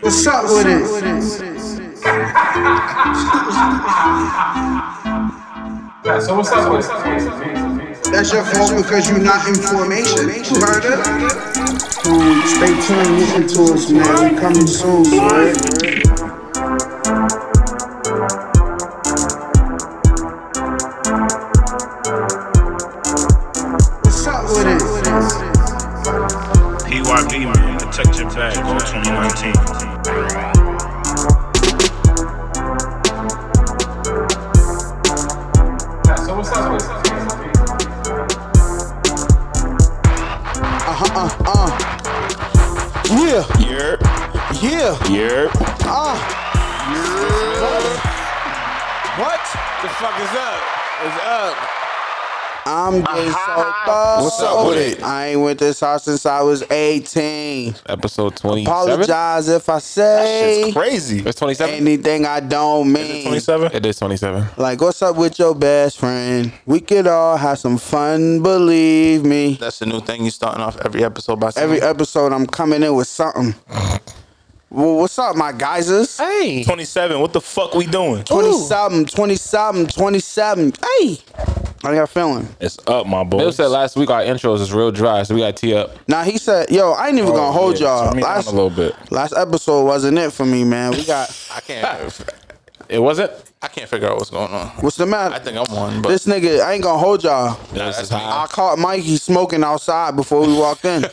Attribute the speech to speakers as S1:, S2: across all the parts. S1: What's up with it?
S2: Yeah, so what's up with it?
S1: That's your fault because you're not in formation. Murder. Um, stay tuned, listen to us, man. We coming soon, man. What's up with it?
S3: PYB, man. Protect your bag. Go 2019.
S2: Yeah, so what's up with it?
S4: Yeah,
S3: Yerp,
S4: yeah.
S3: yerp.
S4: What?
S5: The fuck is up? It's up.
S1: I'm gay so thug.
S5: What's up with it?
S1: I ain't went to this house since I was 18.
S5: Episode 27.
S1: Apologize if I say
S5: It's crazy. It's 27.
S1: anything I don't mean.
S3: 27?
S5: It is 27.
S1: Like, what's up with your best friend? We could all have some fun, believe me.
S5: That's the new thing. You starting off every episode by saying.
S1: Every episode, I'm coming in with something. Well, what's up, my geysers?
S4: Hey.
S3: 27. What the fuck we doing?
S1: 27, 27, 27. Hey, how y'all feeling?
S3: It's up, my boy.
S5: Bill said last week our intros is real dry, so we got to tee up.
S1: Now, he said, yo, I
S5: Oh,
S1: ain't even gonna hold y'all.
S3: Oh, me down
S1: Last,
S3: a little bit.
S1: last episode wasn't it for me, man. We got,
S5: I can't.
S3: It wasn't?
S5: I can't figure out what's going on.
S1: what's the matter?
S5: I think Uh-huh. I'm one, but
S1: This nigga, I ain't gonna hold y'all.
S5: this is
S1: I
S5: high.
S1: caught Mikey smoking outside before we walked in.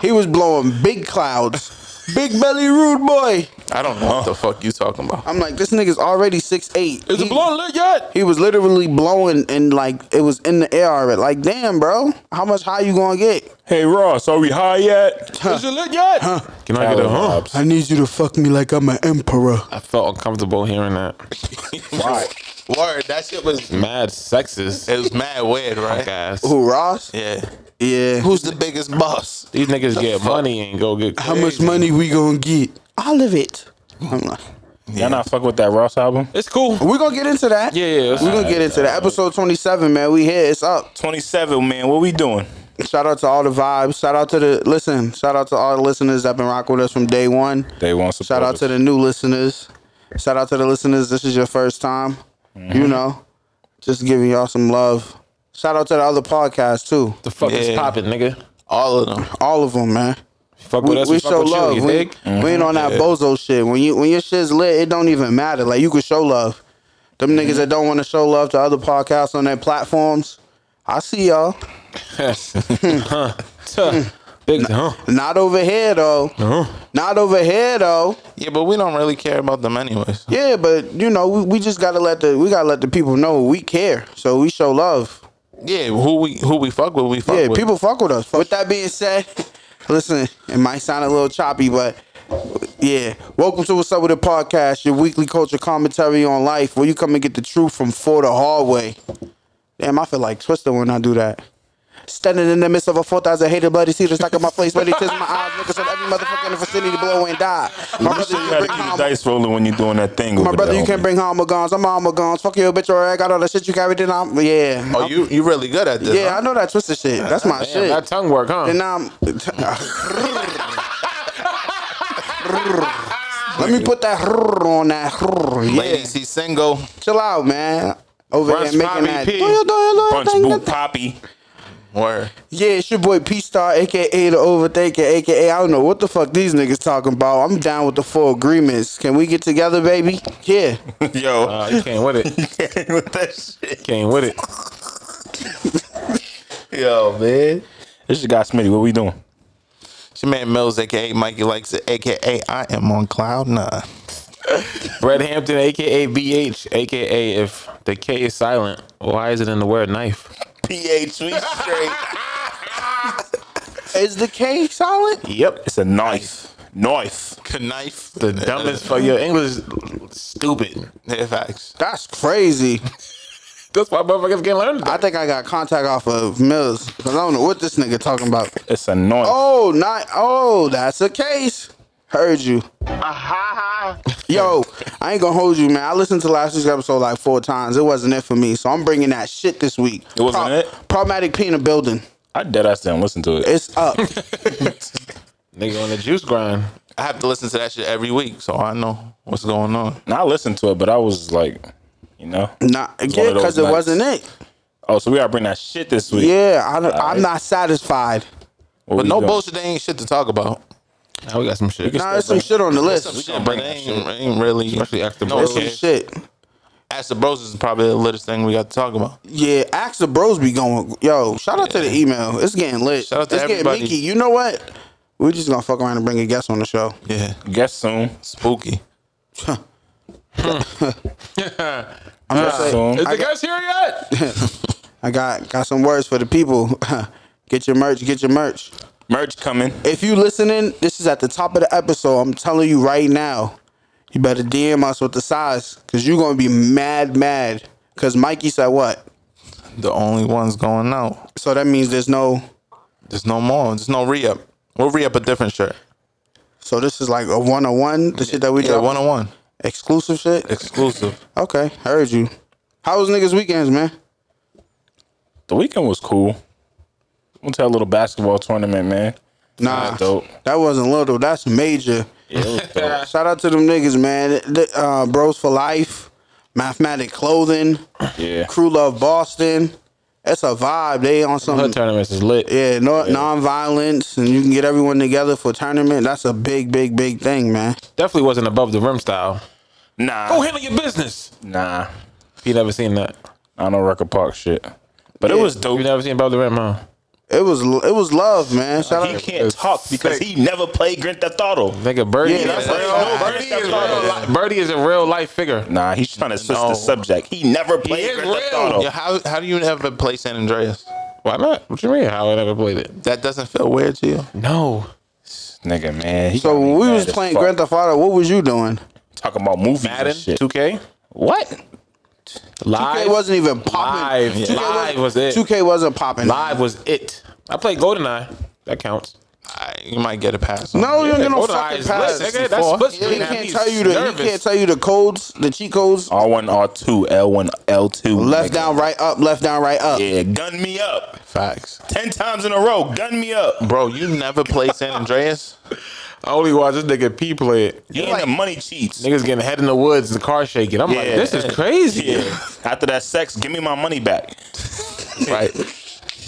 S1: he was blowing big clouds. Big belly rude boy.
S5: I don't know what the fuck you talking about.
S1: I'm like, this nigga's already 6'8.
S5: Is
S1: he,
S5: it blowing lit yet?
S1: he was literally blowing and like it was in the air already. Like, damn, bro. How much high you gonna get?
S3: Hey, Ross, are we high yet?
S5: Is it lit yet? Can I get a huh?
S1: I need you to fuck me like I'm an emperor.
S5: I felt uncomfortable hearing that.
S3: Why?
S6: Word, that shit was it
S5: Mad sexist.
S6: was mad weird, right?
S5: Guys,
S1: Who, Ross?
S6: Yeah.
S1: Yeah.
S6: Who's the biggest boss?
S5: these niggas get money and go get.
S1: How much money we gonna get? All of it. I'm like,
S3: Y'all not fuck with that Ross album?
S5: It's cool.
S1: we're gonna get into that.
S5: Yeah, yeah, it's
S1: We're gonna get into that. Episode 27, man. We here. It's up.
S3: 27, man. What we doing?
S1: Shout out to all the vibes. Shout out to the listen. Shout out to all the listeners that been rocking with us from day one.
S3: They want support.
S1: Shout out to the new listeners. Shout out to the listeners. This is your first time.
S3: Mm-hmm.
S1: You know, just giving y'all some love. Shout out to the other podcasts too.
S5: The fuck is
S6: Yeah.
S5: popping, nigga?
S6: All of them.
S1: All of them, man.
S5: Fuck
S1: We,
S5: with us.
S1: we
S5: We fuck
S1: show
S5: with
S1: love.
S5: you. Mm-hmm. You
S1: we,
S5: dig?
S1: we ain't on that bozo shit. When you when your shit's lit, it don't even matter. Like you can show love. Them
S5: Mm-hmm.
S1: niggas that don't want to show love to other podcasts on their platforms. I see y'all.
S5: Huh. Tuh. Big huh?
S1: Not over here though.
S5: Huh?
S1: Not over here though.
S6: Yeah, but we don't really care about them anyways.
S1: Yeah, but you know, we, we just gotta let the we gotta let the people know we care. So we show love.
S6: Yeah, who we who we fuck with, we fuck
S1: Yeah,
S6: with.
S1: people fuck with us. With that being said, listen, it might sound a little choppy, but yeah. Welcome to What's Up with the Podcast, your weekly culture commentary on life, where you come and get the truth from for the hallway. Damn, I feel like Twister when I do that. Standing in the midst of a 4,000 hated bloody cedars, stuck in my face, ready tears in my eyes, looking so every motherfucker in the vicinity to blow and die. My brother,
S3: You
S1: you
S3: gotta
S1: bring
S3: keep the
S1: home
S3: dice rolling when you're doing that thing.
S1: My
S3: over
S1: brother,
S3: there,
S1: you can't
S3: homie.
S1: bring home guns. I'm all guns. Fuck you, bitch. Or I got all the shit you carried in. I'm, yeah.
S6: Oh, you you really good at this.
S1: yeah,
S6: huh?
S1: I know that twisted shit. That's my
S5: Damn,
S1: shit.
S5: that tongue work, huh?
S1: and now I'm. Let me put that on that. Yeah.
S6: Ladies, he's single.
S1: Chill out, man. Over
S5: Brunch
S1: there making
S5: Bobby
S1: that.
S5: P.
S1: Do your- do your little
S3: Punch
S1: thing,
S3: boot
S1: that-
S3: poppy.
S6: Word.
S1: Yeah, it's your boy P Star, aka the Overthinker, aka I don't know what the fuck these niggas talking about. I'm down with the four agreements. Can we get together, baby? Yeah.
S6: Yo.
S5: Uh, you came with it.
S6: with that shit.
S5: Came with it.
S6: Yo, man.
S3: This is guy Smitty. What we doing?
S6: It's your man Mills, aka Mikey likes it, aka I am on cloud nine.
S5: Brett Hampton, aka BH, aka if the K is silent, why is it in the word knife?
S6: PH we E straight.
S1: Is the K solid?
S5: Yep.
S3: It's a knife. Knife.
S6: Knife.
S5: The dumbest fuck your English is stupid.
S6: Yeah, facts.
S1: That's crazy.
S5: That's why motherfuckers can't learn that.
S1: I think I got contact off of Mills because I don't know what this nigga talking about.
S3: It's a knife.
S1: Oh, not oh, that's a case. Heard you. Yo, I ain't gonna hold you, man. I listened to last week's episode like four times. It wasn't it for me, so I'm bringing that shit this week.
S3: It wasn't it?
S1: Problematic peanut building.
S3: I dead ass didn't listen to it.
S1: It's up.
S5: Nigga on the juice grind.
S6: I have to listen to that shit every week, so I know what's going on.
S7: Now I listened to it, but I was like, you know.
S1: Not
S7: It's one
S1: again
S7: of those
S1: because it
S7: nights.
S1: wasn't it.
S7: Oh, so we gotta bring that shit this week.
S1: Yeah, I, don't-
S7: All right.
S1: I'm not satisfied.
S7: What
S6: But
S7: we
S6: no
S7: doing?
S6: bullshit, they ain't shit to talk about.
S5: Now we got some shit.
S1: Nah, there's some shit on the
S6: Some
S1: list.
S6: shit, but
S7: bring
S6: it
S7: that
S6: ain't, ain't really.
S5: Especially Extra
S6: no,
S5: Bros.
S1: There's some
S6: okay.
S1: shit.
S6: Acid Bros is probably the littest thing we got to talk about.
S1: Yeah, ask the bros be going. Yo, shout out to the email. It's getting lit.
S6: Shout out to
S1: it's
S6: everybody.
S1: getting meeky. You know what? We're just gonna fuck around and bring a guest on the show.
S6: Yeah,
S7: Guess soon.
S6: spooky.
S1: I'm gonna say,
S7: Soon.
S5: Is the guys here yet?
S1: I got got some words for the people. get your merch. Get your merch.
S7: Merch coming.
S1: If you listening, this is at the top of the episode. I'm telling you right now, you better DM us with the size, cause you're gonna be mad, mad. Cause Mikey said what?
S6: The only ones going out.
S1: So that means there's no.
S6: There's no more. There's no re up. We'll re up a different shirt.
S1: So this is like a one on one. The shit that we
S6: Yeah,
S1: drop
S6: one on one,
S1: exclusive shit.
S6: exclusive.
S1: Okay, heard you. How was niggas weekends, man?
S7: The weekend was cool. Went to a little basketball tournament, man.
S1: Nah,
S7: That's dope.
S1: that wasn't little. That's major.
S7: Yeah, it was dope.
S1: Shout out to them niggas, man. The, uh, Bros for life, Mathematic Clothing,
S7: yeah.
S1: Crew Love Boston. That's a vibe. They on some
S5: Hood tournaments is lit.
S1: yeah, no, non-violence, and you can get everyone together for a tournament. That's a big, big, big thing, man.
S5: Definitely wasn't above the rim style.
S7: Nah.
S5: Go handle your business.
S7: Nah.
S5: If you never seen that,
S7: I don't record park shit. But it
S1: Yeah.
S7: was dope.
S5: you never seen above the rim, huh?
S1: It was it was love, man. Shout
S7: He
S1: out.
S7: can't talk because he never played Grand Theft Auto.
S5: Nigga, Birdie.
S1: Yeah, that's
S5: is a
S1: like-
S5: real-
S1: no,
S5: Birdie is real li- Birdie is a real life figure.
S7: Nah, he's trying to switch
S6: Mm, No.
S7: the subject. He never played
S5: is
S7: Grand Theft
S5: real.
S7: Auto.
S6: Yeah, how how do you ever play San Andreas?
S5: Why not? What you mean? How I never played it?
S6: That doesn't feel weird to you.
S5: No.
S7: Nigga, man. he
S1: So
S7: got me
S1: when we
S7: mad
S1: was
S7: as
S1: playing
S7: fuck.
S1: Grand Theft Auto, what was you doing?
S7: talking about movies
S5: Madden,
S7: and shit.
S5: 2K,
S7: What?
S5: live.
S1: It wasn't even popping.
S5: live. Live was it.
S1: 2K wasn't popping.
S5: Live was it. I played GoldenEye. That counts.
S6: I, you might get a pass. on
S1: No,
S6: it.
S1: Oh, you don't get no
S5: GoldenEye
S1: fucking
S5: is
S1: pass.
S5: lit, nigga. That's split
S1: He
S5: screen. That
S1: can't
S5: means
S1: tell you the
S5: nervous.
S1: he can't tell you the codes, the cheat codes.
S7: R1, R2, L1, L2.
S1: Left
S7: Oh, nigga.
S1: down, right up, left down, right up.
S7: Yeah, gun me up.
S6: facts,
S7: Ten times in a row, gun me up.
S6: bro. You never played San Andreas.
S5: I only watched this nigga P play it.
S7: He ain't the money cheats.
S5: Niggas getting head in the woods, the car shaking. I'm like,
S7: Yeah.
S5: this is crazy.
S7: Yeah. After that sex, give me my money back.
S6: right,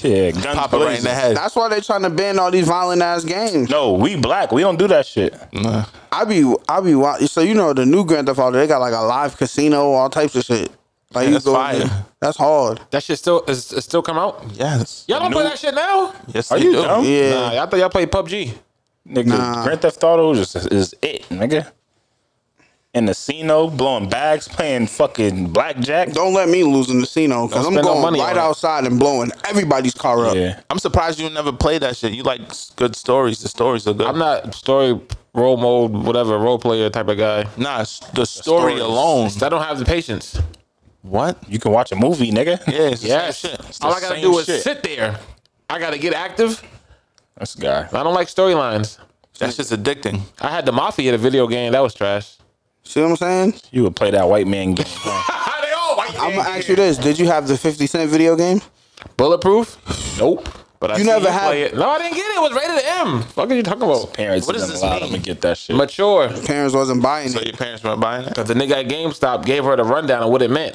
S7: Yeah, gun
S6: pop it right in the head.
S1: That's why they trying to ban all these violent ass games.
S7: No, we black. We don't do that shit.
S6: Nah.
S1: I be I be wa- so you know the new Grand Theft Auto they got like a live casino, all types of shit. Like
S6: Yeah,
S1: you
S6: that's
S1: go
S6: fire.
S1: in- That's hard.
S5: That shit still is, is still come out.
S6: Yes.
S5: Y'all don't play that shit now.
S6: Yes,
S7: Are
S6: they
S7: you
S6: do.
S7: dumb?
S1: Yeah.
S5: Nah, y'all thought y'all played PUBG.
S7: Nigga,
S1: Nah.
S7: Grand Theft Auto is, is it, nigga. In the casino, blowing bags, playing fucking blackjack.
S1: Don't let me lose in the casino because I'm
S5: spend no
S1: going
S5: money on
S1: right
S5: it.
S1: outside and blowing everybody's car up.
S7: Yeah.
S6: I'm surprised you never played that shit. You like s- good stories. The stories are good.
S5: I'm not story role mode, whatever role player type of guy.
S6: Nah, s- the story
S7: stories.
S6: alone.
S5: I don't have the patience.
S6: What?
S7: You can watch a movie, nigga.
S6: Yeah, it's the
S5: Yes.
S6: same shit. It's the
S5: All I gotta
S6: same
S5: do is
S6: shit.
S5: sit there. I gotta get active.
S7: That's the guy.
S5: I don't like storylines.
S6: That's just addicting.
S5: I had the Mafia, the video game. That was trash.
S1: See what I'm saying?
S7: You would play that white man game. huh?
S5: they all white.
S1: I'm gonna ask you this: Did you have the 50 Cent video game?
S5: Bulletproof? Nope. But I
S1: You
S5: see
S1: never had-
S5: play it. No, I didn't get it. It was rated M. Fuck are you talking about?
S7: Parents
S6: What
S7: what
S6: does
S7: is
S6: this
S7: allowed
S6: mean?
S7: him to get that shit.
S5: Mature.
S1: Parents wasn't buying
S6: So
S1: it.
S6: your parents weren't buying it?
S5: But the nigga at GameStop gave her the rundown of what it meant.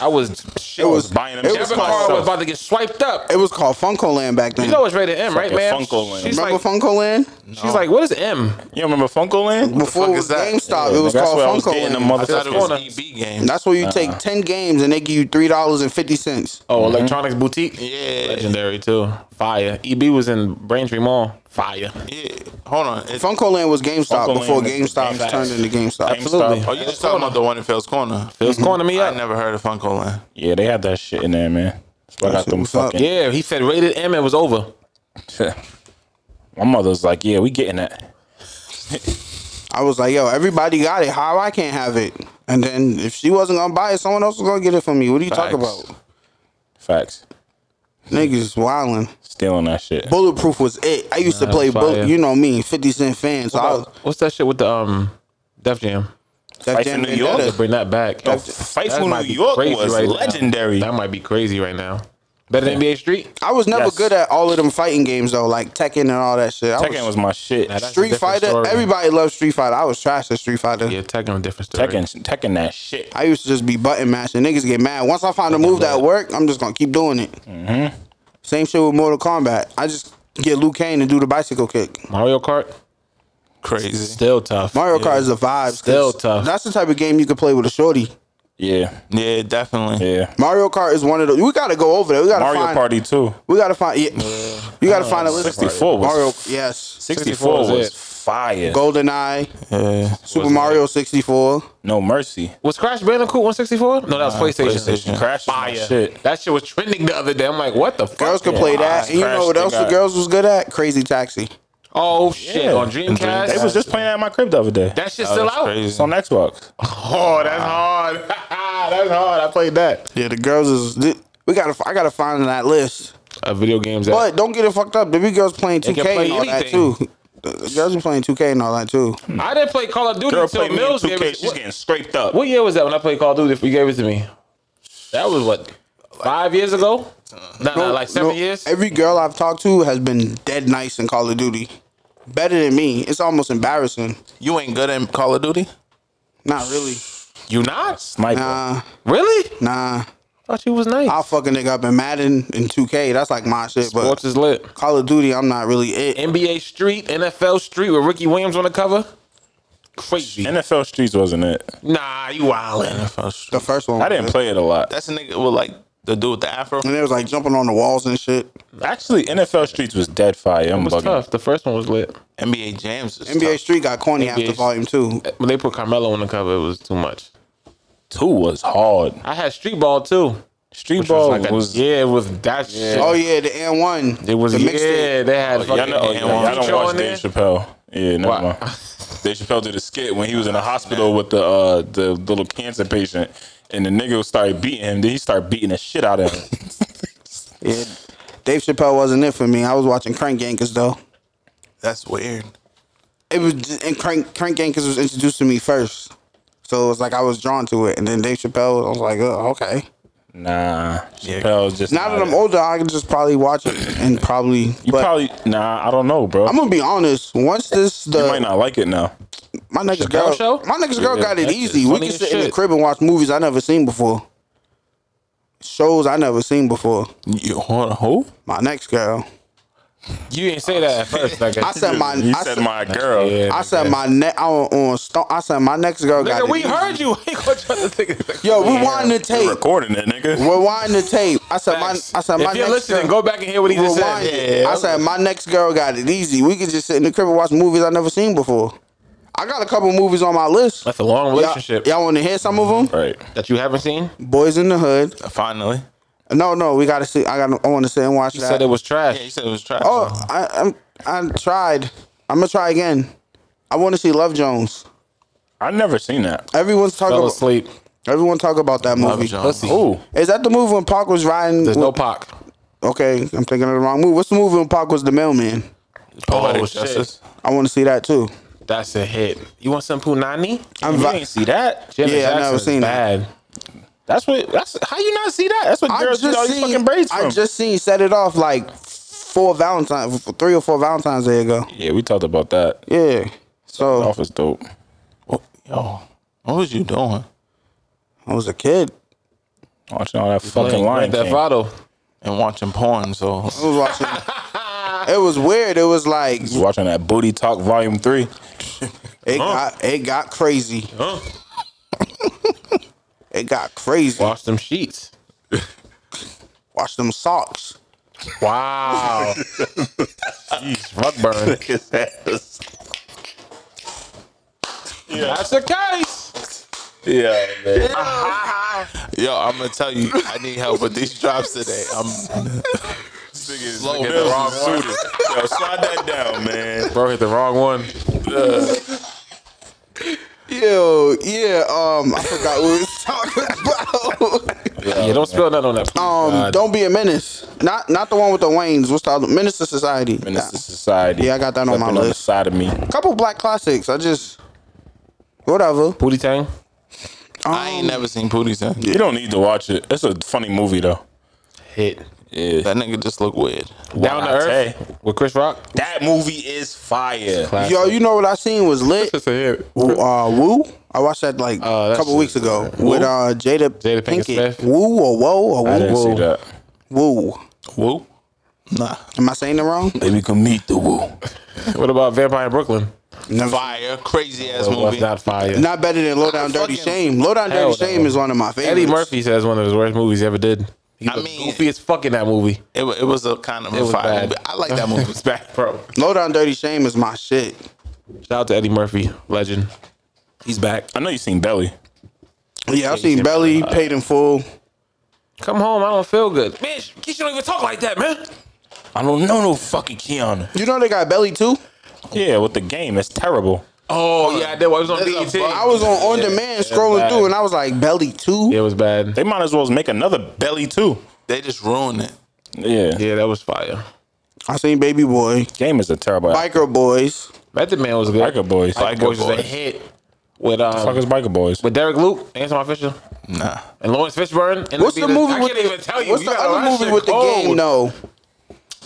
S5: I was shit.
S7: I
S1: was-
S7: was buying them.
S1: it
S7: shit
S1: was
S7: for
S5: Kevin Carl was
S7: myself.
S5: about to get swiped up.
S1: It was called Funko Land back then.
S5: You know it's rated M, right,
S7: Fucking
S5: man?
S7: Funko Land.
S5: She's
S1: Remember
S5: like,
S1: Funko Land?
S5: she's like, what is M?
S7: You remember Funko Land?
S1: Before it
S6: is
S1: was
S6: that?
S1: GameStop, it was
S7: That's where I
S1: called
S7: was
S1: Funko
S7: getting
S1: Land.
S7: the mother-
S6: I thought it
S5: That's
S6: was
S5: corner.
S6: EB game.
S1: That's where you take ten games and they give you three dollars and fifty cents.
S5: Oh, Electronics Boutique.
S6: Yeah.
S5: Legendary too. Fire. EB was in Braintree Mall. Fire.
S6: Yeah. Hold on. It-
S1: Funko Land was GameStop
S7: Funko
S1: before
S7: Land was
S1: GameStop
S7: GameStop.
S1: turned into GameStop.
S5: Absolutely.
S6: oh, you just talking about the one in Phil's Corner.
S5: It was cornering me
S6: I
S5: up.
S6: never heard of Funko Land.
S7: Yeah, they had that shit in there, man. That's why I
S1: That
S7: got
S1: shit
S7: them
S1: was up.
S7: fucking.
S5: Yeah, he said rated M. It was over.
S7: My mother's like, yeah, we getting that.
S1: I was like, yo, everybody got it. How I can't have it? And then if she wasn't gonna buy it, someone else was gonna get it for me. What are you talking
S6: Facts.
S1: about?
S7: Facts.
S1: Niggas wildin'.
S7: Stealing that shit.
S1: Bulletproof was it. I used to play.
S5: fire.
S1: Bullet, you know me, Fifty Cent fan. So I was
S5: Oh, What's that shit with the um Def Jam?
S1: that
S7: Fight in
S1: damn
S7: New York?
S1: vendetta.
S5: Bring that back.
S7: Yo, Fight
S5: That
S7: for
S5: might
S7: New
S5: be
S7: York
S5: crazy
S7: was
S5: right now.
S7: legendary.
S5: That might be crazy right now. Better than NBA Street?
S1: I was never
S7: Yes.
S1: good at all of them fighting games though, like Tekken and all that shit. I
S7: Tekken was my shit.
S5: Nah, that's-
S1: Street
S5: Different
S1: Fighter.
S5: story.
S1: Everybody loves Street Fighter. I was trash at Street Fighter.
S5: Yeah, Tekken, different story.
S7: Tekken, Tekken, that shit.
S1: I used to just be button mashing. Niggas get mad. Once I find a move that work, I'm just gonna keep doing it. Same shit with Mortal Kombat. I just get Luke Kane and do the bicycle kick.
S5: Mario Kart,
S6: Crazy.
S5: still tough.
S1: Mario
S5: Yeah.
S1: Kart is a vibe. 'cause
S5: Still tough.
S1: That's the type of game you can play with a shorty.
S7: Yeah,
S6: Yeah, definitely.
S7: yeah.
S1: Mario Kart is one of the. We gotta go over there. We gotta
S7: Mario
S1: find.
S7: Party too.
S1: We gotta find. Yeah, you gotta find a list.
S7: 64 was-
S1: Mario. Yes.
S7: 64
S5: was
S7: was,
S5: it.
S7: fire.
S1: Golden Eye.
S6: Yeah.
S1: Super Mario 64.
S7: No mercy.
S5: Was Crash Bandicoot 164? No, that was PlayStation.
S6: PlayStation.
S7: Crash is my
S5: Fire.
S7: shit.
S5: That shit was trending the other day. I'm like, what the fuck?
S1: Girls could play that.
S7: Eyes
S1: And you know
S7: crashed,
S1: what
S7: they
S1: else the
S7: got-
S1: girls was good at? Crazy Taxi.
S5: Oh shit! On Dreamcast,
S7: They was just playing that at my crib the other day.
S5: that shit
S6: Oh,
S5: still out.
S7: It's on Xbox.
S5: Oh, that's hard. that's hard. I played that.
S1: Yeah, the girls is. We gotta. I gotta find that list.
S5: Uh, video games. That,
S1: But don't get it fucked up. The big girls playing 2K
S5: can play
S1: and all that
S5: anything.
S1: too. The girls be playing 2K and all that too.
S5: I didn't play Call of Duty
S7: Girl
S5: until
S7: played me in
S5: Mills gave
S7: 2K.
S5: it.
S7: She's
S5: What,
S7: getting scraped up.
S5: what year was that when I played Call of Duty? If you gave it to me, that was what five years ago. Nah, nah, like seven
S1: No,
S5: years.
S1: Every girl I've talked to has been dead nice in Call of Duty. Better than me. It's almost embarrassing.
S6: You ain't good at Call of Duty?
S1: Not really.
S5: you not
S7: Sniper.
S1: Nah,
S5: really?
S1: nah.
S5: thought you was nice.
S1: I'll fuck a nigga up in Madden and 2K. That's like my shit. But
S5: Sports is lit.
S1: Call of Duty, I'm not really it.
S5: NBA Street, NFL Street with Ricky Williams on the cover. Crazy.
S7: NFL Streets wasn't it.
S5: Nah, you wildin'.
S1: The first one.
S7: I didn't play it a lot.
S6: That's a nigga with like the dude with the afro.
S1: And it was like jumping on the walls and shit.
S7: Actually, NFL Streets was dead fire. I'm
S5: It was
S7: bugging.
S5: tough. The first one was lit.
S6: NBA Jams. is
S1: NBA
S6: tough.
S1: Street got corny after
S5: NBA
S1: Volume Two.
S5: When they put Carmelo on the cover, it was too much.
S7: Two was hard.
S5: I had street ball too.
S7: Street
S5: Which
S7: ball
S5: was like a-
S7: was.
S5: yeah, it was that shit.
S1: Oh yeah, the N one.
S5: It was
S1: the
S5: yeah.
S1: mixtape.
S5: They had
S7: Y'all,
S5: fucking
S7: know, oh,
S5: yeah,
S7: y'all, y'all
S5: Future
S7: don't watch
S5: on there.
S7: Dave Chappelle. Yeah, never
S5: Why?
S7: mind. Dave Chappelle did a skit when he was in the hospital with the uh, the little cancer patient, and the nigga started beating him. Then he started beating the shit out of him.
S1: Dave Chappelle wasn't it for me. I was watching Crank Yankers though.
S6: That's weird.
S1: It was just, and Crank Crank Yankers was introduced to me first, so it was like I was drawn to it. And then Dave Chappelle, I was like, oh, okay.
S7: Nah, Chappelle was just
S1: Now that
S7: not
S1: I'm
S7: it.
S1: older, I can just probably watch it and probably.
S7: You
S1: but
S7: probably nah. I don't know, bro.
S1: I'm gonna be honest. Once this
S7: you
S1: the
S7: might not like it now.
S1: my next
S5: Chappelle
S1: girl
S5: Show?
S1: my next girl
S5: Yeah,
S1: got it
S5: that's
S1: easy. We
S5: just funny
S1: can
S5: as
S1: sit in the
S5: shit.
S1: crib and watch movies I never seen before, shows I never seen before.
S6: You hold on, who?
S1: My next girl,
S5: You didn't say that at first. Like,
S1: I said my
S7: You
S1: I
S7: said
S1: said,
S7: my girl.
S5: yeah,
S1: I said my neck on on stone. I said my next girl got
S5: nigga,
S1: it.
S5: we
S1: easy.
S5: heard you. Ain't gonna try to think of that.
S1: Yo, rewind the
S7: You
S1: tape.
S7: recording it, nigga.
S1: Rewind the tape. I said my I said my
S5: if you're
S1: next
S5: listening,
S1: girl.
S5: go back and hear what he just
S1: Rewind
S5: said.
S1: it. I said my next girl got it easy. We could just sit in the crib and watch movies I never seen before. I got a couple movies on my list.
S5: That's a long relationship
S1: Y'all, y'all want to hear some of them?
S7: Right.
S5: that you haven't seen.
S1: Boys in the Hood.
S6: Uh, Finally.
S1: No, no, we gotta see. I got. I want to sit and watch
S5: You
S1: that.
S5: said it was
S6: Yeah, you
S5: trash.
S6: said it was trash.
S1: oh, I, I'm. I tried. I'm gonna try again. I want to see Love Jones.
S7: I never seen that.
S1: Everyone's talking.
S5: Fell
S1: About,
S5: asleep. Um,
S1: everyone talk about that
S6: Love
S1: movie.
S6: Jones.
S5: Pussy.
S7: Ooh,
S1: Is that the movie when Park was riding?
S5: There's no
S1: with-
S5: Pac.
S1: okay, I'm thinking of the wrong movie. What's the movie when Park was the mailman?
S6: Poetic
S5: Oh, shit.
S6: justice.
S1: I want to see that too.
S5: That's a hit. You want some Punani?
S1: I'm
S7: you
S1: vi-
S7: ain't see that.
S5: Janet
S1: Yeah, I never
S5: Jackson's
S1: seen that.
S5: bad.
S7: That's what. That's how you not see that. That's what
S1: I
S7: girls get all
S1: just
S7: these
S1: seen.
S7: fucking braids from.
S1: I just seen set it off like four Valentine's, three or four Valentine's Day ago.
S7: yeah, we talked about that.
S1: Yeah. So
S7: Office dope.
S6: Yo, what was you doing?
S1: I was a kid.
S7: Watching all that fucking
S5: Grand
S7: line.
S5: Theft Auto.
S6: And watching porn, so
S1: I was watching. it was weird. It was like
S7: Watching that booty talk volume three.
S1: it got it got crazy. it got crazy.
S5: Wash them sheets.
S1: Watch them socks.
S5: Wow. Jeez, rug burn. That's the case.
S7: Yeah, man.
S6: yo, I'm gonna tell you, I need help with these drops today. I'm slow.
S7: the
S6: man.
S7: wrong one. Yo, slide that down, man.
S5: Bro hit the wrong one.
S1: Yo, yeah. Um, I forgot what we was talking about.
S5: Yeah, don't spill nothing on that. Uh, please,
S1: Um,
S5: God.
S1: don't be a menace. Not not the one with the Waynes. What's the other? Menace to Society.
S7: And this is society.
S1: Yeah, I got that on
S7: Flipping
S1: my
S7: the
S1: list.
S7: side of me.
S1: A couple black classics. I just whatever.
S5: Booty Tang.
S6: I ain't never seen Pooties. Huh?
S7: You don't need to watch it. It's a funny movie though.
S5: Hit.
S7: Yeah.
S6: That nigga just look weird.
S5: Down to
S7: Wow,
S5: Earth with Chris Rock.
S7: That movie is fire.
S1: Yo, you know what I seen was lit.
S5: Just a hit.
S1: Woo- uh, Woo. I watched that like
S5: Uh,
S1: a
S5: that's
S1: couple
S5: a-
S1: weeks ago with uh, Jada,
S5: Jada Pinkett
S1: Pinkett.
S5: Smith.
S1: Woo or whoa or
S7: I
S1: woo,
S7: didn't see that.
S1: woo.
S7: Woo?
S6: Nah.
S1: Am I saying it wrong?
S7: Maybe we can meet the woo.
S5: What about Vampire in Brooklyn?
S1: Never.
S6: Fire. Crazy ass
S5: Well,
S6: movie.
S5: that's not fire.
S1: Not better than Low Down Dirty
S6: fucking-
S1: Shame. Low Down
S5: Hell
S1: Dirty
S5: no.
S1: Shame is one of my favorites.
S5: Eddie Murphy says one of his worst movies he ever did. He
S6: I
S5: was
S6: mean-
S5: goofy as fuck in that movie.
S6: It, wa- it was a kind of
S5: It
S6: a
S5: was
S6: fire
S5: bad.
S6: movie. I like that movie.
S5: It's bad, bro.
S1: Low Down Dirty Shame is my shit.
S5: Shout out to Eddie Murphy, legend.
S7: He's back. I know you seen Belly.
S1: Yeah, I've seen Belly,
S5: Uh,
S1: Paid in Full.
S5: Come home, I don't feel good. Bitch, Keisha don't even talk like that, man.
S7: I don't know no fucking Keanu.
S1: You know they got Belly too?
S7: Yeah, with the game. That's terrible.
S5: Oh yeah, I did. I was on
S6: That's a
S5: BET.
S1: I was on on demand scrolling
S5: bad.
S1: through and I was like, Belly too?
S5: Yeah, it was bad.
S7: They might as well make another Belly too.
S6: they just ruined it.
S7: Yeah.
S5: Yeah, that was fire.
S1: I seen Baby Boy,
S7: Game is a terrible.
S1: Biker Boys.
S5: Method Man was good.
S7: Biker Boys.
S5: Biker Boys was a hit with
S7: Fuck
S5: um
S7: is Biker Boys.
S5: with Derek Luke, Antoine Fisher,
S6: Nah.
S5: and Lawrence Fishburne. And
S1: What's the movie
S5: I
S1: with
S5: can't
S1: the,
S5: even tell you.
S1: What's
S5: You
S1: the
S5: got a lot
S1: other
S5: of
S1: movie
S5: shit
S1: with the
S5: cold.
S1: game though?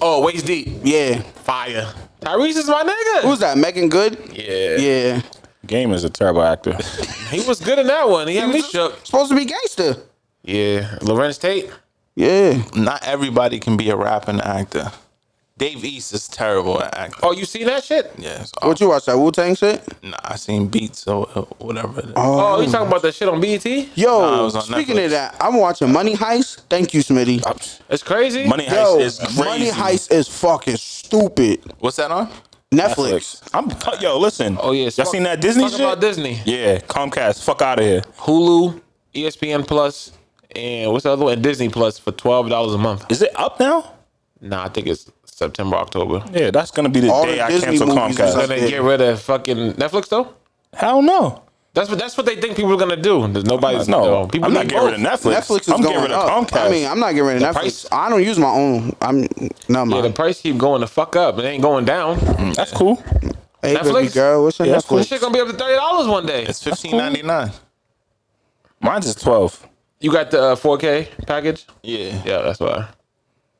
S5: Oh, waist deep,
S1: Yeah.
S5: fire. Tyrese is my nigga.
S1: Who's that? Megan Good?
S5: yeah.
S1: Yeah.
S7: Game is a terrible actor.
S5: he was good in that one. He had me shook.
S1: Supposed to be gangster.
S5: Yeah, Lorenz Tate.
S1: Yeah.
S6: Not everybody can be a rapping actor. Dave East is terrible at acting.
S5: Oh, you seen that shit?
S6: Yes.
S1: What you watch that Wu Tang shit?
S6: Nah, I seen Beats or uh, whatever. it is.
S5: Oh, you talking about that shit on BET?
S1: Yo,
S6: Nah, it was on
S1: speaking
S6: Netflix.
S1: of that, I'm watching Money Heist. Thank you, Smitty.
S5: It's crazy.
S7: Money Heist
S1: Yo,
S7: is crazy.
S1: Money Heist is fucking stupid.
S6: What's that on?
S1: Netflix.
S7: I'm yo, listen.
S5: Oh yeah,
S7: y'all seen that Disney
S5: talk
S7: shit?
S5: about Disney.
S7: Yeah, Comcast. Fuck out of here.
S5: Hulu, E ESPN Plus, and what's the other one? And Disney Plus for twelve dollars a month.
S7: Is it up now?
S5: Nah, I think it's September, October.
S7: Yeah, that's gonna be the
S1: All
S7: day
S1: the
S7: I
S1: Disney
S7: cancel
S1: movies is
S7: Comcast.
S5: Gonna
S1: up. Yeah.
S5: get rid of fucking Netflix though.
S7: Hell no.
S5: That's what that's what they think people are gonna do. There's nobody's
S7: No,
S5: no people.
S7: I'm not
S5: need
S7: getting rid of
S5: both.
S7: Netflix.
S1: Netflix is
S7: I'm
S1: going
S7: getting rid
S1: up.
S7: of Comcast.
S1: I mean, I'm not getting rid of Netflix.
S5: price-
S1: I don't use my own. I'm no
S5: Yeah,
S1: man.
S5: the price keep going the fuck up. It ain't going down.
S7: that's cool.
S1: hey, baby
S5: Netflix?
S1: girl, what's your
S7: Yeah, that's cool.
S5: This
S1: Netflix?
S5: shit gonna be up to thirty dollars one day.
S6: It's fifteen ninety nine.
S7: Mine's is 12.
S5: You got the uh, 4K package?
S6: Yeah.
S5: Yeah, that's why.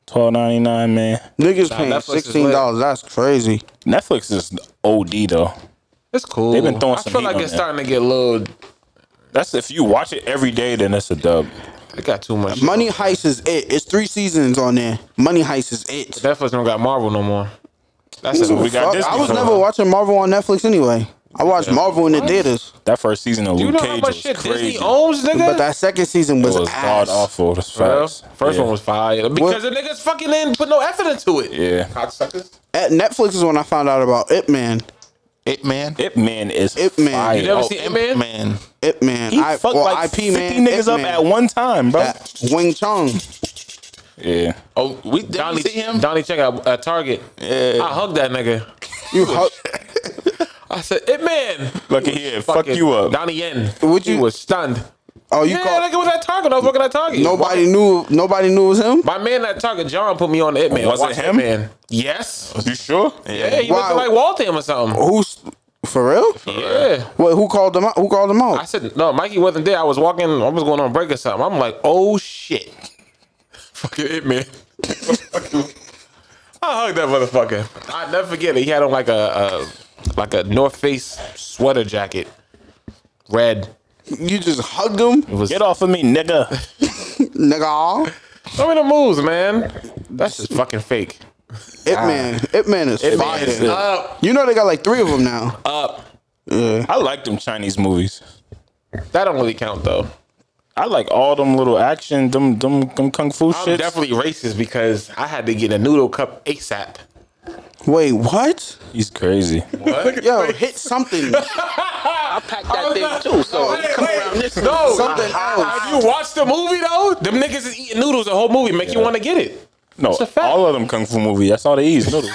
S7: 12.99, man.
S1: Niggas paying
S5: Netflix is
S1: sixteen dollars. That's crazy.
S7: Netflix is OD though.
S5: It's cool.
S7: They've been throwing
S5: I
S7: some
S5: feel
S7: heat
S5: like
S7: on
S5: it's
S7: that.
S5: starting to get a little.
S7: That's if you watch it every day, then it's a dub.
S5: They got too much.
S1: Money Heist is it. It's three seasons on there. Money Heist is it.
S5: Netflix don't got Marvel no more. That's it.
S7: We got
S1: Fuck,
S7: Disney
S1: I was
S7: for
S1: never
S7: it.
S1: watching Marvel on Netflix anyway. I watched Marvel in the theaters,
S7: That first season of
S5: You
S7: Luke
S5: know how
S7: Cage
S5: much
S7: was
S5: shit
S7: crazy.
S5: Disney owns, nigga.
S1: but that second season was,
S7: it was god
S1: ass.
S7: awful. That's
S5: Well,
S7: facts.
S5: first
S7: Yeah.
S5: one was fire because the niggas fucking didn't put no effort into it.
S7: Yeah.
S5: Cocksuckers.
S1: At Netflix is when I found out about Ip Man.
S6: It man.
S7: Ip Man is
S1: Ip Man.
S7: fire.
S1: You
S6: Oh,
S5: never seen Ip Man?
S6: Man.
S1: Ip Man.
S7: He
S1: I,
S7: fucked
S1: or
S7: like
S1: IP
S7: 50
S1: Man.
S7: niggas
S1: Ip
S7: up
S1: Man.
S7: at one time, bro.
S1: That Wing Chong.
S7: Yeah.
S6: Oh, we did
S5: Donnie,
S6: we see him.
S5: Donnie check out uh, Target.
S6: Yeah.
S5: I hugged that nigga.
S1: You hu-
S5: I said, "It man,
S7: Look at here. Fuck you up.
S5: Donnie Yen."
S1: Would
S5: he
S1: you-
S5: was stunned.
S1: oh, you
S5: Yeah,
S1: call
S5: nigga was at Target. I was working at Target.
S1: Nobody knew. Nobody knew it was him.
S5: My man at Target, John, put me on the It Man.
S7: Was it
S5: Watch
S7: him?
S5: Ip Man. Yes.
S7: You sure?
S5: Yeah, he
S1: Wow.
S5: looked like Waltham or something.
S1: Who's for real?
S5: Yeah.
S1: What? Who called them out? Who called them
S5: I
S1: out?
S5: said, no, Mikey wasn't there. I was walking, I was going on break or something. I'm like, oh shit. Fucking it, man. I hugged that motherfucker. I never forget it. He had on like a, a like a North Face sweater jacket. Red.
S1: You just hugged him,
S5: It was
S7: Get off of me, nigga.
S1: nigga.
S5: Show me the moves, man. That's just fucking fake.
S1: Ip Man. Ip Man is fire.
S7: is Uh, good.
S5: Up,
S1: You know they got like three of them now.
S5: up.
S7: I like them Chinese movies.
S5: That don't really count though.
S7: I like all them little action, them them, them kung fu
S5: I'm
S7: shit.
S5: definitely racist because I had to get a noodle cup ASAP.
S1: Wait, what?
S7: He's crazy.
S1: Yo, hit something.
S5: that thing too. So come around this no,
S1: Something
S5: If you watch the movie though, them niggas is eating noodles the whole movie. Make you want to get it.
S7: No,
S5: a fact.
S7: all of them kung fu movies. That's all they eat. is noodles.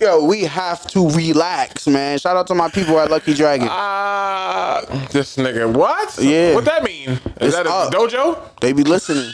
S1: Yo, we have to relax, man. Shout out to my people at Lucky Dragon.
S5: Ah, this nigga. What?
S1: Yeah.
S5: What that mean? Is
S1: It's
S5: that a
S1: up.
S5: dojo?
S1: They be listening.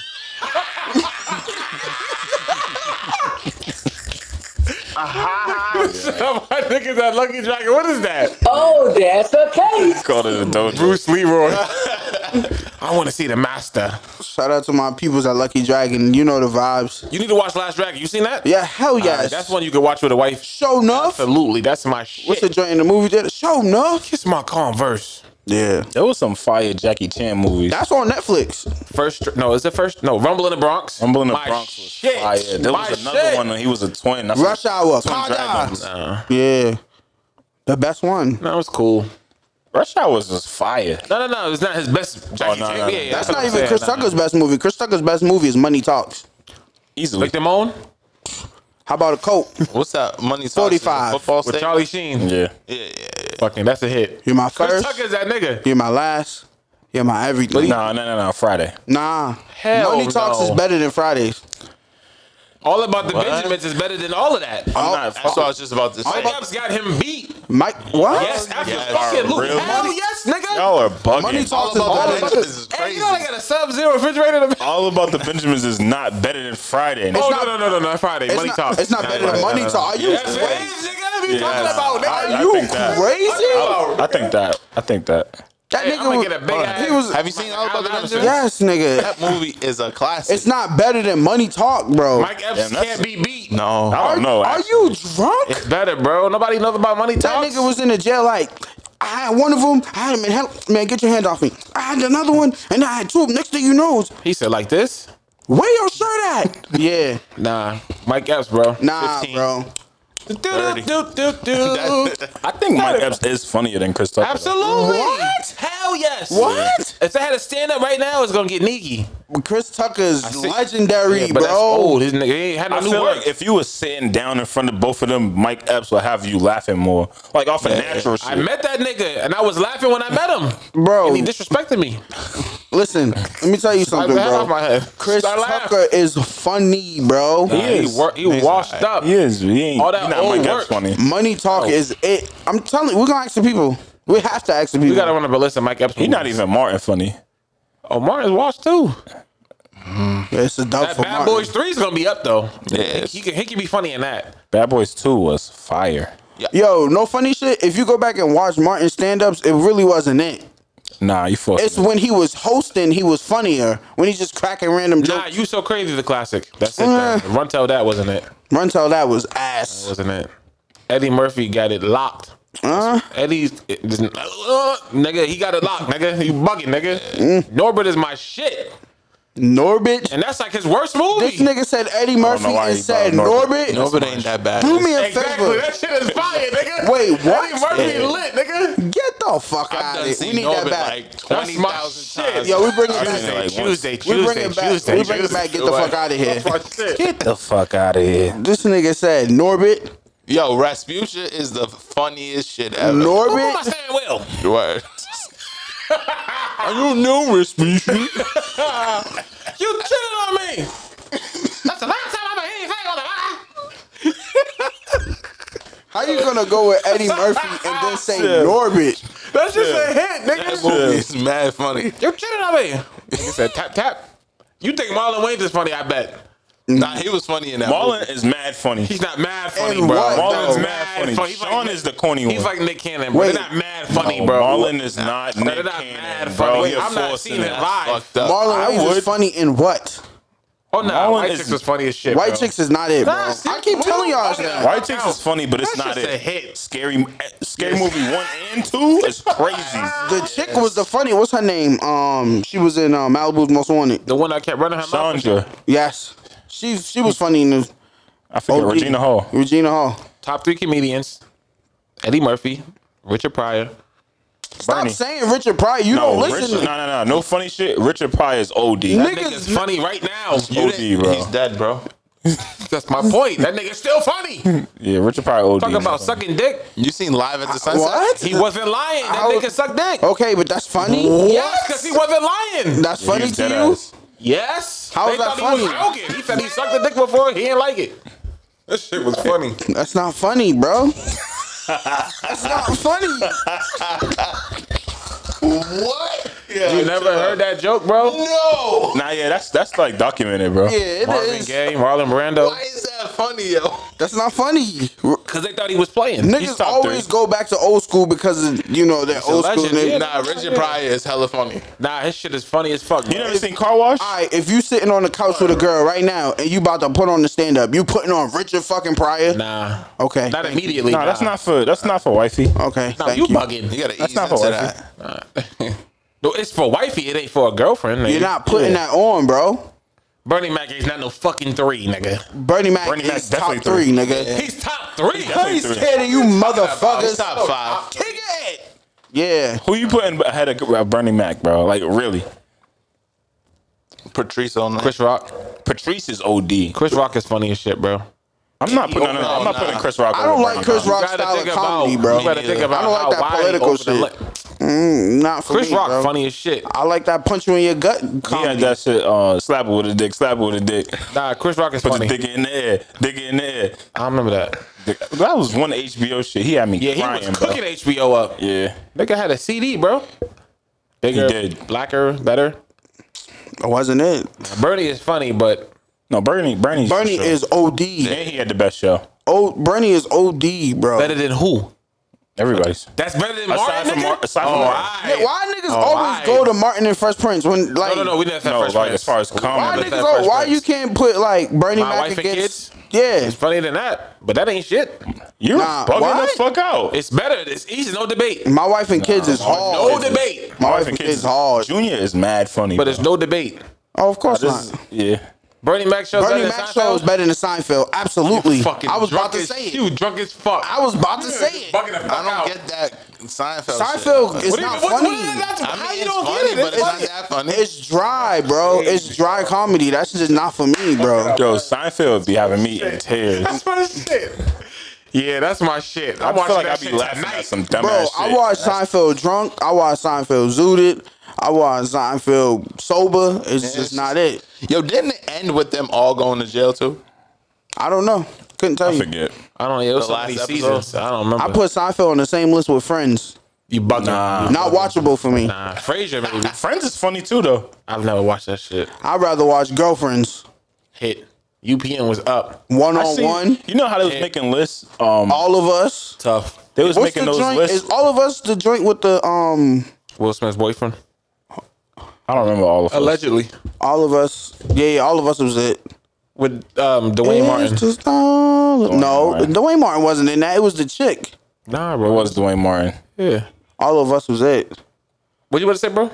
S5: My niggas at Lucky Dragon. What is that?
S8: Oh, that's a case.
S7: Called it a dojo.
S5: Bruce Leroy. I want to see the master.
S1: Shout out to my peoples at Lucky Dragon. You know the vibes.
S5: You need to watch Last Dragon. You seen that?
S1: Yeah, hell
S5: All right,
S1: yes.
S5: that's one you can watch with a wife.
S1: Show enough.
S5: Absolutely, that's my shit.
S1: What's the joint in the movie theater? Show enough.
S5: Kiss my Converse.
S1: Yeah,
S7: There was some fire Jackie Chan movies.
S1: that's on Netflix.
S5: First, no, is it first? No, Rumble in the Bronx.
S7: Rumble in the
S5: My
S7: Bronx was
S5: shit.
S7: fire. There
S5: My
S7: was another
S5: shit.
S7: one when he was a twin. That's
S1: Rush Hour.
S7: Twin
S1: Pog
S7: Dragons.
S1: Eyes. Yeah, the best one.
S5: That was cool.
S7: Rush Hour was just fire.
S5: No, no, no. It's not his best. Jackie
S7: no,
S5: Chan.
S7: no, no.
S5: Yeah, yeah,
S1: That's
S5: what
S1: not
S5: I'm
S1: even
S5: saying.
S1: Chris
S5: Nah,
S1: Tucker's best movie. Chris Tucker's best movie is Money Talks.
S7: Easily.
S5: Lick them on
S1: How about a coat?
S6: What's that? Money Talks is a
S1: 45.
S6: Football
S5: with
S6: state.
S5: Charlie Sheen.
S7: Yeah.
S6: Yeah, yeah, yeah.
S5: Fucking, that's a hit.
S1: You're my
S5: Chris
S1: first.
S5: Tucker's that nigga.
S1: You're my last. You're my everything.
S7: No, no, no, no. Friday.
S1: Nah.
S5: Hell
S1: Money Talks
S5: no.
S1: is better than Fridays.
S5: All about the Benjamins is better than all of that.
S6: I'm
S1: Oh,
S6: not. That's what I was just about to say.
S5: Mike Epps got him beat.
S1: Mike, what?
S5: Yes, after
S6: yes.
S5: fucking Luke.
S6: Really?
S5: Hell yes, nigga.
S7: Y'all are bugging.
S1: Money
S6: All
S1: Talks is
S6: about the
S1: better.
S6: Benjamins is
S5: Hey,
S6: crazy.
S5: you know they got a Sub Zero refrigerator. in the back?
S7: All about the Benjamins is not better than Friday.
S5: Oh
S1: not-
S5: no, no, no, no, no, Friday.
S1: It's
S5: Money
S1: not,
S5: talk.
S1: it's not better than Money Talks. Are you
S5: That's what it
S1: crazy?
S5: is, nigga. What you
S7: Yeah.
S5: talking about,
S7: I-
S5: nigga?
S7: I
S1: you
S7: think that-
S1: crazy?
S7: I, I think that. I think that.
S1: That
S5: Hey, I'ma
S1: was-
S5: get a big ass-
S1: He was.
S6: Have you seen All About the
S5: Alan
S6: Benjamins?
S1: Yes, nigga.
S6: That movie is a classic.
S1: It's not better than Money Talk, bro.
S5: Mike Epps
S7: Damn, that's-
S5: can't be beat.
S6: no.
S7: I don't know.
S1: Are
S7: actually.
S1: you drunk?
S5: It's better, bro. Nobody knows about money
S1: That
S5: talks.
S1: nigga was in the jail like, I had one of them, I had him in hell. Man, get your hand off me. I had another one, and I had two of them. Next thing you know, it's,
S5: he said like this.
S1: where your shirt at? yeah.
S5: Nah, Mike Epps, bro.
S1: Nah,
S6: 15.
S1: bro.
S5: Do, do, do, do, do.
S7: I think Mike Epps is funnier than Chris Tucker. though.
S5: Absolutely.
S1: What?
S5: Hell yes.
S1: What?
S5: If they had a stand up right now, it's gonna get Nikki.
S1: Chris Tucker's
S5: see-
S1: legendary,
S5: Yeah, but
S1: bro.
S5: that's old. His nigga he ain't had no
S7: I
S5: new
S7: feel
S5: work.
S7: like if you were sitting down in front of both of them, Mike Epps would have you laughing more, like off of natural shit.
S5: I met that nigga and I was laughing when I met him,
S1: Bro.
S5: And he disrespected me.
S1: Listen, let me tell you
S5: I
S1: something,
S5: had off my
S1: bro.
S5: head.
S1: Chris
S5: Start laughing.
S1: Tucker is funny, bro.
S5: He
S7: He
S5: is.
S7: is.
S5: He, wor- he
S6: He's
S5: washed
S6: alright.
S5: up.
S7: he is. He ain't.
S5: All that
S7: he not
S5: old
S7: Mike
S5: work.
S7: Epps funny.
S1: Money talk
S5: Oh.
S1: is it. I'm telling you, we're gonna ask the people. We have to ask the people.
S5: You gotta run up a list of Mike Epps.
S7: He not even Martin funny.
S5: Oh, Martin's washed too.
S1: it's a dub
S5: That
S1: for
S5: Bad
S1: Martin.
S5: Boys Three is gonna be up though.
S6: Yeah.
S5: He can he can be funny in that.
S7: Bad Boys Two was fire.
S1: Yo, no funny shit. If you go back and watch Martin stand ups, it really wasn't it.
S7: Nah, you fucking.
S1: It's when he was hosting, he was funnier. When he's just cracking random
S5: Nah,
S1: jokes.
S5: you so crazy. The classic. That's it. man. Run tell that wasn't it?
S1: Run tell that was ass.
S5: Wasn't it? Eddie Murphy got it locked.
S1: Huh?
S5: Eddie's it- this- uh, nigga. He got it locked, nigga. You bugging,
S1: Mm.
S5: nigga. Norbert is my shit,
S1: Norbit.
S5: and that's like his worst movie.
S1: This nigga said Eddie Murphy
S7: why
S1: and
S7: he
S1: said
S7: brought
S1: Norbit.
S6: Nobody ain't that bad.
S1: Do me a
S5: exactly.
S1: favor.
S5: That shit is fire, nigga.
S1: Wait, what?
S5: Eddie Murphy
S1: Yeah.
S5: lit, nigga.
S1: Get the fuck
S6: I've
S1: out
S6: done
S1: of here. We
S6: seen
S1: need
S6: Norbit
S1: that back.
S6: like
S5: That's my
S6: 20,000
S5: shit.
S6: times.
S1: Yo, we bring it
S7: I've
S1: back.
S7: seen it like
S5: Tuesday,
S1: we bring it back. we bring it back. Get the fuck out of here.
S7: Get the fuck out of here.
S1: This nigga said Norbit.
S6: Yo, Rasputia is the funniest shit ever.
S5: Who am I
S1: Norbit.
S5: saying well?
S6: Word.
S7: I don't know Rasputin.
S5: You cheated on me. That's the last time I'm gonna hear you say all that.
S1: How you gonna go with Eddie Murphy and then say Norbit?
S5: That's just a hit, nigga.
S6: It's mad funny.
S5: You cheated on me. Nigga said tap tap. You think Marlon Wayne's is funny? I bet
S6: Nah, he was funny in that. movie.
S7: Marlon is mad funny.
S5: he's not mad funny,
S1: And
S5: bro.
S1: what,
S7: Marlon's
S1: though?
S7: mad funny.
S5: He's like
S7: Sean
S5: Nick-
S7: is the corny one.
S5: He's like Nick Cannon, bro.
S1: Wait.
S5: They're not mad funny,
S7: No,
S5: bro.
S7: Marlon is not
S5: They're
S7: Nick
S5: not
S7: Cannon,
S5: mad
S7: bro.
S5: funny.
S7: He a
S5: I'm not
S7: force in
S5: seeing it
S7: that.
S5: live.
S6: Fucked up.
S1: Marlon Wayans is
S7: Uh, would.
S1: funny in what?
S5: Oh no,
S7: Marlon
S5: White
S7: is-
S5: Chicks was funny as shit.
S1: White
S5: bro.
S1: Chicks is not it, bro.
S5: Nah, see,
S1: I keep
S5: we
S1: telling
S5: don't-
S1: y'all
S5: okay.
S1: that.
S7: White Chicks is funny, but it's
S5: That's
S7: not
S5: just
S7: it.
S5: a hit.
S7: Scary, eh, scary movie one and two is crazy.
S1: The chick was the funny. What's her name? Um, she was in uh, Malibu's Most Wanted.
S5: The one that kept running her mouth. and shit.
S7: Sandra,
S1: Yes, she she was funny in this.
S7: I forget
S1: OG.
S7: Regina Hall.
S1: Regina Hall.
S5: Top three comedians: Eddie Murphy, Richard Pryor.
S1: Stop
S7: Bernie.
S1: saying Richard Pryor. You
S7: No,
S1: don't listen.
S7: Richard, no, no, no, no funny shit. Richard Pryor is OD.
S5: That
S1: Niggas-
S5: nigga's funny right now.
S7: OD, bro.
S6: He's dead, bro.
S5: That's my point. That nigga's still funny.
S7: Yeah, Richard Pryor OD.
S5: Talking about sucking dick.
S6: You seen Live at the Sunset?
S1: What?
S5: He wasn't lying. That
S1: How- Oh,
S5: nigga sucked dick.
S1: Okay, but that's funny.
S5: Yes, because he wasn't lying.
S1: That's funny
S7: He's
S1: to
S7: dead
S1: you.
S7: ass.
S5: Yes.
S1: How is
S5: they
S1: that
S5: thought he was
S1: funny?
S5: joking. He said he sucked the dick before. He didn't like it. That shit was funny.
S1: That's not funny, bro. That's not funny.
S6: What? Yeah,
S5: You never heard that joke, bro?
S6: No.
S7: Nah, yeah, that's that's like documented, bro.
S1: Yeah, it is.
S5: Marvin Gaye, Marlon Brando.
S6: Why is that funny, yo.
S1: That's not funny.
S5: Because they thought he was playing.
S1: Niggas
S7: top
S1: always
S7: three.
S1: go back to old school because of, you know that old school.
S5: legend,
S1: nigga.
S5: yeah.
S6: Nah, Richard Pryor is hella funny.
S5: Nah, his shit is funny as fuck.
S7: You never seen Car Wash?
S1: All right, if you sitting on the couch with a girl right now and you about to put on the stand up, you putting on Richard fucking Pryor.
S5: Nah.
S1: Okay.
S5: Not immediately.
S7: Nah, that's not for that's not for wifey.
S1: Okay.
S5: Nah,
S1: thank
S5: you,
S1: you.
S5: bugging.
S6: You gotta
S7: That's
S6: ease
S7: not for
S6: into
S7: wifey.
S6: that.
S5: No, it's for wifey. It ain't for a girlfriend. Nigga.
S1: You're not putting that on, bro.
S5: Bernie Mac is not no fucking three, nigga.
S1: Bernie Mac
S7: Bernie Mac
S1: is top
S7: definitely
S1: three,
S7: three.
S1: nigga.
S5: He's top three.
S1: I ain't scared of you
S6: It's
S1: motherfuckers.
S6: top five.
S1: Kick it. Yeah.
S7: Who you putting ahead of uh, Bernie Mac, bro? Like really?
S6: Patrice on
S5: Chris Rock.
S7: Patrice is OD.
S5: Chris Rock is funny as shit, bro.
S7: I'm not putting. No, no, no, I'm not
S6: nah.
S7: putting Chris Rock.
S1: I
S7: over
S1: don't
S7: Bernie
S1: like Chris
S7: Mac.
S1: Rock
S5: gotta
S1: style of
S5: think about-
S1: comedy,
S5: You
S1: bro.
S5: gotta think about
S1: I don't like
S5: how
S1: that
S5: wide
S1: political
S5: over the
S1: shit.
S5: li-
S1: Not for
S5: Chris
S1: me,
S5: Rock
S1: bro.
S5: funny as shit.
S1: I like that punch you in your gut
S7: He had
S1: comedy.
S7: that shit. Uh, slap it with a dick. Slap it with a dick.
S5: Nah, Chris Rock is
S7: Put
S5: funny.
S7: the dick in the air. Dick in the air.
S5: I remember that.
S7: Dick. That was one HBO shit. He had me
S5: Yeah, he
S7: crying,
S5: was
S7: bro.
S5: cooking HBO up.
S7: Yeah,
S5: Nigga had a CD, bro. Bigger,
S7: did.
S5: blacker, better.
S1: That wasn't it.
S5: Bernie is funny, but
S7: no, Bernie. Bernie's for
S1: Bernie
S7: sure.
S1: is OD.
S7: And he had the best show.
S1: O- Bernie is OD, bro.
S5: better than who?
S7: Everybody's.
S5: That's better than
S7: Aside
S5: Martin.
S7: from
S5: nigga?
S7: Mar- aside from
S5: All
S7: Martin.
S5: right.
S1: Yeah, why niggas
S5: All
S1: always
S5: right.
S1: go to Martin and Fresh Prince when like
S5: Oh, No, no, no. We didn't have
S7: No,
S5: first
S7: like
S5: friends.
S7: as far as
S1: Why
S7: comedy,
S5: That's
S1: niggas?
S5: that
S1: Go,
S5: Fresh
S1: why
S5: Prince.
S1: you can't put like Bernie
S5: My
S1: Mac
S5: wife and
S1: against?
S5: kids.
S1: Yeah,
S5: It's funny than that, but that ain't shit.
S7: you're
S1: Nah,
S7: bugging
S1: what?
S7: the fuck out.
S5: It's better. It's easy. No debate.
S1: my wife and kids is hard.
S5: No debate.
S1: My wife and kids is hard.
S7: Junior is mad funny,
S5: But it's no debate.
S1: Oh, of course
S7: bro.
S1: not.
S7: This is- yeah.
S5: Bernie Mac shows
S1: Bernie
S5: better
S1: Mac
S5: than
S1: show
S5: Seinfeld?
S1: is better than Seinfeld. Absolutely.
S5: Fucking
S1: I was
S5: drunk
S1: about to
S5: as-
S1: say
S5: You
S1: it.
S5: drunk as fuck.
S1: I was about to say it.
S5: Fucking the fuck
S6: I don't
S5: out.
S6: get that Seinfeld.
S1: Seinfeld
S6: shit.
S1: is
S5: What do you-
S1: not
S5: what- what
S1: funny.
S5: is that?
S6: I mean,
S5: How you
S6: it's
S5: don't get
S6: funny,
S5: it?
S6: but
S5: It's
S6: it's not
S5: funny.
S6: that funny.
S1: It's dry, bro. It's dry comedy. That's just not for me, bro.
S7: Yo, Seinfeld be having me in tears.
S5: That's my shit. Yeah, that's my shit.
S7: I
S5: I'm
S7: feel
S5: watching
S7: like I
S5: that
S7: be
S5: shit
S7: laughing
S5: tonight.
S7: at some dumbass
S1: Bro,
S7: shit.
S1: I watched Seinfeld drunk. I watched Seinfeld zooted. I watched Seinfeld sober. It's just
S6: just-
S1: not it.
S6: Yo, didn't it end with them all going to jail too?
S1: I don't know. Couldn't tell
S7: I
S1: you.
S7: forget.
S5: I don't know. It was
S6: The
S5: so many
S6: last episode.
S5: seasons. I don't remember.
S1: I put Seinfeld on the same list with Friends.
S5: you bugging.
S7: Nah.
S1: Not watchable for me.
S5: Nah, Frasier maybe.
S7: Friends is funny too, though.
S5: I've never watched that shit.
S1: I'd rather watch Girlfriends
S5: Hit. UPN was up.
S1: one
S7: I
S1: on
S7: seen-
S1: one.
S7: You know how they was
S5: Yeah.
S7: making lists? Um,
S1: All of us.
S5: Tough.
S7: they was
S1: Uh, What's
S7: making
S1: the
S7: those
S1: joint?
S7: lists.
S1: Is all of us the joint with the um?
S5: Will Smith's boyfriend.
S7: I don't remember all of them.
S5: Allegedly.
S1: All of us. Yeah, yeah. All of us was it.
S5: With um, Dwayne Martin.
S1: It's just all- no,
S7: Martin.
S1: Dwayne Martin wasn't in that. It was the chick.
S5: Nah,
S7: It
S5: bro.
S7: was Dwayne Martin.
S5: Yeah.
S1: All of us was it.
S5: What you about to say, bro?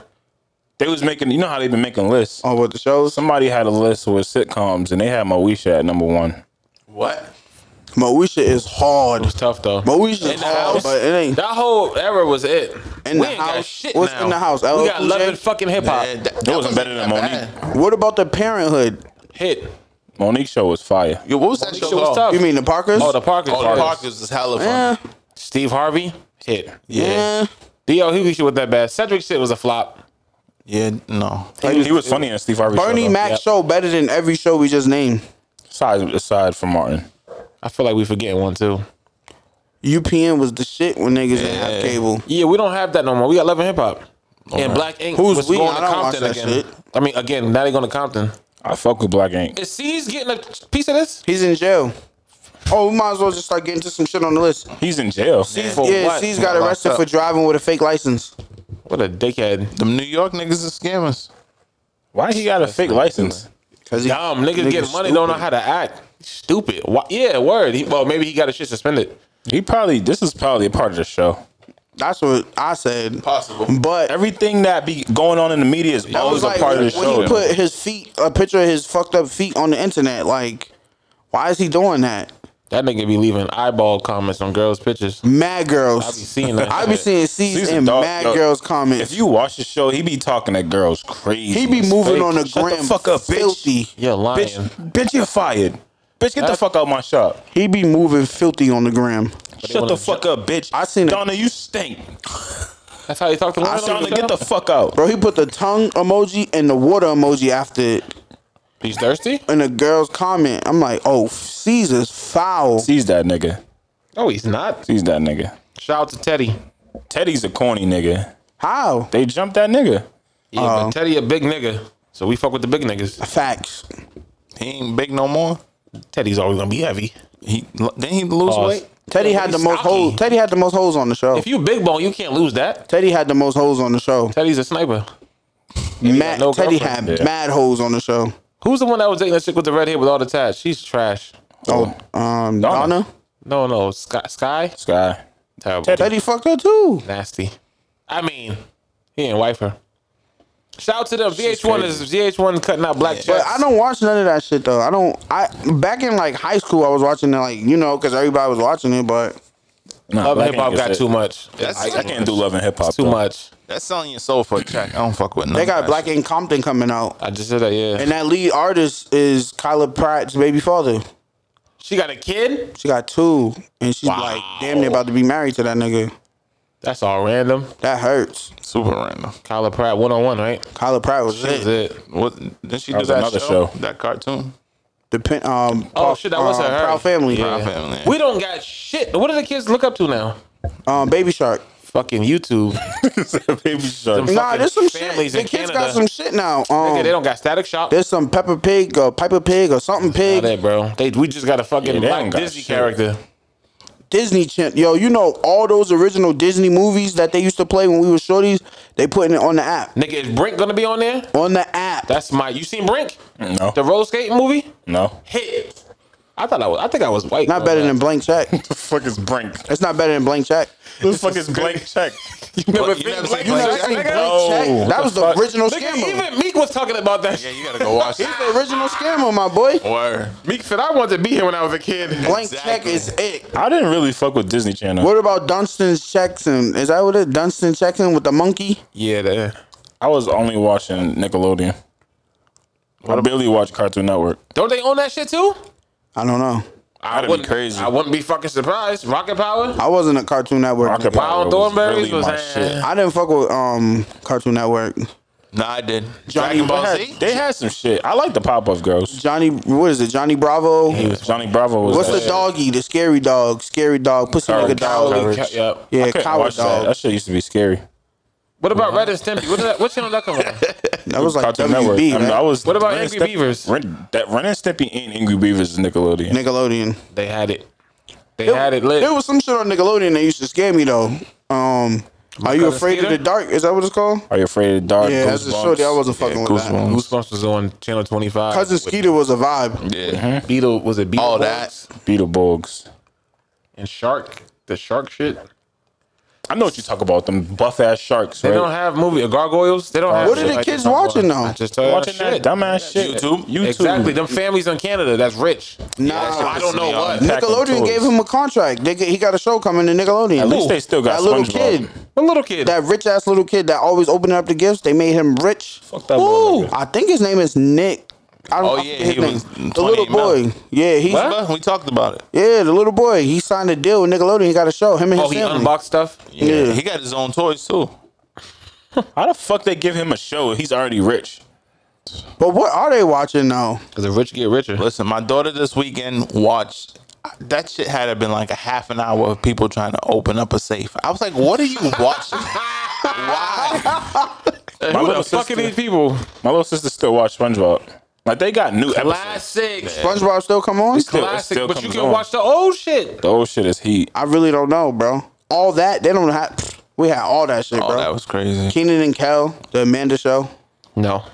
S7: They was making. You know how they been making lists.
S1: Oh, what the shows?
S7: Somebody had a list with sitcoms, and they had Moesha at number one.
S6: What?
S1: Moesha is hard.
S5: It was tough though.
S1: Moesha
S5: In
S1: is
S5: the
S1: hard,
S5: house.
S1: but it ain't.
S5: That whole era was it.
S1: In
S5: we
S1: the
S5: ain't got
S1: house.
S5: shit
S1: What's
S5: now.
S1: in the house?
S5: We got
S1: LL Cool
S5: love
S1: J?
S5: and fucking hip hop.
S6: Man,
S7: That wasn't better
S6: that
S7: than Monique.
S6: bad.
S1: What about the Parenthood?
S5: Hit.
S7: Monique show was fire.
S6: Yo, what was that
S5: Shit
S6: show
S5: was
S6: called?
S5: tough.
S1: You mean the Parkers? Eh,
S5: Oh, the Parkers.
S6: Oh, the Parkers is hella funny.
S1: yeah.
S5: Steve Harvey. Hit.
S1: yeah.
S5: D.O. Hughie shit with that bad. Cedric shit was a flop.
S6: Yeah, no.
S7: He was, he was funny in Steve Harvey.
S1: Bernie
S7: show, though.
S1: Mac show better than every show we just named.
S7: Aside, aside from Martin.
S5: I feel like we forgetting one too.
S1: UPN was the shit when niggas didn't have cable.
S5: Yeah, we don't have that no more. We got Love and Hip Hop. And Black Ink
S1: Who's
S5: was
S1: we?
S5: going
S1: I
S5: to
S1: don't watch
S5: Compton
S1: that
S5: again.
S1: shit.
S5: I mean, again, now they going to Compton.
S7: I fuck with Black Ink.
S5: Is C's getting a piece of this?
S1: He's in jail. Oh, we might as well just start getting to some shit on the list.
S7: He's in jail.
S5: For
S1: Yeah,
S5: what?
S1: C's got
S6: Locked
S1: arrested
S6: up.
S1: for driving with a fake license.
S5: What a dickhead.
S6: Them New York niggas is scammers.
S7: Why he got a fake license?
S1: Cause he,
S5: Dumb niggas, getting money
S1: stupid.
S5: don't know how to act. Stupid. Why? Yeah, word. He, well, maybe he got his shit suspended.
S7: He probably. This is probably a part of the show.
S1: That's what I said.
S6: Possible.
S1: But
S7: Everything that be going on in the media is
S1: I
S7: always
S1: was like,
S7: Oh, a part
S1: when,
S7: of the
S1: when
S7: show.
S1: he put his feet, a picture of his fucked up feet on the internet, like, why is he doing that?
S5: That nigga be leaving eyeball comments on girls' pictures.
S1: Mad girls. I
S5: be seeing that
S1: I be
S5: shit.
S1: seeing C's
S7: C's a
S1: and
S7: dog,
S1: mad
S7: yo.
S1: girls comments.
S7: if you watch the show, he be talking to girls crazy.
S1: he be
S7: It's
S1: moving
S7: fake.
S1: on the
S7: Shut
S1: gram,
S7: the fuck up, bitch.
S1: filthy.
S5: You're lying.
S7: Bitch, bitch, you're fired. Bitch, get the fuck out my shop.
S1: He be moving filthy on the gram.
S7: Shut
S5: wanna
S7: the fuck up, bitch.
S1: I seen it.
S7: Donna, you stink.
S5: That's how you talk to women.
S7: Donna, get the fuck out.
S1: Bro, he put the tongue emoji and the water emoji after it
S5: He's thirsty?
S1: in the girl's comment. I'm like, oh, C's is foul.
S7: Seize that nigga.
S5: No, he's not.
S7: Seize that nigga.
S5: Shout out to Teddy.
S7: Teddy's a corny nigga.
S1: How?
S7: They jumped that nigga.
S5: Yeah,
S1: Uh-huh.
S5: but Teddy a big nigga. So we fuck with the big niggas.
S1: Facts.
S6: He ain't big no more.
S5: Teddy's always gonna be heavy.
S6: He then he lose
S5: Pause.
S6: weight.
S1: Teddy had the most
S5: Stocky.
S1: holes. Teddy had the most holes on the show.
S5: If you big bone, you can't lose that.
S1: Teddy had the most holes on the show.
S5: Teddy's a sniper.
S1: Mad,
S5: no
S1: Teddy had
S5: girlfriend. Yeah.
S1: mad holes on the show.
S5: Who's the one that was dating that chick with the red hair with all the tats? She's trash.
S1: Oh, um,
S7: Donna.
S1: Donna.
S5: No, no, Sky, Sky,
S7: Sky.
S5: terrible,
S1: Teddy fucked her too.
S5: nasty. I mean, he ain't wife her. Shout out to them. VH1 is VH1 cutting out black
S1: But
S5: chicks.
S1: I don't watch none of that shit though. I don't. I back in like high school, I was watching it like you know because everybody was watching it. But
S7: Nah,
S5: Love
S7: Black
S5: and Hip Hop
S7: ain't
S5: got
S7: good
S5: too much.
S6: That's
S7: shit. I, I can't do love and hip hop.
S5: Too
S7: though.
S5: much.
S6: That's selling your soul for a check. I don't fuck with none
S1: they
S6: of
S1: got
S6: that
S1: Black
S6: shit.
S1: and Compton coming out,
S5: I just said that. Yeah.
S1: and that lead artist is Kyla Pratt's baby father.
S5: she got a kid.
S1: She got two, and she's like damn near about to be married to that nigga.
S5: That's all random.
S1: That hurts.
S6: super random.
S5: Kyla Pratt, one on one, right?
S1: Kyla Pratt was
S5: That's
S1: it.
S5: it.
S6: What didn't she do
S7: was
S6: that
S7: another
S6: show?
S7: show.
S6: That cartoon?
S1: Depend. Um.
S5: Oh shit, that was her.
S1: uh, Proud Family.
S5: Yeah.
S6: Proud Family.
S5: We don't got shit. What do the kids look up to now?
S1: Um. Baby Shark.
S5: Fucking YouTube.
S7: Baby Shark.
S5: Them
S1: Nah,
S5: fucking
S1: there's some shit. The
S5: families in
S1: kids got
S5: Canada.
S1: some shit now. Um,
S5: Nigga, they don't got Static Shock.
S1: there's some Pepper Pig or Piper Pig or something
S5: Not
S1: pig.
S5: that, bro. They we just got a fucking
S7: Yeah, they
S5: black
S7: don't got
S5: Disney
S7: shit.
S5: character.
S1: Disney Channel. Yo, you know all those original Disney movies that they used to play when we were shorties. They putting it on the app.
S5: Nigga, is Brink gonna be on there?
S1: On the app.
S5: That's my. You seen Brink?
S7: No.
S5: The roller skating movie?
S7: No.
S5: Hit. I thought I was. I think I was white.
S1: not
S5: on
S1: better
S5: that.
S1: than blank check.
S7: The fuck is Brink?
S1: It's not better than blank check.
S7: Who the fuck is blank check?
S5: You never
S6: But you
S5: seen
S6: never
S5: Brink?
S6: seen
S5: You never
S6: Brink?
S5: seen
S1: Blank
S5: Brink?
S7: Oh,
S1: check. That
S7: what
S1: was
S7: the
S1: the
S7: fuck?
S1: original
S5: Nigga,
S1: scammer.
S5: even Meek was talking about that.
S6: Yeah,
S5: shit.
S6: you gotta go watch that.
S1: the original scammer, my boy.
S6: Or
S5: Meek said I wanted to be here when I was a kid.
S1: Blank check
S6: Exactly.
S1: is it.
S7: I didn't really fuck with Disney Channel.
S1: What about Dunstan Jackson? Is that what it? Dunstan Jackson with the monkey?
S5: Yeah, that.
S7: I was only watching Nickelodeon. I barely watched Cartoon Network.
S5: Don't they own that shit too?
S1: I don't know.
S7: That'd be
S5: wouldn't-
S7: crazy.
S5: I wouldn't be fucking surprised. Rocket Power.
S1: I wasn't a Cartoon Network.
S7: Rocket
S1: nigga.
S7: Power
S5: Wild
S7: was
S5: Thornberries
S7: really
S5: was
S7: my
S5: that-
S7: shit.
S1: I didn't fuck with um Cartoon Network.
S6: nah, I did.
S1: Johnny
S6: Dragon Ball
S7: Had-
S6: Z.
S7: they had some shit. I like the Pop Up Girls.
S1: Johnny, what is it? Johnny Bravo.
S7: Johnny Bravo was.
S1: What's
S7: that
S1: the
S7: shit.
S1: doggy? The scary dog. Scary dog. Pussy
S7: Coward.
S1: nigga dog.
S7: Coward.
S5: Ca- Yep.
S1: Yeah,
S7: I couldn't
S1: coward
S7: watch that.
S1: dog.
S7: That shit used to be scary.
S5: What about Red and Stimpy? What, did that, what channel did that come on?
S1: That was like
S7: Cartoon Network.
S1: WB.
S7: I mean,
S1: right?
S7: I was.
S5: What about
S7: Ren and
S5: Angry
S7: Stimpy-
S5: Beavers?
S7: Ren, that Ren and Stimpy ain't Angry Beavers is Nickelodeon.
S1: Nickelodeon.
S5: They had it. They had it lit.
S1: There was some shit on Nickelodeon that used to scare me though. Um, Are you
S5: Cousin
S1: afraid of the
S5: Skeeter?
S1: dark? Is that what it's called?
S7: Are you afraid of the dark?
S1: Yeah, that's a
S7: Goosebumps?
S1: shorty. I wasn't fucking
S6: Yeah,
S1: with that.
S6: Goosebumps.
S5: Goosebumps was on channel twenty five.
S1: Cousin Skeeter was a vibe.
S6: Yeah.
S5: Beetle was it Beetle
S6: All that.
S7: Beetleborgs.
S5: and Shark the Shark shit.
S7: I know what you talk about. Them buff ass sharks.
S5: They
S7: right?
S5: don't have movie uh, gargoyles. They don't. have
S1: What
S5: shit
S1: are the
S5: like
S1: kids
S5: that no more.
S1: watching though?
S5: I just tell you
S7: watching that
S5: shit. E-
S7: dumbass shit.
S6: YouTube?
S7: YouTube.
S5: Exactly, them families in Canada that's rich.
S1: Nah,
S5: I don't know what.
S7: Pack of
S1: Nickelodeon
S7: toys.
S1: gave him a contract. They, g- he got a show coming to Nickelodeon.
S7: At least they still got
S1: that little kid,
S7: SpongeBob.
S5: A little kid.
S1: that rich ass little kid that always opening up the gifts. They made him rich.
S7: Fuck that boy.
S1: I think his name is Nick. I don't,
S6: Oh,
S1: I
S6: yeah,
S1: forget
S6: he
S1: his
S6: was
S1: name. the
S6: 28
S1: little boy.
S6: mil.
S1: Yeah, he's
S6: But we talked about it.
S1: yeah, the little boy. He signed a deal with Nickelodeon. He got a show. Him and his
S5: oh, he
S1: family.
S5: unboxed stuff.
S1: Yeah.
S6: He got his own toys too.
S7: How the fuck they give him a show? He's already rich.
S1: but what are they watching now?
S5: Cause the rich get richer.
S6: Listen, my daughter this weekend watched that shit had to been like a half an hour of people trying to open up a safe. I was like, what are you watching? Why?
S7: My
S5: Who
S7: little
S5: the fuck are
S7: sister,
S5: these people?
S7: my little sister still watch SpongeBob. Like they got new episodes.
S5: Classic,
S1: SpongeBob still come on?
S7: Still- it
S5: classic.
S7: still
S5: But you
S7: comes
S5: can
S7: on.
S5: watch the old shit.
S7: The old shit is heat. Ah,
S1: I really don't know, bro. All that they don't have. pfft, We had all that shit,
S6: Oh,
S1: bro.
S6: that was crazy.
S1: Keenan and Kel, the Amanda show.
S5: No,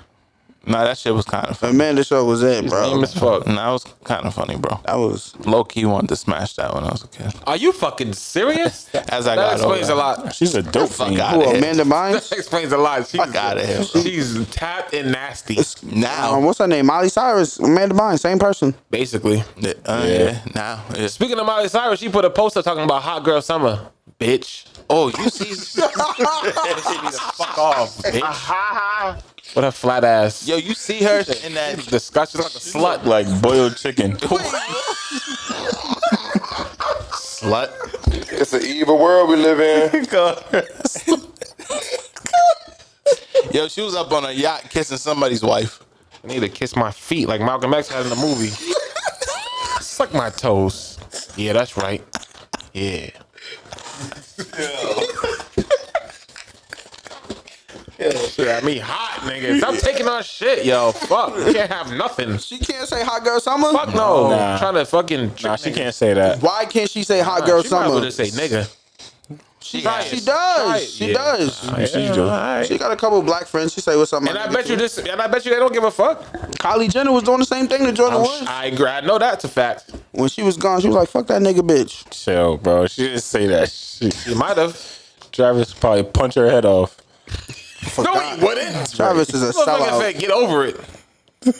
S6: Nah, that shit was kind of
S1: The
S6: funny.
S1: Amanda show was it,
S5: lame
S1: bro.
S5: as fuck.
S6: Nah, that was kind of funny, bro.
S1: That was
S6: Low key wanted to smash that when I was a kid.
S5: Are you fucking serious?
S6: As I
S5: Oh, that
S6: got
S5: explains
S6: older.
S5: a lot.
S7: She's a dope
S6: fuck
S7: fiend.
S6: out.
S1: who,
S6: Yeah.
S1: Amanda Bynes.
S5: That explains a lot. She's,
S6: Fuck outta here, bro.
S5: She's tapped and nasty,
S1: Um,
S6: Now,
S1: what's her name? Molly Cyrus, Amanda Bynes, same person.
S5: basically.
S6: yeah, uh, yeah, now, yeah.
S5: Speaking of Miley Cyrus, she put a poster talking about hot girl summer. Bitch.
S6: Oh, you see,
S5: Fuck off, bitch. what a flat ass.
S6: yo, you see her in that
S5: Disgusting like a slut.
S7: Like boiled chicken.
S6: slut.
S8: It's an evil world we live in.
S6: Yo, she was up on a yacht kissing somebody's wife.
S5: I need to kiss my feet like Malcolm X had in the movie. Suck my toes. Yeah, that's right. Yeah. Shit, I mean hot. nigga. Stop taking our shit, yo. Fuck. We can't have nothing.
S1: She can't say hot girl summer.
S5: Fuck no.
S7: Nah.
S5: Trying to fucking.
S7: Nah, she can't say that.
S1: Why can't she say hot girl
S5: she might as well
S1: summer?
S5: just say nigga.
S6: She
S1: She
S6: has.
S5: Try it.
S1: does. She
S5: Yeah.
S1: does.
S7: Yeah, she do.
S1: She got a couple black friends. She say what's up. my
S5: And I
S1: nigga,
S5: bet you
S1: too.
S5: this. And I bet you they don't give a fuck.
S1: Kylie Jenner was doing the same thing to Jordan Woods.
S5: I agree. I know that's a fact.
S1: When she was gone, she was like, "Fuck that nigga, bitch."
S7: Chill, bro. She didn't say that. She,
S5: You might have.
S7: Travis probably punch her head off.
S5: No, he wouldn't.
S1: Travis is a
S5: Motherfucker
S1: sellout.
S5: said, get over it.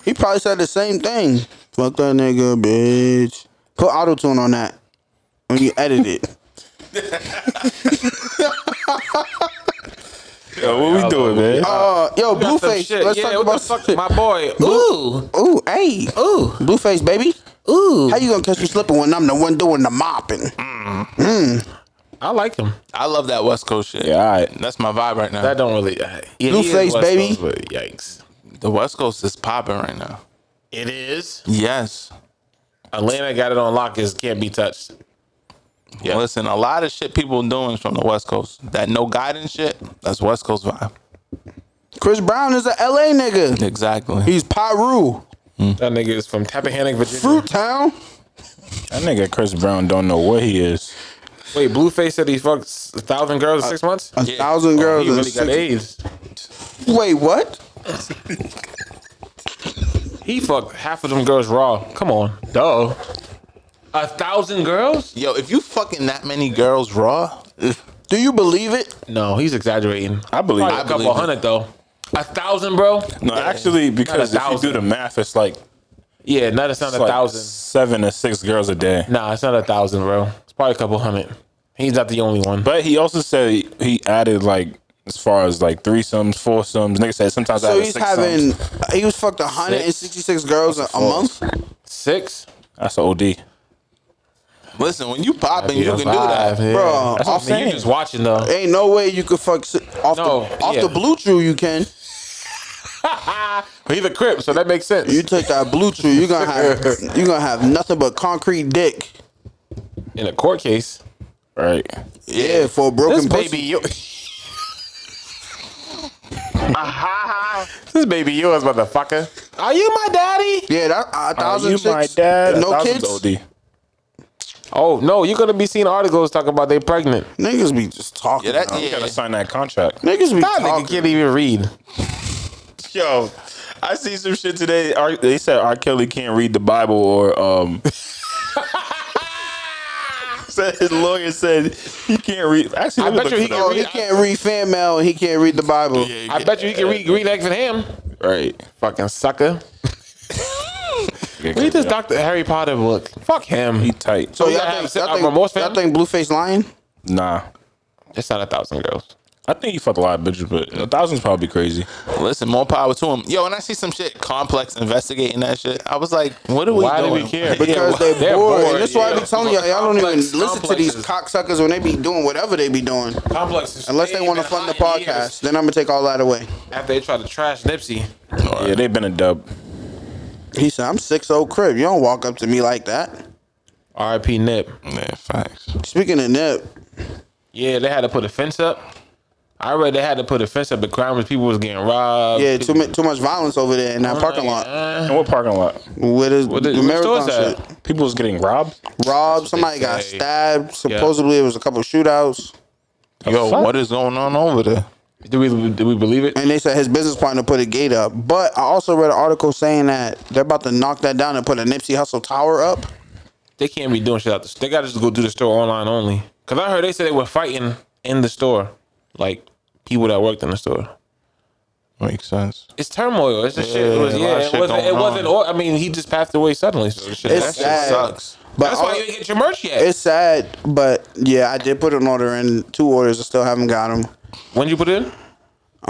S1: He probably said the same thing. Fuck that nigga, bitch. Put auto tune on that when you edit it.
S7: Yo, what we doing, man?
S1: Uh, yo, Blueface.
S5: Some shit.
S1: Let's
S5: Yeah,
S1: talk
S5: what the
S1: about
S5: fuck, my boy.
S1: Ooh, ooh, hey, ooh, Blueface, baby. Ooh, how you gonna catch me slipping when I'm the one doing the mopping?
S5: I like him.
S6: I love that West Coast shit.
S7: Yeah, all right.
S6: That's my vibe right now.
S5: That don't really. uh, Yeah, he is
S1: Blueface,
S5: West
S1: baby.
S5: Coast, but yikes.
S6: the West Coast is popping right now.
S5: It is.
S6: Yes.
S5: Atlanta got it on lock. Is can't be touched.
S6: Listen, a lot of shit people doing is from the West Coast. That no guidance shit, that's West Coast vibe.
S1: Chris Brown is a LA nigga.
S6: Exactly.
S1: He's Pyru,
S5: That nigga is from Tappahannock, Virginia.
S1: Fruit Town.
S7: That nigga Chris Brown don't know what he is.
S5: Wait, Blueface said he fucked s- a thousand girls in six months.
S1: A thousand girls.
S5: He
S1: and
S5: really got
S1: Uh, six-
S5: AIDS.
S1: Wait, what?
S5: He fucked half of them girls raw. Come on, duh. A thousand girls?
S6: Yo, if you fucking that many girls raw,
S1: Do you believe it?
S5: No, he's exaggerating.
S7: I believe.
S5: Probably a
S7: it.
S5: couple hundred though. A thousand, bro?
S7: No, actually, because if you
S5: thousand.
S7: do the math, it's like
S5: Yeah, no, it's not
S7: it's
S5: a
S7: like
S5: thousand.
S7: seven or six girls a day.
S5: Nah, it's not a thousand, bro. It's probably a couple hundred. He's not the only one.
S7: But he also said he added like as far as like threesomes, foursomes. Nigga said sometimes I
S1: So
S7: have
S1: he's
S7: six
S1: having.
S7: sums.
S1: He was fucked 166 girls a, a month.
S5: Six?
S7: That's an OD.
S6: listen, when you popping, you can do that.
S5: Five, yeah.
S1: Bro,
S7: That's what I'm
S1: off,
S7: saying.
S5: You just watching though.
S1: ain't no way you could fuck si- off
S5: No,
S1: the off
S5: yeah.
S1: the blue chew. You can.
S5: But he's a crip, so that makes sense.
S1: You take that blue chew, you gonna have you gonna have nothing but concrete dick.
S5: In a court case,
S7: Right.
S1: Yeah, for a broken
S5: this
S1: pussy.
S5: baby you. this baby yours, motherfucker. Are you my daddy?
S1: Yeah, that uh, a thousand
S7: you my
S1: chicks,
S7: dad. a
S1: no
S7: thousand's
S1: kids.
S7: OD.
S5: Oh no, you're gonna be seeing articles talking about they pregnant.
S1: Niggas be just talking.
S6: Yeah, that,
S1: bro.
S7: You
S6: yeah.
S7: gotta sign that contract.
S1: Niggas be
S5: That nigga
S1: talking.
S5: can't even read.
S7: Yo, I see some shit today. R, they said R. Kelly can't read the Bible, or um, said his lawyer said he can't read. Actually,
S5: I
S7: let me
S5: bet
S7: look
S5: you
S7: for
S5: he
S7: that.
S1: Oh, he can't read fan mail and he can't read the Bible.
S5: I bet you he can read Green Eggs and Ham.
S7: Right.
S5: Fucking sucker. Read this Doctor Harry Potter book. Fuck him. Oh,
S7: He tight.
S1: So
S7: So
S1: y'all
S5: I
S1: think,
S5: have-
S1: y'all
S5: I'm
S1: think-
S5: remorse
S1: y'all
S5: fan.
S1: think Blueface lying?
S7: nah,
S5: It's not a thousand girls.
S7: I think he fucked a lot of bitches, but a thousand's probably crazy.
S6: Listen, more power to him. Yo, and I see some shit complex investigating that shit. I was like, what are we
S5: Why do
S6: doing?
S5: we care?
S1: Because
S5: Yeah,
S1: they bored.
S5: bored,
S1: And that's why I
S5: yeah.
S1: be telling y'all, y'all don't even
S5: Complex-
S1: listen to these cocksuckers when they be doing whatever they be doing.
S5: Complexes.
S1: Unless they want to fund the podcast, then I'm gonna take all that away.
S5: After they try to trash Nipsey.
S7: Yeah, they've been a dub.
S1: He said, "I'm six old crib. You don't walk up to me like that."
S5: R.I.P. Nip.
S6: Yeah, facts.
S1: Speaking of Nip,
S5: Yeah, they had to put a fence up. I read they had to put a fence up. The crime was people was getting robbed.
S1: yeah, too much too much violence over there in that parking lot
S7: And what parking lot?
S1: with his
S5: What the,
S1: the
S5: what store
S1: marathon
S5: is that?
S1: shit.
S7: People was getting robbed.
S1: Robbed. Somebody got
S5: say.
S1: stabbed. Supposedly it was a couple shootouts,
S6: Yo, what is going on over there?
S5: Do we do we believe it?
S1: and they said his business partner put a gate up. But I also read an article saying that they're about to knock that down and put a Nipsey Hustle tower up.
S5: They can't be doing shit out the store. They gotta just go do the store online only. Cause I heard they said they were fighting in the store. Like people that worked in the store.
S6: Makes sense.
S5: It's turmoil. It's the shit. It was,
S6: a lot
S5: yeah,
S6: of
S5: it
S6: shit
S5: wasn't. It
S6: going on.
S5: wasn't. Or, I mean, he just passed away suddenly. So shit,
S1: It's
S5: that shit
S1: sad.
S5: sucks.
S1: But
S5: That's
S1: all-
S5: why you didn't get your merch yet.
S1: it's sad, but yeah, I did put an order in. Two orders, I still haven't got them.
S5: when you put it in,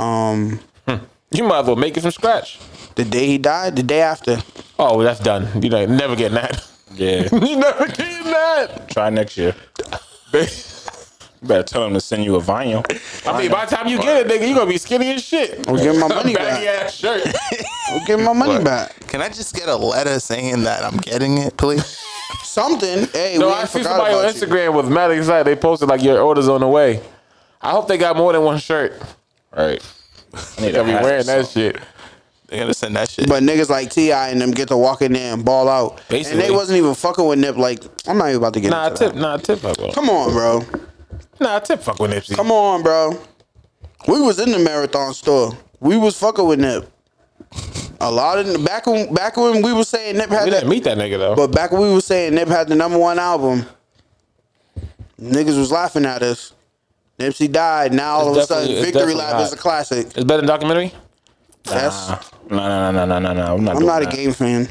S1: Um,
S5: you might as well make it from scratch.
S1: the day he died, the day after.
S5: Oh, that's done. You know, never getting that.
S7: Yeah,
S5: you never getting that.
S7: try next year. You better tell him to send you a volume.
S5: I mean, by the time you get it, nigga, you gonna be skinny as shit.
S1: I'm getting my money
S5: Baggy
S1: back.
S5: ass shirt.
S1: I'm getting my money back.
S6: Can I just get a letter saying that I'm getting it, please?
S1: Something. Hey,
S5: No,
S1: we
S5: I
S1: ain't
S5: see
S1: forgot
S5: somebody on
S1: about you.
S5: Instagram was mad excited. They posted like your order's on the way. I hope they got more than one shirt.
S7: Right. I need
S6: They'll
S7: a
S6: be
S7: hat,
S6: wearing that
S7: so-
S6: shit. They're gonna send that shit.
S1: But niggas like Ti and them get to walk in there and ball out.
S5: Basically.
S1: and they wasn't even fucking with Nip. Like I'm not even about to get
S5: Nah,
S1: into that.
S5: tip, nah, tip fuck with.
S1: Come on, bro.
S5: Nah, tip fuck with Nipsey.
S1: Come on, bro. We was in the marathon store. We was fucking with Nip. A lot of back when back when we was saying Nip had
S5: We
S1: that,
S5: didn't meet that nigga though.
S1: but back when we was saying Nip had the number one album, niggas was laughing at us. Nipsey died. Now all
S5: It's
S1: of a sudden,
S5: definitely- it's
S1: Victory
S5: definitely
S1: Lap is a
S5: hot.
S1: classic.
S5: it's better than documentary.
S1: That's
S7: Nah, nah, nah, nah, nah, nah. I'm not.
S1: I'm
S7: doing
S1: not a
S7: that.
S1: game fan.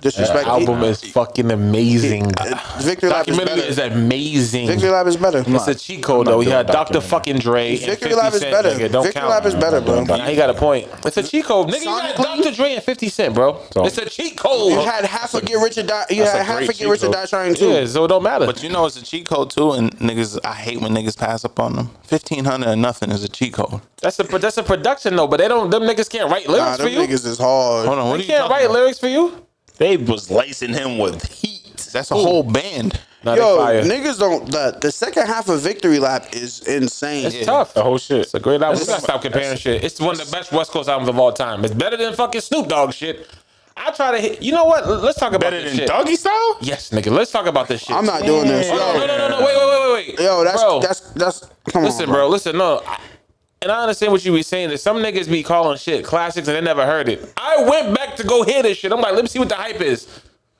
S1: Disrespect.
S5: Album is fucking amazing.
S1: Uh, Victory Lap is better.
S5: Documentary is amazing.
S1: Victory Lab is better.
S5: It's a cheat code though. We
S7: doing
S5: had Dr.
S7: documentary.
S5: Fucking Dre. and
S1: Victory
S5: 50
S1: Lab is
S5: Cent,
S1: better.
S5: nigga. Don't
S1: Victory
S5: count.
S1: Lab is better, bro.
S5: Nah, he got a point. It's a cheat code, nigga.
S1: Sonic
S5: you got
S1: Youth?
S5: Dr. Dre and 50 Cent, bro.
S7: So-
S5: it's a cheat code.
S1: You had half a get rich or die. You
S7: that's
S1: had
S7: a
S1: half
S7: great
S1: a get rich or
S7: cheat
S1: die
S7: code.
S1: trying
S5: yeah,
S1: to.
S5: so it don't matter.
S6: But you know it's a cheat code too, and niggas. I hate when niggas pass up on them. Fifteen hundred or nothing is a cheat code.
S5: that's a that's a production though. But they don't. Them niggas can't write lyrics
S1: Nah,
S5: for
S1: them
S5: you.
S1: niggas is hard.
S6: Hold on, what
S5: They
S6: are you
S5: can't
S6: talking
S5: write
S6: about?
S5: lyrics for you.
S7: They was lacing him with heat.
S6: That's a whole band.
S5: Nah, they
S1: Yo,
S5: fire.
S1: niggas don't. The, the second half of Victory Lap is insane.
S5: It's tough.
S7: The whole shit.
S5: It's a great album. We gotta stop comparing shit. It's one of the best West Coast albums of all time. It's better than fucking Snoop Dogg shit. I try to hit. You know what? Let's talk about
S7: Better
S5: this
S7: than
S5: shit.
S7: Doggy Style.
S5: Yes, nigga. Let's talk about this shit.
S1: I'm not doing this.
S5: Oh, no, no,
S1: Yo,
S5: no, no, no. Wait, wait, wait, wait, wait.
S1: yo that's,
S5: bro.
S1: that's that's Come
S5: listen,
S1: on,
S5: bro. Listen, no. I, and I understand what you be saying. That some niggas be calling shit classics and they never heard it. I went back to go hear this shit. I'm like, let me see what the hype is.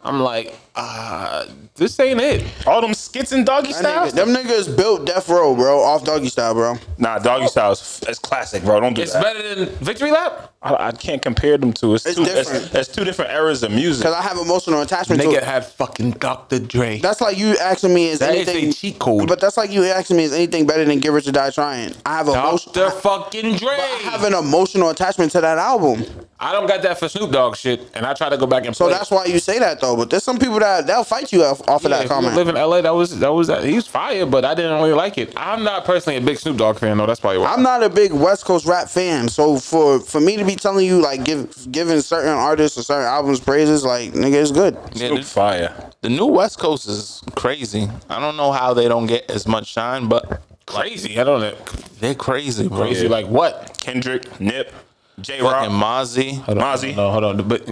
S5: I'm like, uh, this ain't it.
S7: All them skits in Doggy
S1: That nigga-
S7: Style.
S1: them niggas built Death Row, bro, off Doggy Style, bro.
S7: Nah, Doggy Style is it's classic, bro. Don't do
S5: It's
S7: that.
S5: better than Victory Lap.
S7: I, I can't compare them to. It's,
S1: It's
S7: two. That's,
S1: different.
S7: that's two different eras of music.
S1: Cause I have emotional attachment to
S5: Nigga
S1: it.
S5: had fucking Dr. Dre.
S1: That's like you asking me is
S5: That is
S1: anything
S5: a cheat code.
S1: But that's like you asking me is anything better than Get Rich or Die Trying. I have emotion.
S5: Dr. fucking Dre.
S1: I have an emotional attachment to that album.
S5: I don't got that for Snoop Dogg shit, and I tried to go back and
S1: So
S5: play.
S1: that's why you say that though. But there's some people that that'll fight you off, off of
S5: Yeah,
S1: that
S5: if you
S1: comment.
S5: live in LA. That was that was that. He was fire, but I didn't really like it. I'm not personally a big Snoop Dogg fan though. That's probably why.
S1: I'm not a big West Coast rap fan, so for for me to be telling you like give giving certain artists or certain albums praises, like nigga, it's good.
S6: Yeah,
S7: Snoop
S6: the-
S7: fire.
S6: the new West Coast is crazy. I don't know how they don't get as much shine, but
S5: crazy. I don't know.
S6: they're crazy, bro.
S5: Crazy like what?
S7: Kendrick, Nip, J.
S6: Fucking
S7: Rock,
S6: Mozzie.
S7: Mozzie.
S5: No, hold on. But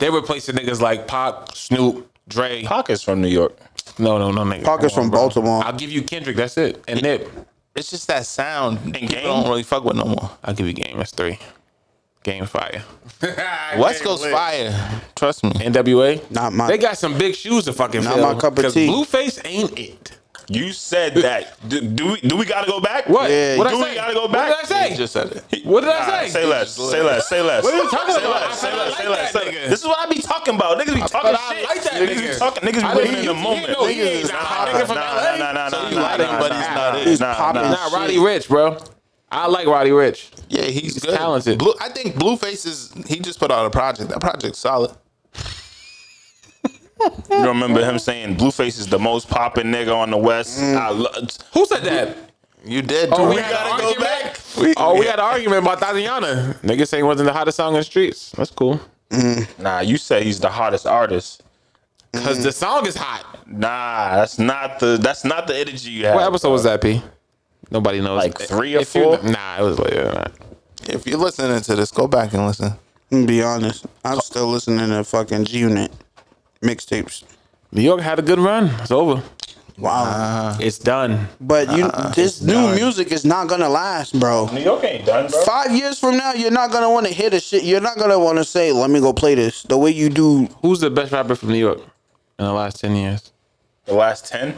S5: they replacing niggas like Pac, Snoop, Dre.
S7: Pac is from New York.
S5: No, no, no, nigga.
S1: Pac is
S5: Come on,
S1: from
S5: bro.
S1: Baltimore.
S5: I'll give you Kendrick. That's it. And Nip.
S6: It's just that sound. People
S7: Game?
S6: don't really fuck with no more.
S5: I'll give you Game. That's three. Game fire.
S6: West Coast fire. Trust me.
S5: NWA.
S1: Not my-
S5: They got some big shoes to fucking
S1: Not my
S5: fill.
S1: cup of
S5: 'cause
S1: tea.
S5: Blueface ain't it.
S7: You said that. Do, do we? Do we gotta go back?
S5: What?
S1: Yeah,
S5: what
S7: do
S5: I
S7: we
S5: say?
S7: gotta go
S5: What
S7: back?
S5: did I say?
S6: You just said it.
S5: what did I
S7: Nah,
S5: say?
S7: say less. Say less. Say less. What
S5: are you talking
S7: say
S5: about?
S7: Less,
S5: I
S7: say
S5: said I
S7: less.
S5: like
S7: Say less.
S5: that
S7: Say
S5: nigga.
S7: less. This is what I be talking about. Niggas be talking
S5: I
S7: shit.
S5: like that
S7: niggas
S5: nigga.
S7: be talking. Niggas
S5: I didn't-
S7: be living in the
S5: he
S7: moment.
S5: know he ain't
S7: Niggas is
S5: nah,
S7: hot.
S5: nigga from LA.
S7: Nah, nah, nah,
S5: So
S7: nah,
S5: you
S7: nah,
S5: lying,
S7: nah,
S6: but
S7: nah,
S6: he's
S7: nah,
S6: not
S7: nah,
S6: it. He's
S7: nah,
S1: popping
S7: nah.
S5: Nah, Roddy Rich, bro. I like Roddy Rich.
S6: Yeah, he's, good.
S5: talented.
S6: Blue, I think Blueface is. He just put out a project. That project's solid.
S7: You don't remember him saying Blueface is the most popping nigga on the West?
S6: Mm.
S7: I lo-
S5: Who said that?
S6: You did.
S5: Oh,
S6: dude.
S5: we, had an argument. oh, we had an argument about Tatiana. Niggas saying wasn't the hottest song in the streets. That's cool.
S7: nah, you said he's the hottest artist.
S5: Cause
S7: Mm.
S5: the song is hot.
S7: Nah, that's not the that's not the energy you have.
S5: What episode was that, P? Nobody knows.
S7: Like three or
S5: If you-
S7: four?
S5: Nah, it was later than that.
S6: If you're listening to this, go back and listen.
S1: I'm gonna be honest. I'm still listening to fucking G Unit mixtapes.
S5: New York had a good run. It's over.
S1: Wow.
S5: Uh-huh. It's done.
S1: but you this new music is not gonna last, bro.
S7: New York ain't done, bro.
S1: Five years from now, you're not gonna wanna hear the shit. You're not gonna wanna say, let me go play this. The way you do
S5: Who's the best rapper from New York in the last ten years?
S7: The last ten.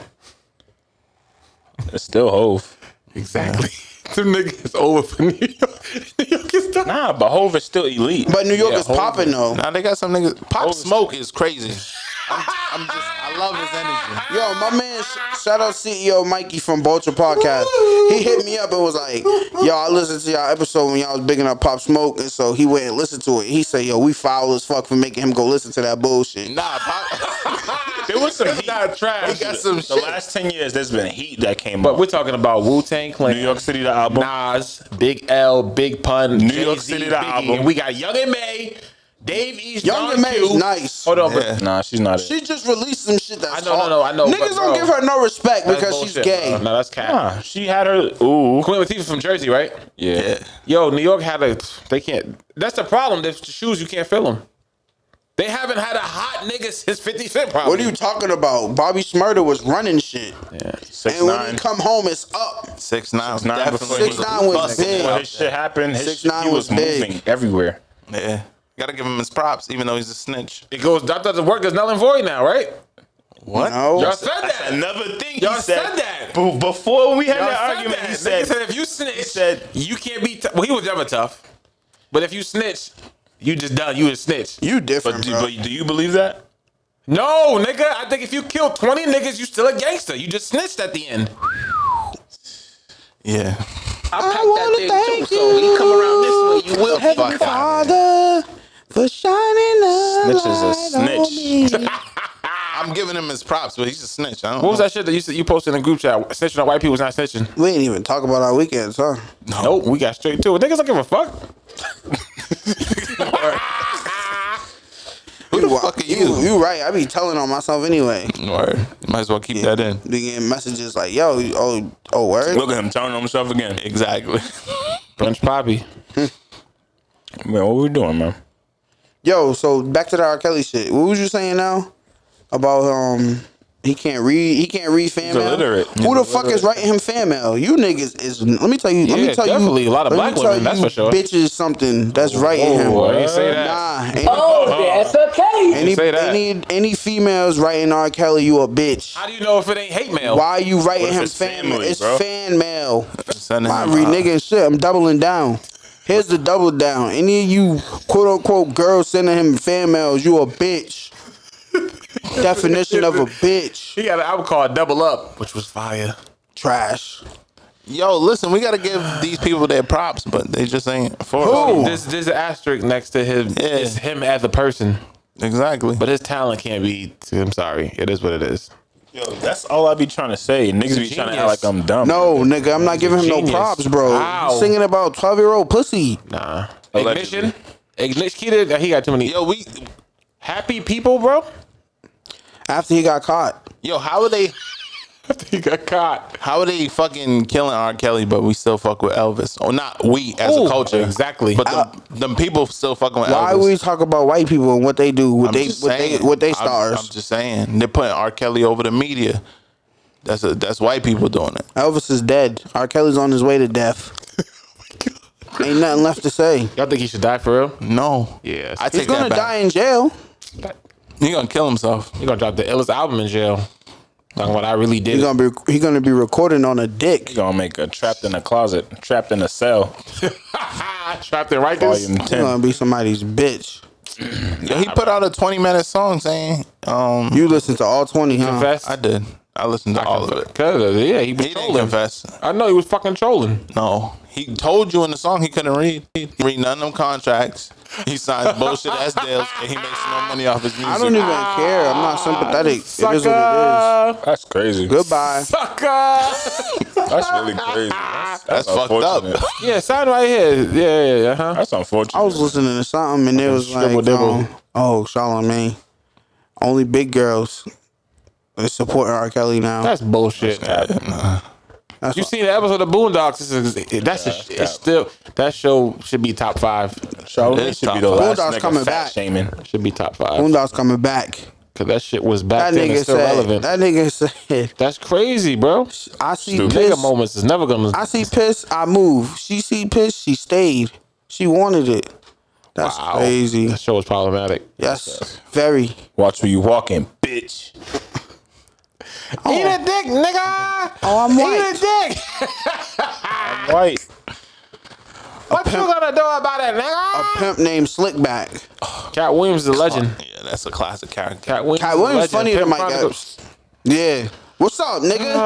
S7: It's still Hove.
S5: Exactly. Them niggas over for New York. New York is done.
S7: Nah, but Hove is still elite.
S1: But New York
S5: Yeah,
S1: is
S5: hold
S1: popping though.
S6: Now they got some niggas. Pop
S7: Oh,
S6: Smoke is crazy. I'm, I'm just. I love his energy.
S1: Yo, my man, sh- shout out CEO Mikey from Vulture Podcast. He hit me up and was like, "Yo, I listened to y'all episode when y'all was bigging up Pop Smoke, and so he went and listened to it. He said, "Yo, we foul as fuck for making him go listen to that bullshit."
S6: Nah, Pop.
S7: there was some heat.
S6: trash. He got some
S7: the
S6: shit.
S7: last ten years, there's been heat that came
S5: But
S7: up.
S5: we're talking about Wu Tang Clan.
S7: New York City, the album.
S5: Nas, Big L, Big Pun,
S7: New York City, the album.
S5: And we got Young and May. Dave East,
S1: Younger
S5: Don
S1: May's
S5: Q.
S1: nice.
S5: Hold on,
S6: Yeah.
S5: but
S7: Nah, she's not it.
S1: She just released some shit that's
S5: I know, no,
S1: hard.
S5: no, I know,
S1: Niggas
S5: but,
S1: don't
S5: bro,
S1: give her no respect
S5: that's
S1: because she's
S5: bullshit,
S1: gay.
S5: bro. No, that's cat.
S7: Nah, she had her. Ooh.
S5: Queen Latifah from Jersey, right?
S7: Yeah.
S5: Yo, New York had a. They can't. That's the problem. The shoes you can't fill them. They haven't had a hot nigga since Fifty Cent. Probably.
S1: What are you talking about? Bobby Smurda was running shit,
S7: Six
S1: and when
S7: nine.
S1: he come home, it's up.
S6: Six nine, was
S7: Six nine
S6: definitely
S7: before he-
S1: Six nine was
S6: busting.
S1: big.
S7: When his shit happened, his
S1: Six
S7: shit,
S1: nine
S7: he
S1: was
S7: was,
S1: big.
S7: moving everywhere.
S6: Yeah, gotta give him his props, even though he's a snitch.
S5: It goes. That doesn't work. It's null and void now, right?
S6: What?
S1: No,
S5: Y'all said that.
S7: Another thing
S5: Y'all said that.
S7: b- before we had
S5: Y'all
S7: that
S5: said
S7: argument,
S5: that.
S7: he
S5: Nigga
S7: said,
S5: if you snitch,
S7: said-
S5: you can't be. T- well, he was never tough, but if you snitch, you just done. You a snitch.
S1: you different,
S7: but, do,
S1: bro.
S7: but do you believe that?
S5: No, nigga. I think if you kill twenty niggas, you still a gangster. You just snitched at the end.
S6: Yeah.
S9: I packed that thing too, so when you come around this way, you will
S6: Fuck
S9: fuck out.
S1: Father, for shining a
S7: Snitch is a snitch.
S6: I'm giving him his props, but he's a snitch. I don't
S5: What was
S6: know.
S5: that shit that you said you posted in the group chat? Snitching on white people is not snitching.
S1: We didn't even talk about our weekends, huh?
S5: Nope, we got straight to it. Niggas don't give a fuck.
S1: Who
S6: the fuck are you?
S1: You, right. I be telling on myself anyway.
S6: Word. Might as well keep that in.
S1: Be getting messages like, "Yo, oh, oh, word."
S7: Look at him turning on himself again.
S6: Exactly.
S5: Brunch Poppy.
S7: Man, what we doing, man?
S1: Yo, so back to the R. Kelly shit. What was you saying now about um? He can't read. He can't read fan
S7: He's
S1: mail.
S7: illiterate.
S1: Who the fuck is writing him fan mail? You niggas is. Let me tell you. let me
S5: Yeah,
S1: tell
S5: definitely
S1: you.
S5: a lot of
S1: let me
S5: black
S1: tell
S5: women, that's
S1: you
S5: for sure.
S1: Bitches, something that's writing
S5: Boy,
S1: him.
S5: ain't say that.
S1: Nah, ain't
S10: Oh, that's okay.
S1: any,
S5: say that.
S1: any any females writing R. Kelly, you a bitch.
S5: How do you know if it ain't hate mail?
S1: Why are you writing
S7: What if
S1: him
S7: it's
S1: fan mail?
S7: family,
S1: It's
S7: bro?
S1: fan mail.
S6: Sending
S1: My
S6: him,
S1: re
S6: uh,
S1: nigga and shit. I'm doubling down. Here's the double down. Any of you quote unquote girls sending him fan mails, you a bitch. Definition of a bitch.
S5: He got an album called Double Up, which was fire.
S1: Trash.
S6: Yo, listen, we gotta give these people their props, but they just ain't for us.
S5: There's, there's an asterisk next to him.
S6: Yeah.
S5: It's him as a person,
S6: Exactly.
S5: but his talent can't be. I'm sorry, it is what it is.
S7: Yo, that's all I be trying to say. Niggas be trying to act
S5: genius.
S7: like I'm dumb.
S1: No, nigga, I'm not giving him no
S5: Genius.
S1: props, bro.
S5: How?
S1: He's singing about 12 year old pussy.
S5: Nah.
S7: Allegedly.
S5: Ignition. Ignition. Kita, He got too many
S6: Yo, we
S5: happy people, bro.
S1: After he got caught.
S6: yo, how are they
S5: he got caught.
S6: how are they fucking killing R. Kelly, but we still fuck with Elvis? Or not we as
S5: Ooh,
S6: a culture.
S5: exactly.
S6: But them, them people still fucking with
S1: Why
S6: Elvis.
S1: we talk about white people and what they do, what
S6: I'm
S1: they
S6: just
S1: what they
S6: saying.
S1: what they
S6: I'm-
S1: stars.
S6: I'm, just saying. They're putting R. Kelly over the media. That's a, that's white people doing it.
S1: Elvis is dead. R. Kelly's on his way to death. Ain't nothing left to say.
S5: Y'all think he should die for real?
S6: No.
S5: Yes.
S6: I
S1: He's
S6: take
S1: gonna
S6: that back.
S1: die in jail.
S6: He gonna kill himself.
S5: He gonna drop the illest album in jail. Talking about I really did.
S1: He's
S5: it.
S1: gonna be he's gonna be recording on a dick.
S7: He gonna make a trapped in a closet, trapped in a cell,
S5: Trapped in right
S7: volume
S5: this.
S1: You're gonna
S7: ten.
S1: be somebody's bitch.
S6: Yo, he put out a 20 minute song saying, um,
S1: You listen to all twenty, huh?
S5: Confess.
S6: I did. I listened to all of it.
S5: Cause uh, yeah, he was
S6: He didn't
S5: trolling.
S6: confess.
S5: I know he was fucking trolling.
S6: No. He told you in the song he couldn't read. He read none of them contracts. He signs bullshit ass deals and he makes no money off his music.
S1: I don't even care. I'm not sympathetic. It is what
S5: Sucker.
S7: That's crazy.
S1: it is. Goodbye.
S5: Sucker.
S7: That's really crazy. That's,
S6: That's fucked up.
S7: unfortunate.
S5: yeah, sound right here. Yeah, yeah, yeah. Huh?
S7: That's unfortunate.
S1: I was listening to something and it was like,
S7: Scribble dibble.
S1: um, oh, Charlamagne. Only big girls is supporting R. Kelly now.
S5: That's bullshit.
S1: That's
S5: You seen the episode of Boondocks? This is, that's a,
S7: that's
S5: it's still that show should be top five.
S7: Charlamagne
S6: It's
S7: should be
S6: tough.
S7: the last
S1: Bulldog's coming
S7: nigga coming
S1: back.
S7: back. shaming.
S5: Should be top five
S1: Boondocks coming back.
S5: because that shit was back
S1: That
S5: then and
S1: nigga
S5: still
S1: said.
S5: relevant.
S1: That nigga said.
S5: that's crazy, bro.
S1: I see
S7: Stupid.
S5: Nigga
S1: piss.
S5: moments is never gonna.
S1: I see piss. I move. She see piss. She stayed. She wanted it. That's
S5: Wow.
S1: crazy.
S5: That show was problematic.
S1: Yes, very.
S7: Watch where you walking, bitch.
S5: Eat a dick, nigga.
S1: Oh, I'm white.
S5: Eat a dick.
S7: Right.
S5: What you gonna do about it, nigga?
S1: Pimp named Slickback.
S5: Cat Williams is a legend.
S6: Yeah, that's a classic character.
S5: Cat Williams,
S1: Cat
S5: is a
S1: Williams
S5: legend.
S1: funnier than
S5: Pimp
S1: Mike
S5: Chronicles.
S1: Yeah, What's up, nigga?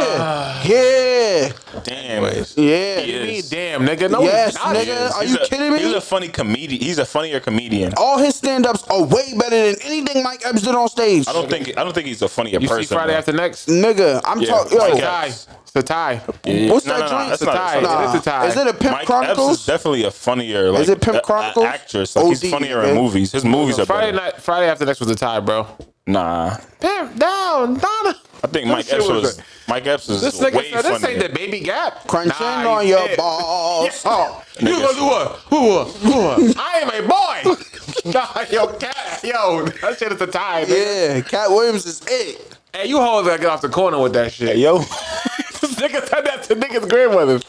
S7: Uh,
S1: yeah,
S7: Damn.
S1: yeah, yeah.
S7: He is.
S5: Damn, nigga. No,
S1: Yes,
S5: he's not.
S1: nigga.
S7: He is.
S1: Are
S7: He's
S1: you
S7: a-
S1: kidding me? Oh,
S7: He's a funny comedian. He's a funnier comedian.
S1: All his stand-ups are way better than anything Mike Epps did on stage.
S7: I don't think I don't think he's a funnier
S5: You
S7: person.
S5: see Friday
S7: bro.
S5: after next?
S1: Nigga, I'm
S7: Yeah,
S1: talking. Yo,
S7: Mike Epps.
S5: Tie. It's a tie.
S7: Yeah.
S1: What's
S7: No,
S1: that
S7: no, no,
S1: drink?
S5: It's
S7: that's
S5: a
S7: not-
S5: tie.
S7: that's not-
S5: It is a tie.
S1: Is it a Pimp
S7: Mike Epps is
S1: Chronicles?
S7: definitely a funnier. Like,
S1: it Pimp
S7: a- a-
S1: Chronicles?
S7: actress. Like, he's
S1: OD,
S7: funnier
S1: man.
S7: in movies. His movies are
S5: Friday
S7: better.
S5: night. Friday after next was a tie, bro.
S7: Nah,
S5: Pimp down, Donna.
S7: I think Mike
S5: shit
S7: Epps
S5: was
S7: was
S5: a-
S7: Mike Epps is
S5: This
S7: way
S5: nigga said this ain't
S7: funnier.
S5: the baby gap.
S1: crunching
S5: Nah,
S1: on
S5: he
S1: your
S5: did.
S1: balls. Oh,
S5: You gonna do what? Who what? Who what? I am a boy. nah, yo, cat, yo, that shit is a tie. man.
S1: yeah, Cat Williams is it.
S5: Hey, you hoes gotta get off the corner with that shit.
S6: Yo,
S5: this nigga said that to niggas' grandmothers.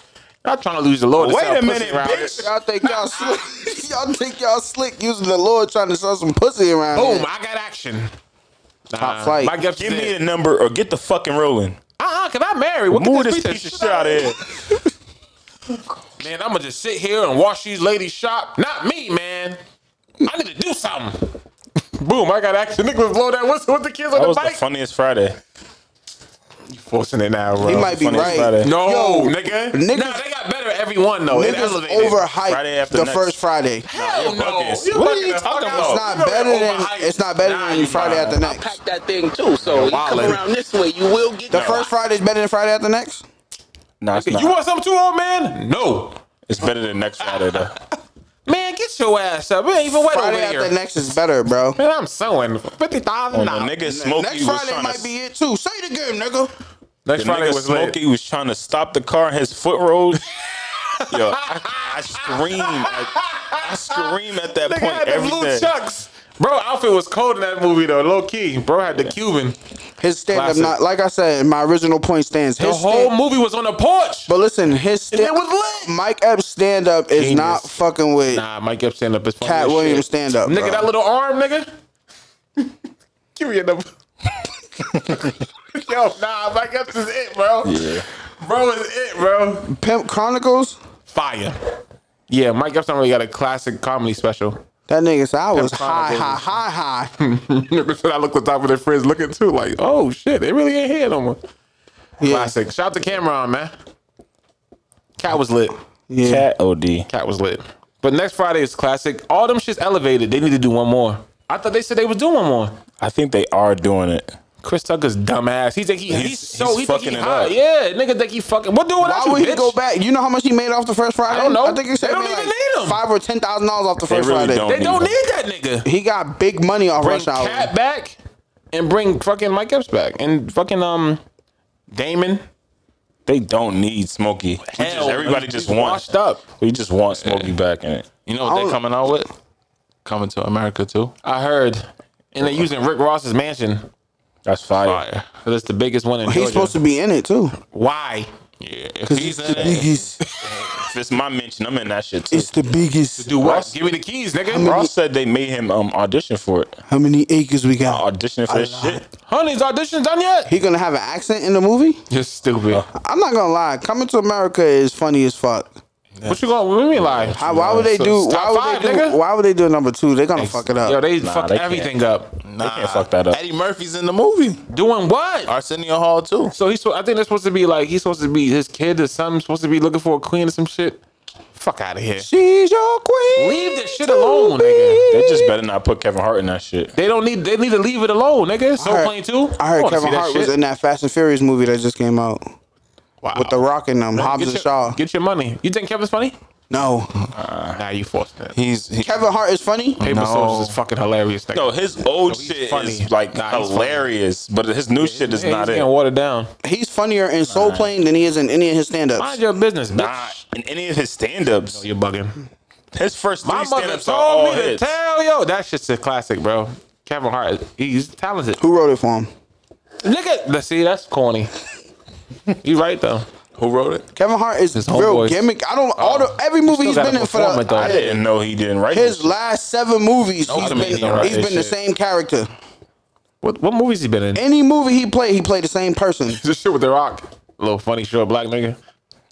S5: Not trying to lose the Lord. to
S7: Wait
S5: sell
S7: a
S5: pussy
S7: minute,
S5: around
S7: bitch.
S5: here.
S1: Y'all think y'all slick? y'all think y'all slick using the Lord trying to sell some pussy around
S5: Boom!
S1: here.
S5: I got action.
S1: Top flight.
S5: My gift
S7: Give me
S5: it.
S7: a number or get the fucking rolling.
S5: Uh-uh, cause I'm married. What
S7: Move
S5: could
S7: this
S5: this
S7: piece of shit out of here.
S5: Man, I'm gonna just sit here and watch these ladies shop. Not me, man. I need to do something. Boom! I got action. Niggas blow that whistle with the kids on
S7: That
S5: the
S7: was the
S5: bike.
S7: funniest Friday.
S5: Forcing it now, bro.
S1: He might be
S7: Funniest
S1: right.
S7: Friday.
S5: No,
S1: Yo,
S5: nigga.
S1: niggas-
S5: nah, they got better at every one though. It
S1: Niggas
S5: elevated.
S1: overhyped
S7: Friday after
S1: the
S7: next.
S1: first Friday.
S5: Hell no.
S7: buggers.
S5: You
S7: What are you
S5: bugging the
S7: talking
S5: fuck
S7: about?
S1: It's
S5: out.
S7: Oh,
S1: not
S5: You
S1: better
S5: know
S1: than
S5: overhyped.
S1: it's not better
S5: Nah,
S1: than Friday
S5: nah.
S1: after
S9: I
S1: next.
S9: packed that thing too, so you come
S5: wildin'.
S9: around this way, you will get
S1: The first Friday is better than Friday after next.
S7: Nah, it's not.
S5: You want something too, old man? No.
S7: it's better than next Friday though.
S5: Man, get your ass up. We ain't even wet
S1: Friday
S5: over
S1: after
S5: here.
S1: next is better, bro.
S5: Man, I'm sewing fifty thousand
S7: When the
S5: dollars.
S7: nigga Smokey
S1: Next
S7: was
S1: Friday
S7: trying
S1: might
S7: to
S1: be it too. Say it again, nigga.
S5: Next
S7: The
S5: Friday
S7: nigga
S5: was lit.
S7: Smokey was trying to stop the car in his foot rolled. Yo, I, I scream. I, I scream at that
S5: Nigga
S7: point
S5: had them
S7: every
S5: blue
S7: day.
S5: chucks. Bro, outfit was cold in that movie though. Low key, bro had the Cuban.
S1: His stand up,
S5: Classic.
S1: not like I said, my original point stands.
S5: The
S1: His
S5: whole
S1: stand-
S5: movie was on the porch.
S1: but listen, his stand
S5: it was lit.
S1: Mike Epps stand up is
S5: Genius.
S1: not fucking with
S5: Nah, Mike Epps stand up is funny.
S1: Cat
S5: as
S1: Williams
S5: shit.
S1: stand up.
S5: Nigga, that little arm, nigga. Give me a number. Yo, nah, Mike Epps is it, bro. Yeah. Bro is it, bro.
S1: Pimp Chronicles.
S5: Fire. Yeah, Mike Epps don't really got a classic comedy special.
S1: That nigga said I was high,
S5: Chronicles.
S1: high, high, high.
S5: Nigga said I looked on top of their friends looking too, like, oh shit, they really ain't here no more.
S1: Yeah,
S5: Classic. Shout out to Cameron, man. Cat was lit.
S1: yeah.
S7: Cat OD.
S5: Cat was lit. But next Friday is classic. All them shits elevated. They need to do one more. I thought they said they was doing one more.
S7: I think they are doing it.
S5: Chris Tucker's dumbass. He think he, he's,
S7: He's-
S5: so
S7: he's
S5: he fucking
S7: fucking
S5: think
S7: it
S5: he hot.
S7: up.
S5: Yeah, nigga think he fucking. What do
S1: Why
S5: without you,
S1: would
S5: bitch?
S1: he go back? You know how much he made off the first Friday?
S5: I don't know.
S1: I think he said he
S5: They don't
S1: made
S5: even
S1: like
S5: need him.
S1: five or ten thousand dollars off the
S7: They
S1: first
S7: really
S1: Friday.
S7: don't.
S5: They don't
S7: them.
S5: need that nigga.
S1: He got big money off
S5: Bring
S1: Rush Hour.
S5: Cat back and bring fucking Mike Epps back and fucking um Damon.
S7: They don't need Smokey. We just-
S5: Hell,
S7: everybody
S5: he's-
S7: just
S5: he's
S7: wants.
S5: washed up.
S7: We just want Smokey back in it.
S6: you know what they coming out with? Coming to America too.
S5: I heard, and they're using Rick Ross's mansion.
S7: That's fire.
S6: Fire.
S5: That's the biggest one in Georgia.
S1: He's supposed to be in it too.
S5: Why?
S6: Yeah. If he's in it,
S1: biggest.
S7: If it's my mention, I'm in that shit too.
S1: It's the biggest.
S5: Do what? Give me the keys, nigga.
S7: Ross said they made him um audition for it.
S1: How many acres we
S5: Oh,
S1: got?
S7: Auditioning for this shit.
S5: Honey's audition done yet?
S1: He gonna have an accent in the movie?
S5: You're stupid.
S1: I'm not gonna lie. Coming to America is funny as fuck.
S5: What you going? What you mean like?
S1: How- why would they do?
S5: Top
S1: Why would
S5: five,
S1: they do?
S5: nigga.
S1: Why would they do number two? They're gonna fuck it
S5: Yo,
S1: up.
S5: they
S7: Nah,
S5: fucked
S7: they can't.
S5: everything up.
S7: They can't fuck that up.
S6: Eddie Murphy's in the movie.
S5: Doing what?
S6: Arsenio Hall too.
S5: So he's. I think they're supposed to be like he's supposed to be his kid or something. Supposed to be looking for a queen or some shit. Fuck out of here.
S1: She's your queen.
S5: Leave this shit alone, nigga.
S7: They just better not put Kevin Hart in that shit.
S5: They don't need. They need to leave it alone, nigga. So
S1: I heard-
S5: plain too.
S1: I heard
S5: wanna
S1: Kevin
S5: see that
S1: Hart was
S5: shit.
S1: in that Fast and Furious movie that just came out
S5: Wow.
S1: with The Rock and them, Hobbs
S5: Get
S1: and
S5: your-
S1: Shaw.
S5: Get your money. You think Kevin's funny?
S1: No,
S5: Nah, you forced it.
S6: He's he,
S1: Kevin Hart is funny.
S5: Paper
S6: No.
S5: Soldiers is fucking hilarious. Nigga.
S7: No, his old
S5: he's
S7: shit
S5: funny.
S7: is like
S5: Nah, he's funny.
S7: hilarious, but his new shit is
S5: Yeah,
S7: not
S5: he's
S7: it.
S5: getting watered down.
S1: He's funnier in Soul Plane than he is in any of his
S5: Mind
S1: stand-ups.
S5: your business, bitch. Oh,
S7: Nah, in any of his stand-ups,
S5: You're bugging.
S7: his first three
S5: My mother
S7: stand-ups are all
S5: told me to
S7: hits.
S5: tell yo. That shit's a classic, bro. Kevin Hart, he's talented.
S1: Who wrote it for him?
S5: Nigga, let's see, that's corny. you right though.
S6: who wrote it?
S1: Kevin Hart is real
S5: homeboys. Oh.
S1: gimmick. I don't all the every movie he's
S5: gotta
S1: been in for
S5: perform it, though.
S7: I
S1: the,
S7: didn't know he didn't write
S1: his
S7: his.
S1: last seven movies. He's
S6: comedian
S1: been,
S6: don't write
S1: he's
S6: that
S1: been the
S6: shit.
S1: same character.
S5: What what movies he been in?
S1: Any movie he played, he played the same person.
S5: This shit with The Rock. Little funny short black nigga.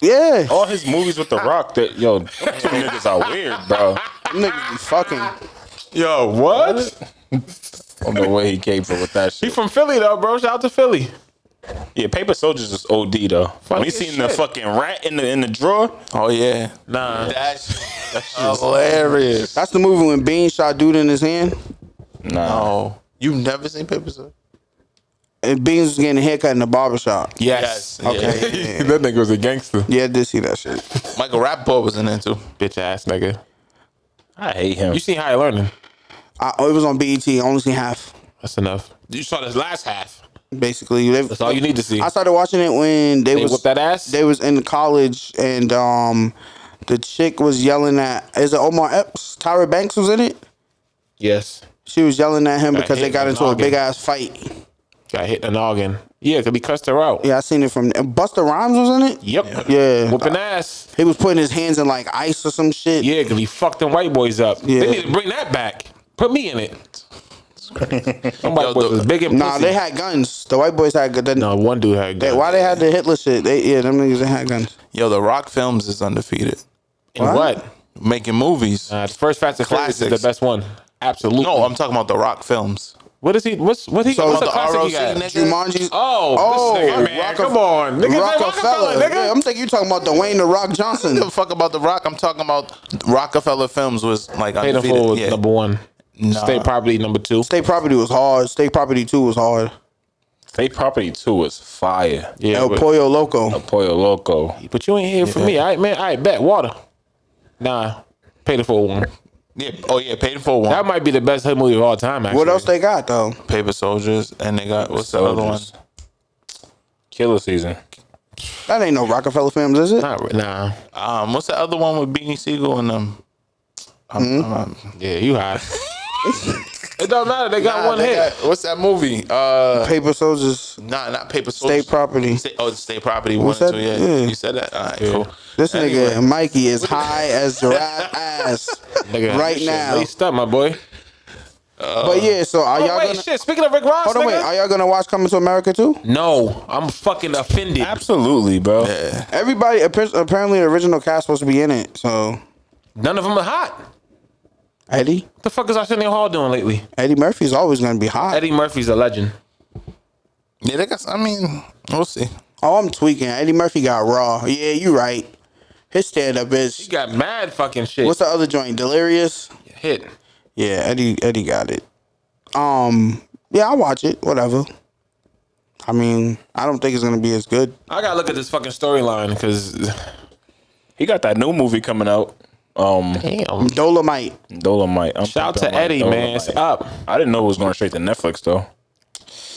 S1: Yeah,
S7: All his movies with The Rock, that yo, them two niggas are weird, bro.
S1: Them niggas be fucking.
S5: Yo, what?
S7: I don't know where he came from with that
S5: He
S7: shit.
S5: from Philly though, bro. Shout out to Philly.
S7: Yeah, Paper Soldiers is OD though. we
S5: Funny as
S7: seen the
S5: shit.
S7: fucking rat in the in the drawer.
S6: Oh yeah,
S5: Nah.
S6: that's that's hilarious.
S1: That's the movie when Bean shot dude in his hand,
S7: Nah.
S6: Oh, you've never seen Paper Soldiers?
S1: and Beans was getting a haircut in the barbershop.
S6: Yes.
S1: Okay.
S6: Yeah.
S1: Yeah.
S7: that nigga was a gangster.
S1: Yeah, I did see that shit.
S6: Michael Rappaport was in there too.
S5: Bitch ass nigga.
S7: I hate him.
S5: You seen High Learning.
S1: I, oh, it was on BET. I only seen half.
S5: That's enough. You saw this last half.
S1: Basically, they,
S5: That's all you need to see.
S1: I started watching it when they,
S5: They
S1: was
S5: whipped that ass?
S1: They was in college, and um, the chick was yelling at is it Omar Epps? Tyra Banks was in it.
S5: yes.
S1: She was yelling at him because
S5: hit
S1: they got
S5: the
S1: into a
S5: noggin.
S1: big ass fight.
S5: Got hit in the noggin. Yeah, because we cussed her out.
S1: Yeah, I seen it from Buster Rhymes was in it.
S5: Yep.
S1: Yeah.
S5: Whooping ass.
S1: He was putting his hands in like ice or some shit.
S5: Yeah, because he fucked them white boys up.
S1: Yeah.
S5: They need to bring that back. Put me in it. Some white
S6: Yo,
S5: boys
S6: the-
S5: was big and
S1: Nah,
S5: pussy.
S1: they had guns. The white boys had guns.
S5: No, one dude had a
S1: They,
S5: gun.
S1: why they had the Hitler shit? They yeah, them niggas they had guns.
S6: Yo, The Rock Films is undefeated,
S5: And what?
S6: making movies.
S5: Uh, first Fast and Furious is
S6: Classics.
S5: the best one. Absolutely.
S6: No, I'm talking about The Rock Films.
S5: What is he? What's what he?
S1: So
S5: what's
S1: the
S5: the classic he
S6: ROC
S5: got?
S6: nigga?
S1: Jumanji's.
S5: Oh,
S1: Oh,
S5: this nigga, man,
S1: Rockef-
S5: come on, nigga, Rockefeller,
S1: Rockefeller.
S5: nigga.
S1: Yeah, I'm thinking you talking about Dwayne the Rock Johnson.
S6: give a fuck about The Rock. I'm talking about Rockefeller Films was like
S5: Paid in
S6: undefeated.
S5: full was
S6: yeah.
S5: number one.
S6: Nah.
S1: Uh,
S5: State property number two.
S1: State property was hard. State property two was hard.
S7: They property two is fire.
S5: Yeah,
S1: El
S5: but,
S1: Pollo Loco.
S7: Pollo Loco.
S5: but you ain't here for me. All right, man. All right, bet water. Nah, paid in full one.
S6: Yeah. Oh yeah, paid in full one.
S5: That might be the best hood movie of all time. Actually.
S1: What else they got though?
S6: Paper Soldiers, and they got what's the other one?
S7: Soldiers. Killer season.
S1: That ain't no Rockefeller films, is it?
S5: Not re- nah.
S6: Um, what's the other one with Beanie Siegel and um? I'm, I'm-
S5: Yeah, you high. it don't matter. They got
S6: Nah,
S5: one
S6: they
S5: hit.
S6: got- what's that movie? Uh,
S1: Paper Soldiers.
S6: nah, not Paper Soldiers.
S1: State property.
S6: State, oh, State Property one
S1: said-
S6: and two. Yeah.
S1: yeah.
S6: you said that. All right, cool.
S1: This
S6: Anyway.
S1: nigga Mikey is high as giraffe ass
S5: Nigga,
S1: right
S5: shit,
S1: now.
S5: Laced up, my boy.
S1: But yeah, so are
S5: Oh,
S1: y'all
S5: wait,
S1: gonna?
S5: shit. Speaking of Rick Ross,
S1: Hold on,
S5: nigga.
S1: wait. Are y'all gonna watch Coming to America too?
S5: no, I'm fucking offended.
S7: Absolutely, bro.
S1: Everybody appa- apparently the original cast supposed to be in it. So
S5: None of them are hot.
S1: Eddie,
S5: What the fuck is Arsenio Hall doing lately?
S1: Eddie Murphy's always gonna be hot.
S5: Eddie Murphy's a legend.
S6: Yeah, they got. I mean, we'll see.
S1: Oh, I'm tweaking. Eddie Murphy got raw. Yeah, you right. His stand up
S5: He
S1: is
S5: got mad fucking shit.
S1: what's the other joint? Delirious.
S5: hit?
S1: Yeah, Eddie Eddie got it. Um, yeah, I watch it. Whatever. I mean, I don't think it's gonna be as good.
S5: I gotta look at this fucking storyline because
S7: He got that new movie coming out. Um,
S5: damn.
S1: Dolomite.
S7: Dolomite. I'm
S5: Shout out to
S7: thinking I'm like,
S5: Eddie, man. It's
S7: Dolomite.
S5: up.
S7: I didn't know it was going straight to Netflix though.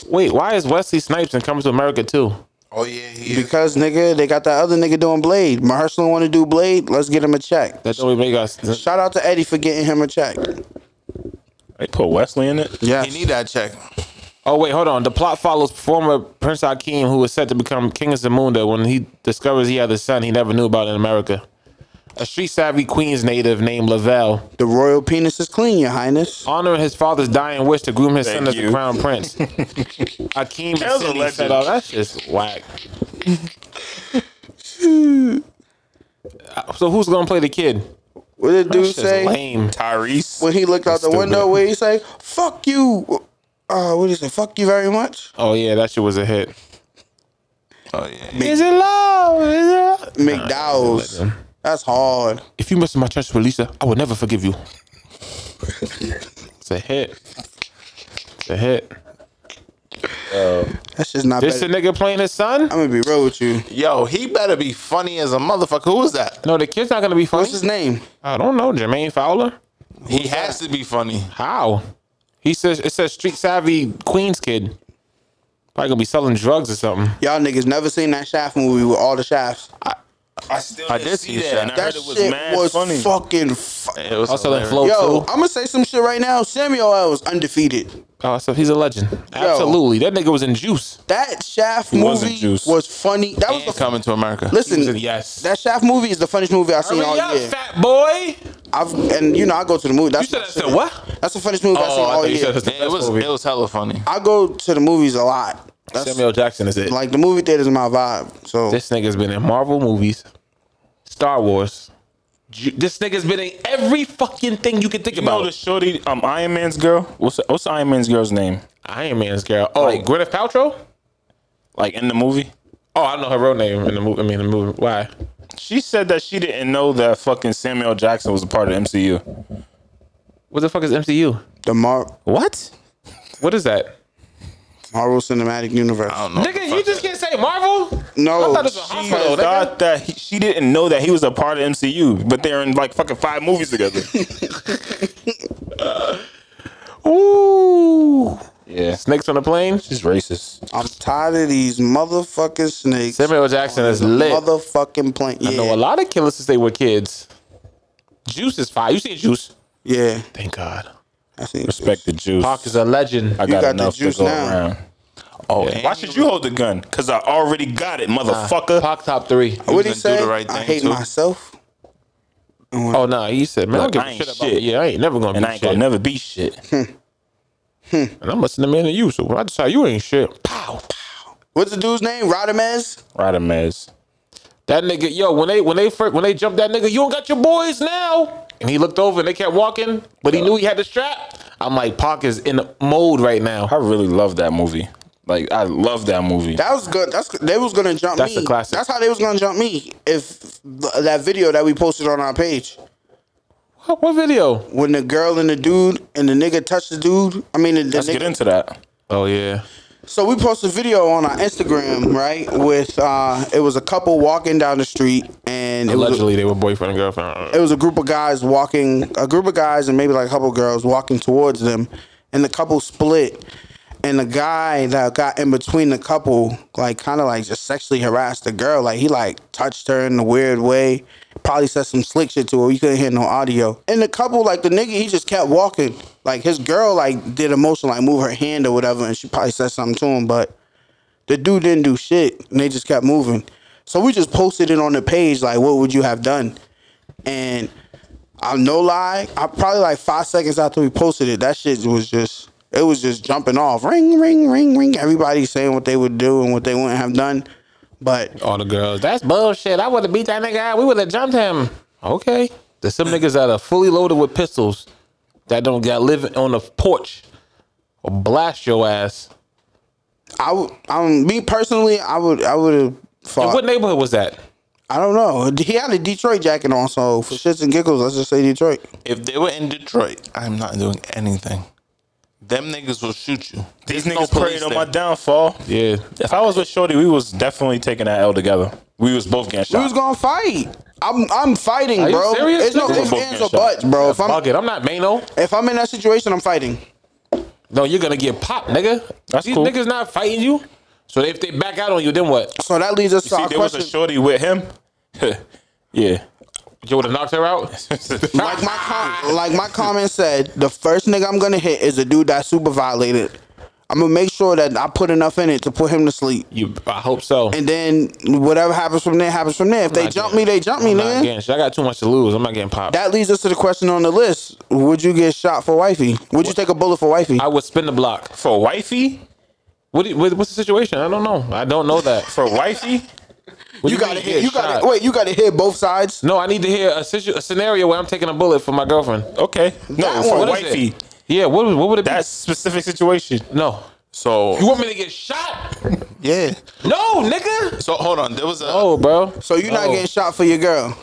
S5: Wait, why is Wesley Snipes and Comes to America too?
S6: Oh yeah, he is.
S1: Because nigga, they got that other nigga doing Blade. Mahershala want to do Blade. Let's get him a check.
S5: That don't make us.
S1: Shout out to Eddie for getting him a check.
S7: They put Wesley in it.
S1: Yes.
S6: he need that check.
S5: Oh wait, hold on. The plot follows former Prince Hakeem, who was set to become King of Zamunda when he discovers he had a son he never knew about in America. A street savvy Queens native named Lavelle
S1: the royal penis is clean, your highness.
S7: Oh,
S5: honoring his father's dying wish to groom his son
S7: Thank
S5: as the
S7: you.
S5: crown prince. Akeem
S7: That was a
S5: Cindy
S7: legend.
S5: set off. "Oh, That's just whack. Uh, so who's gonna play the kid?
S1: What did dude
S5: That's just
S1: say
S5: lame.
S7: Tyrese.
S1: when he looked out the
S7: Stupid.
S1: window? Where he say, "Fuck you." Uh, what did he say? Fuck you very much.
S5: Oh yeah, that shit was a hit.
S6: Oh yeah.
S5: Is it love? Is it love?
S1: McDowell's. That's hard.
S5: If you mess with my church for Lisa, I will never forgive you. it's a hit. It's a hit.
S1: That's just not.
S5: This
S1: Better.
S5: a nigga playing his son?
S1: I'm gonna be real with you.
S6: Yo, he better be funny as a motherfucker. Who is that?
S5: No, the kid's not gonna be funny.
S1: What's his name?
S5: I don't know. Jermaine Fowler.
S6: he has to be funny.
S5: How? He says it says street savvy Queens kid. Probably gonna be selling drugs or something.
S1: Y'all niggas never seen that Shaft movie with all the shafts.
S7: I still
S6: I
S7: didn't
S6: did see
S7: see that.
S6: that.
S7: And I
S1: That
S7: heard it was
S1: shit
S7: mad
S1: was
S7: funny.
S1: fucking. Fu-
S6: It
S5: I was
S6: was
S5: Oh, selling
S6: hilarious.
S5: flow
S1: Yo,
S5: too.
S1: I'm gonna say some shit right now. Samuel L was undefeated.
S5: Oh, so he's a legend. Absolutely. That nigga was in juice.
S1: That Shaft
S7: wasn't
S1: movie
S7: juice.
S1: was funny. That was
S6: And
S1: the
S6: coming to America.
S1: listen.
S5: He was in- yes.
S1: that Shaft movie is the funniest movie I've seen
S5: Hurry
S1: all
S5: up,
S1: year.
S5: fat boy.
S1: I've and you know I go to the movie.
S5: You
S1: That's
S5: said
S1: my
S5: I said
S1: shit.
S5: what?
S1: That's the funniest movie I've seen
S5: Oh, I
S1: all
S5: thought you
S1: year.
S5: said it's the
S6: Yeah, it
S5: best
S6: was
S5: movie.
S6: it was hella funny.
S1: I go to the movies a lot. That's
S5: Samuel Jackson is it.
S1: like the movie theater's my vibe. So
S5: This nigga's been in Marvel movies, Star Wars. Ju- This nigga's been in every fucking thing you can think
S7: You know
S5: about.
S7: the shorty, um, Iron Man's girl. What's what's Iron Man's girl's name?
S5: Iron Man's girl. Oh, Gwyneth Paltrow.
S7: like in the movie?
S5: Oh, I know her real name in the movie. I mean, the movie. Why?
S7: She said that she didn't know that fucking Samuel Jackson was a part of MCU.
S5: What the fuck is MCU?
S1: The Mar-
S7: What?
S5: What is that?
S1: Marvel Cinematic Universe.
S6: I don't know.
S5: Nigga, you just can't say Marvel.
S1: No,
S5: I thought it was a
S1: she-
S5: hospital. Nigga.
S7: Thought that he, she didn't know that he was a part of MCU, but they're in like fucking five movies together.
S5: Ooh.
S7: yeah,
S5: Snakes on a plane.
S7: she's racist.
S1: I'm tired of these motherfucking snakes.
S5: Samuel Jackson is lit.
S1: Motherfucking plane. Yeah.
S5: I know a lot of killers since they were kids. Juice is fire. You seen Juice?
S1: Yeah.
S5: Thank God.
S1: I think
S7: Respect the juice.
S5: Pac is a legend.
S7: I
S1: got
S7: got,
S1: the
S7: enough
S1: juice
S7: to go
S1: now.
S7: around. Oh, why should you hold the gun? Cause I already got it, motherfucker.
S5: Pac top three.
S1: What he
S6: was
S1: say?
S6: gonna do the right
S1: I
S6: thing,
S1: hate
S6: too.
S1: myself.
S5: Oh no, you said man, I don't give
S7: I
S5: a
S7: ain't
S5: shit about
S7: shit.
S5: yeah. I ain't never gonna
S7: and
S5: be
S7: I ain't
S5: shit.
S7: gonna never be shit.
S5: and I'm listening to man to you. So when I decide you ain't shit, pow.
S1: What's the dude's name? Rodamez?
S7: Right, mess.
S5: That nigga, yo, when they when they first, when they jumped that nigga, you don't got your boys now. And he looked over and they kept walking, but he knew he had the strap. I'm like, Pac is in mode right now.
S7: I really love that movie. Like I love that movie.
S1: That was good. That's they was gonna jump
S5: That's
S1: me.
S5: a classic.
S1: That's how they was gonna jump me. If th- that video that we posted on our page,
S5: What, what video?
S1: when the girl and the dude and the nigga touched the dude, I mean the, the
S7: Let's
S1: nigga.
S7: get into that.
S5: Oh yeah,
S1: So we posted a video on our Instagram, right? With uh, it was a couple walking down the street, and it was a-
S5: allegedly they were boyfriend and girlfriend.
S1: it was a group of guys walking, a group of guys and maybe like a couple of girls walking towards them, and the couple split. And the guy that got in between the couple, like, kind of like just sexually harassed the girl. Like, he like touched her in a weird way. Probably said some slick shit to her. You couldn't hear no audio. And the couple, like, the nigga, he just kept walking. Like, his girl, like, did a motion, like, move her hand or whatever, and she probably said something to him. But the dude didn't do shit, and they just kept moving. So we just posted it on the page, like, what would you have done? And I'm no lie, I probably like five seconds after we posted it, that shit was just it was just jumping off. Ring, ring, ring, ring. Everybody saying what they would do and what they wouldn't have done. But
S5: All the girls. That's bullshit. I would have beat that nigga out. We would have jumped him. Okay. There's some niggas that are fully loaded with pistols that don't got live on the porch or blast your ass.
S1: I would um me personally, I would I would have fought.
S5: what neighborhood was that?
S1: I don't know. He had a Detroit jacket on, so for shits and giggles, let's just say Detroit.
S6: If they were in Detroit, I'm not doing anything. Them niggas will shoot you.
S7: These
S6: There's no
S7: niggas prayed
S6: police
S7: on
S6: there.
S7: my downfall.
S5: Yeah.
S7: If I was with Shorty, we was definitely taking that L together. We was both getting
S1: We
S7: shot.
S1: was gonna fight. I'm I'm fighting,
S5: Are you
S1: bro.
S5: serious?
S1: It's no
S5: We were
S1: ifs,
S7: both
S1: ands,
S7: getting
S1: or
S7: shot.
S1: buts, bro. If I'm
S5: Fuck it. I'm not Mano.
S1: if I'm in that situation, I'm fighting.
S5: No, you're gonna get popped, nigga.
S7: That's
S5: These
S7: cool.
S5: niggas not fighting you. So if they back out on you, then what?
S1: So that leads us to
S7: See,
S1: our
S7: there was a
S1: question.
S7: Shorty with him. yeah.
S5: You would have knocked her out?
S1: Like my com- like my comment said, the first nigga I'm gonna hit is a dude that super violated. I'm gonna make sure that I put enough in it to put him to sleep,
S5: You I hope so.
S1: and then whatever happens from there happens from there. If they
S5: not
S1: jump
S5: getting-
S1: me, they jump me,
S5: I'm
S1: nigga.
S5: not getting shit. I got too much to lose. I'm not getting popped.
S1: That leads us to the question on the list: Would you get shot for wifey? Would you take a bullet for wifey?
S5: I would spin the block.
S7: For wifey?
S5: What, do you- what what's the situation? I don't know. I don't know that.
S7: For wifey?
S5: What
S1: you
S5: do mean
S1: gotta
S5: get
S1: hit. You
S5: shot?
S1: gotta wait. You gotta hit both sides.
S5: No, I need to hear a, situ- a scenario where I'm taking a bullet for my girlfriend. Oh,
S7: Okay. No,
S1: That
S7: for
S1: one.
S5: What is
S7: wifey.
S5: it? Yeah, what would- what would it
S7: That specific situation.
S5: be? No.
S6: So
S5: You want me to get shot?
S6: yeah.
S5: No, nigga.
S6: So hold on. There was a
S5: Oh, bro.
S1: So you're not
S5: Oh.
S1: getting shot for your girl.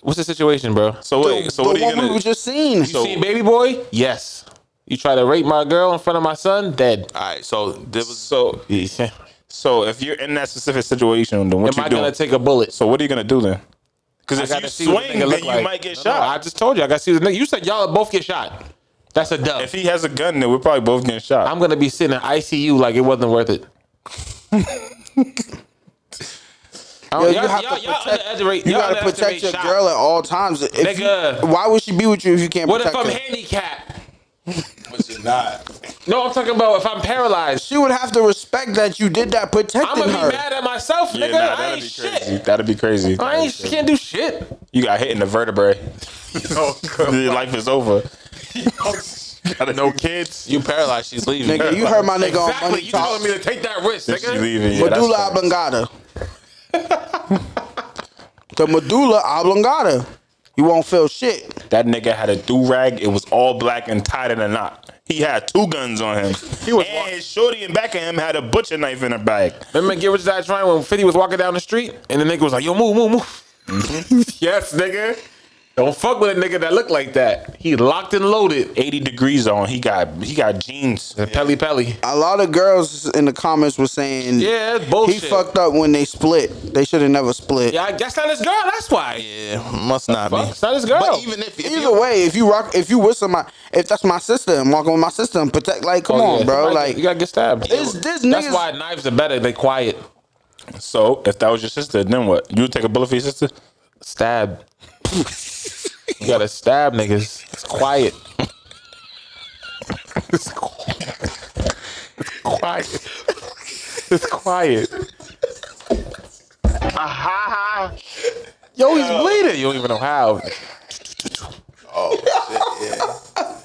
S5: What's the situation, bro?
S7: So wait, so
S1: the
S7: what are you
S1: one
S7: gonna
S1: we were just seen.
S5: You seen baby boy? Yes. You try to rape my girl in front of my son? Dead.
S6: all right. So there was
S7: so
S5: Am
S7: so if you're in that specific situation, then what
S5: I
S7: you doing?
S5: gonna take a bullet?
S7: so what are you gonna do then? Because
S5: I
S7: if you
S5: gotta see what the
S7: swing,
S5: nigga
S7: then
S5: look
S7: you
S5: like.
S7: might get
S5: No, no,
S7: shot.
S5: I just told you. I got to see the nigga. You said y'all both get shot. That's a dub.
S7: If he has a gun, then we're probably both getting shot.
S5: I'm gonna be sitting in ICU like it wasn't worth it. I
S1: Yo,
S5: don't-
S1: you
S5: y'all-
S1: have
S5: y'all-
S1: to
S5: y'all
S1: protect. You
S5: underestimate- y'all
S1: gotta
S5: underestimate
S1: protect your
S5: shot.
S1: girl at all times. If you-
S5: Nigga.
S1: why would she be with you if you can't
S5: What if
S1: protect
S5: I'm
S1: her?
S5: handicapped?
S6: but you're not.
S5: No, I'm talking about if I'm paralyzed.
S1: She would have to respect that you did that
S5: I'm
S1: protecting
S5: gonna be
S1: her.
S5: mad at myself,
S7: yeah,
S5: nigga.
S7: nah,
S5: I
S7: that'd
S5: ain't
S7: be
S5: shit.
S7: crazy. That'd be crazy.
S5: I ain't can't do shit.
S1: Oh,
S7: You got hit in the vertebrae. Your life is over. Gotta no kids.
S6: You paralyzed. She's leaving.
S1: Nigga, you heard my nigga on
S5: Exactly.
S1: Money
S5: You
S1: Talk.
S5: telling me to take that risk,
S7: She's
S5: nigga?
S7: leaving. Yeah, that's
S1: Medulla
S7: fine.
S1: oblongata. the medulla oblongata. You won't feel shit.
S7: that nigga had a do rag. It was all black and tied in a knot. He had two guns on him. He was and his shorty in back of him had a butcher knife in her bag.
S5: Remember Get Rich Die Trying when 50 was walking down the street and the nigga was like, yo, move, move, move.
S7: Mm-hmm.
S5: yes, nigga. Don't fuck with a nigga that look like that. He locked and loaded.
S7: Eighty degrees on. He got he got jeans.
S5: Pelly Pelly.
S1: A lot of girls in the comments were saying,
S5: Yeah, that's
S1: he
S5: bullshit.
S1: fucked up when they split. They should have never split."
S5: Yeah, I- that's not his girl. That's why.
S6: Yeah, must not be.
S5: Fuck, it's not his girl.
S6: But even if, if
S1: Either
S6: you-
S1: way, if you rock, if you with somebody, if that's my sister, I'm walking with my sister and protect. Like, come
S5: Oh,
S1: on,
S5: yeah.
S1: bro.
S5: Somebody-
S1: Like,
S5: you gotta get stabbed.
S1: It's- this
S5: That's
S1: niggas-
S5: why knives are better. They quiet.
S7: So if that was your sister, then what? You would take a bullet for your sister?
S5: Stab. you gotta stab niggas. It's quiet. It's quiet. It's quiet. It's quiet. Yo, he's bleeding. You don't even know how.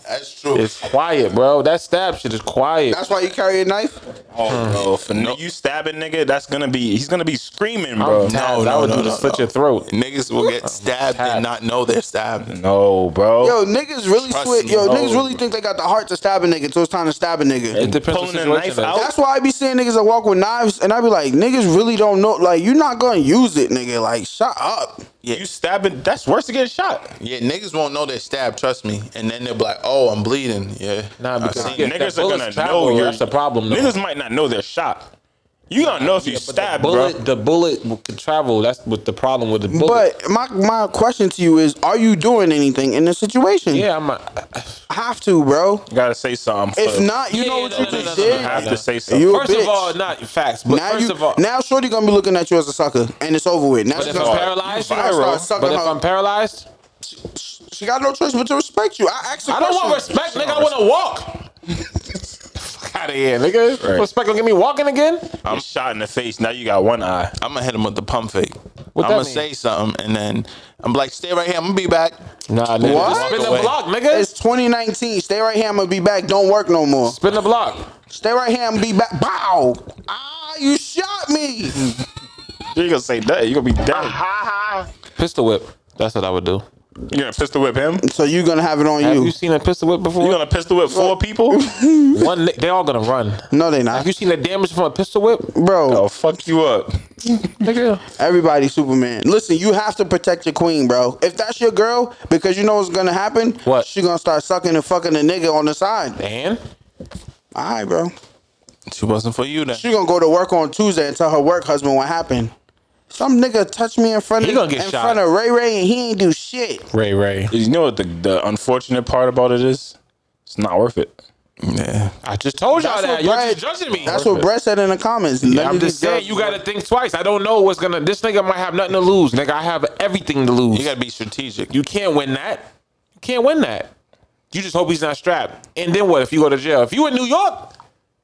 S6: that's true.
S5: It's quiet, bro. That stab shit is quiet.
S1: that's why you carry a knife.
S7: Oh no! If a ni- you stab a nigga, that's gonna be he's gonna be screaming, bro.
S5: Tabs,
S6: no,
S5: I would
S6: no,
S5: do
S6: no,
S5: to slit
S6: no.
S5: your throat.
S6: Niggas will get stabbed and not know they're stabbed.
S7: No, bro.
S1: Yo, niggas really
S6: Trust
S1: switch.
S6: me,
S1: Yo,
S7: no.
S5: Oh.
S1: niggas really think they got the heart to stab a nigga until it's time to stab a nigga.
S5: It depends on
S7: Pulling
S5: the
S7: a
S5: situation.
S7: knife out?
S1: That's why I be seeing niggas that walk with knives, and I be like, niggas really don't know. Like, you're not gonna use it, nigga. Like, shut up.
S7: You stabbing? That's worse than getting shot.
S6: Yeah, niggas won't know they're stabbed. Trust me, and then they'll be like, "Oh, I'm bleeding." Yeah,
S5: Nah, because
S6: I see.
S5: yeah,
S7: niggas
S5: that
S7: are
S5: bullets
S7: gonna
S5: travel,
S7: know you're-
S5: That's the problem. Though.
S7: Niggas might not know they're shot. You don't know if you stabbed,
S5: bullet,
S7: bro.
S5: the bullet w- can travel. That's what the problem with the bullet.
S1: But my my question to you is, are you doing anything in this situation?
S5: yeah, I'm. A,
S1: have to, bro.
S7: You gotta say something.
S1: If
S7: for-
S1: not, you
S5: Yeah,
S1: know
S5: yeah,
S1: what
S5: no,
S1: you
S5: no,
S1: just
S5: no, no,
S1: did.
S5: no,
S7: you
S5: no,
S7: have
S5: no.
S7: to say something.
S1: You-
S5: first
S1: bitch.
S5: of all, not facts, but
S1: now
S5: first
S1: you,
S5: of all,
S1: now Shorty gonna be looking at you as a sucker, and it's over with. Now
S5: but
S1: she
S5: if
S1: gonna
S5: I'm
S1: start-
S5: paralyzed,
S1: she gonna start sucking
S5: but if
S1: her-
S5: I'm paralyzed,
S1: she got no choice but to respect you. I asked her.
S5: I don't want
S1: question.
S5: respect, nigga. I want to walk. Out of here, nigga.
S7: Right.
S5: Respect gonna get me walking again.
S7: I'm shot in the face. Now you got one eye.
S6: I'm gonna hit him with the pump fake.
S5: What
S6: I'm
S5: that
S6: gonna
S5: mean?
S6: say something, and then I'm like, "Stay right here. I'm gonna be back."
S5: Nah, nigga.
S1: What?
S5: Just Spin the
S6: Away.
S5: block, nigga.
S1: It's 2019. Stay right here. I'm gonna be back. Don't work no more.
S5: Spin the block.
S1: Stay right here. I'm gonna be back. Bow. Ah, you shot me.
S7: You gonna say that? You gonna be dead?
S5: Pistol whip. That's what I would do.
S7: You gonna pistol whip him?
S1: So you gonna have it on
S5: Have
S1: you?
S5: you seen a pistol whip
S7: You
S5: before?
S7: gonna pistol whip four people?
S5: One, ni- they all gonna run.
S1: no, they
S5: Have
S1: not,
S5: you seen the damage from a pistol whip,
S1: bro.
S7: I'll fuck you up.
S5: nigga?
S1: Everybody Superman. Listen, you have to protect your queen, bro. If that's your girl, because you know what's gonna happen.
S5: What?
S1: She gonna start sucking and fucking a nigga on the side.
S5: And
S1: All right, bro.
S6: She wasn't for you then.
S1: She gonna go to work on Tuesday and tell her work husband what happened. Some nigga touched me in front
S5: He
S1: of
S5: gonna get
S1: in
S5: shot.
S1: front of Ray Ray and he ain't do shit.
S5: Ray Ray.
S7: You know what the, the unfortunate part about it is? It's not worth it.
S6: Yeah,
S5: I just told
S1: That's
S5: y'all that.
S1: what
S5: You're
S1: Brad-
S5: just judging me.
S1: That's what Brett said in the comments. None
S5: I'm
S1: of these
S5: just saying,
S1: girls-
S5: you gotta think twice. I don't know what's gonna. This nigga might have nothing to lose. Nigga, I have everything to lose.
S6: you
S5: You,
S6: gotta be strategic.
S5: can't win that. You can't win that. You just hope he's not strapped. And then what if you go to jail? If you in New York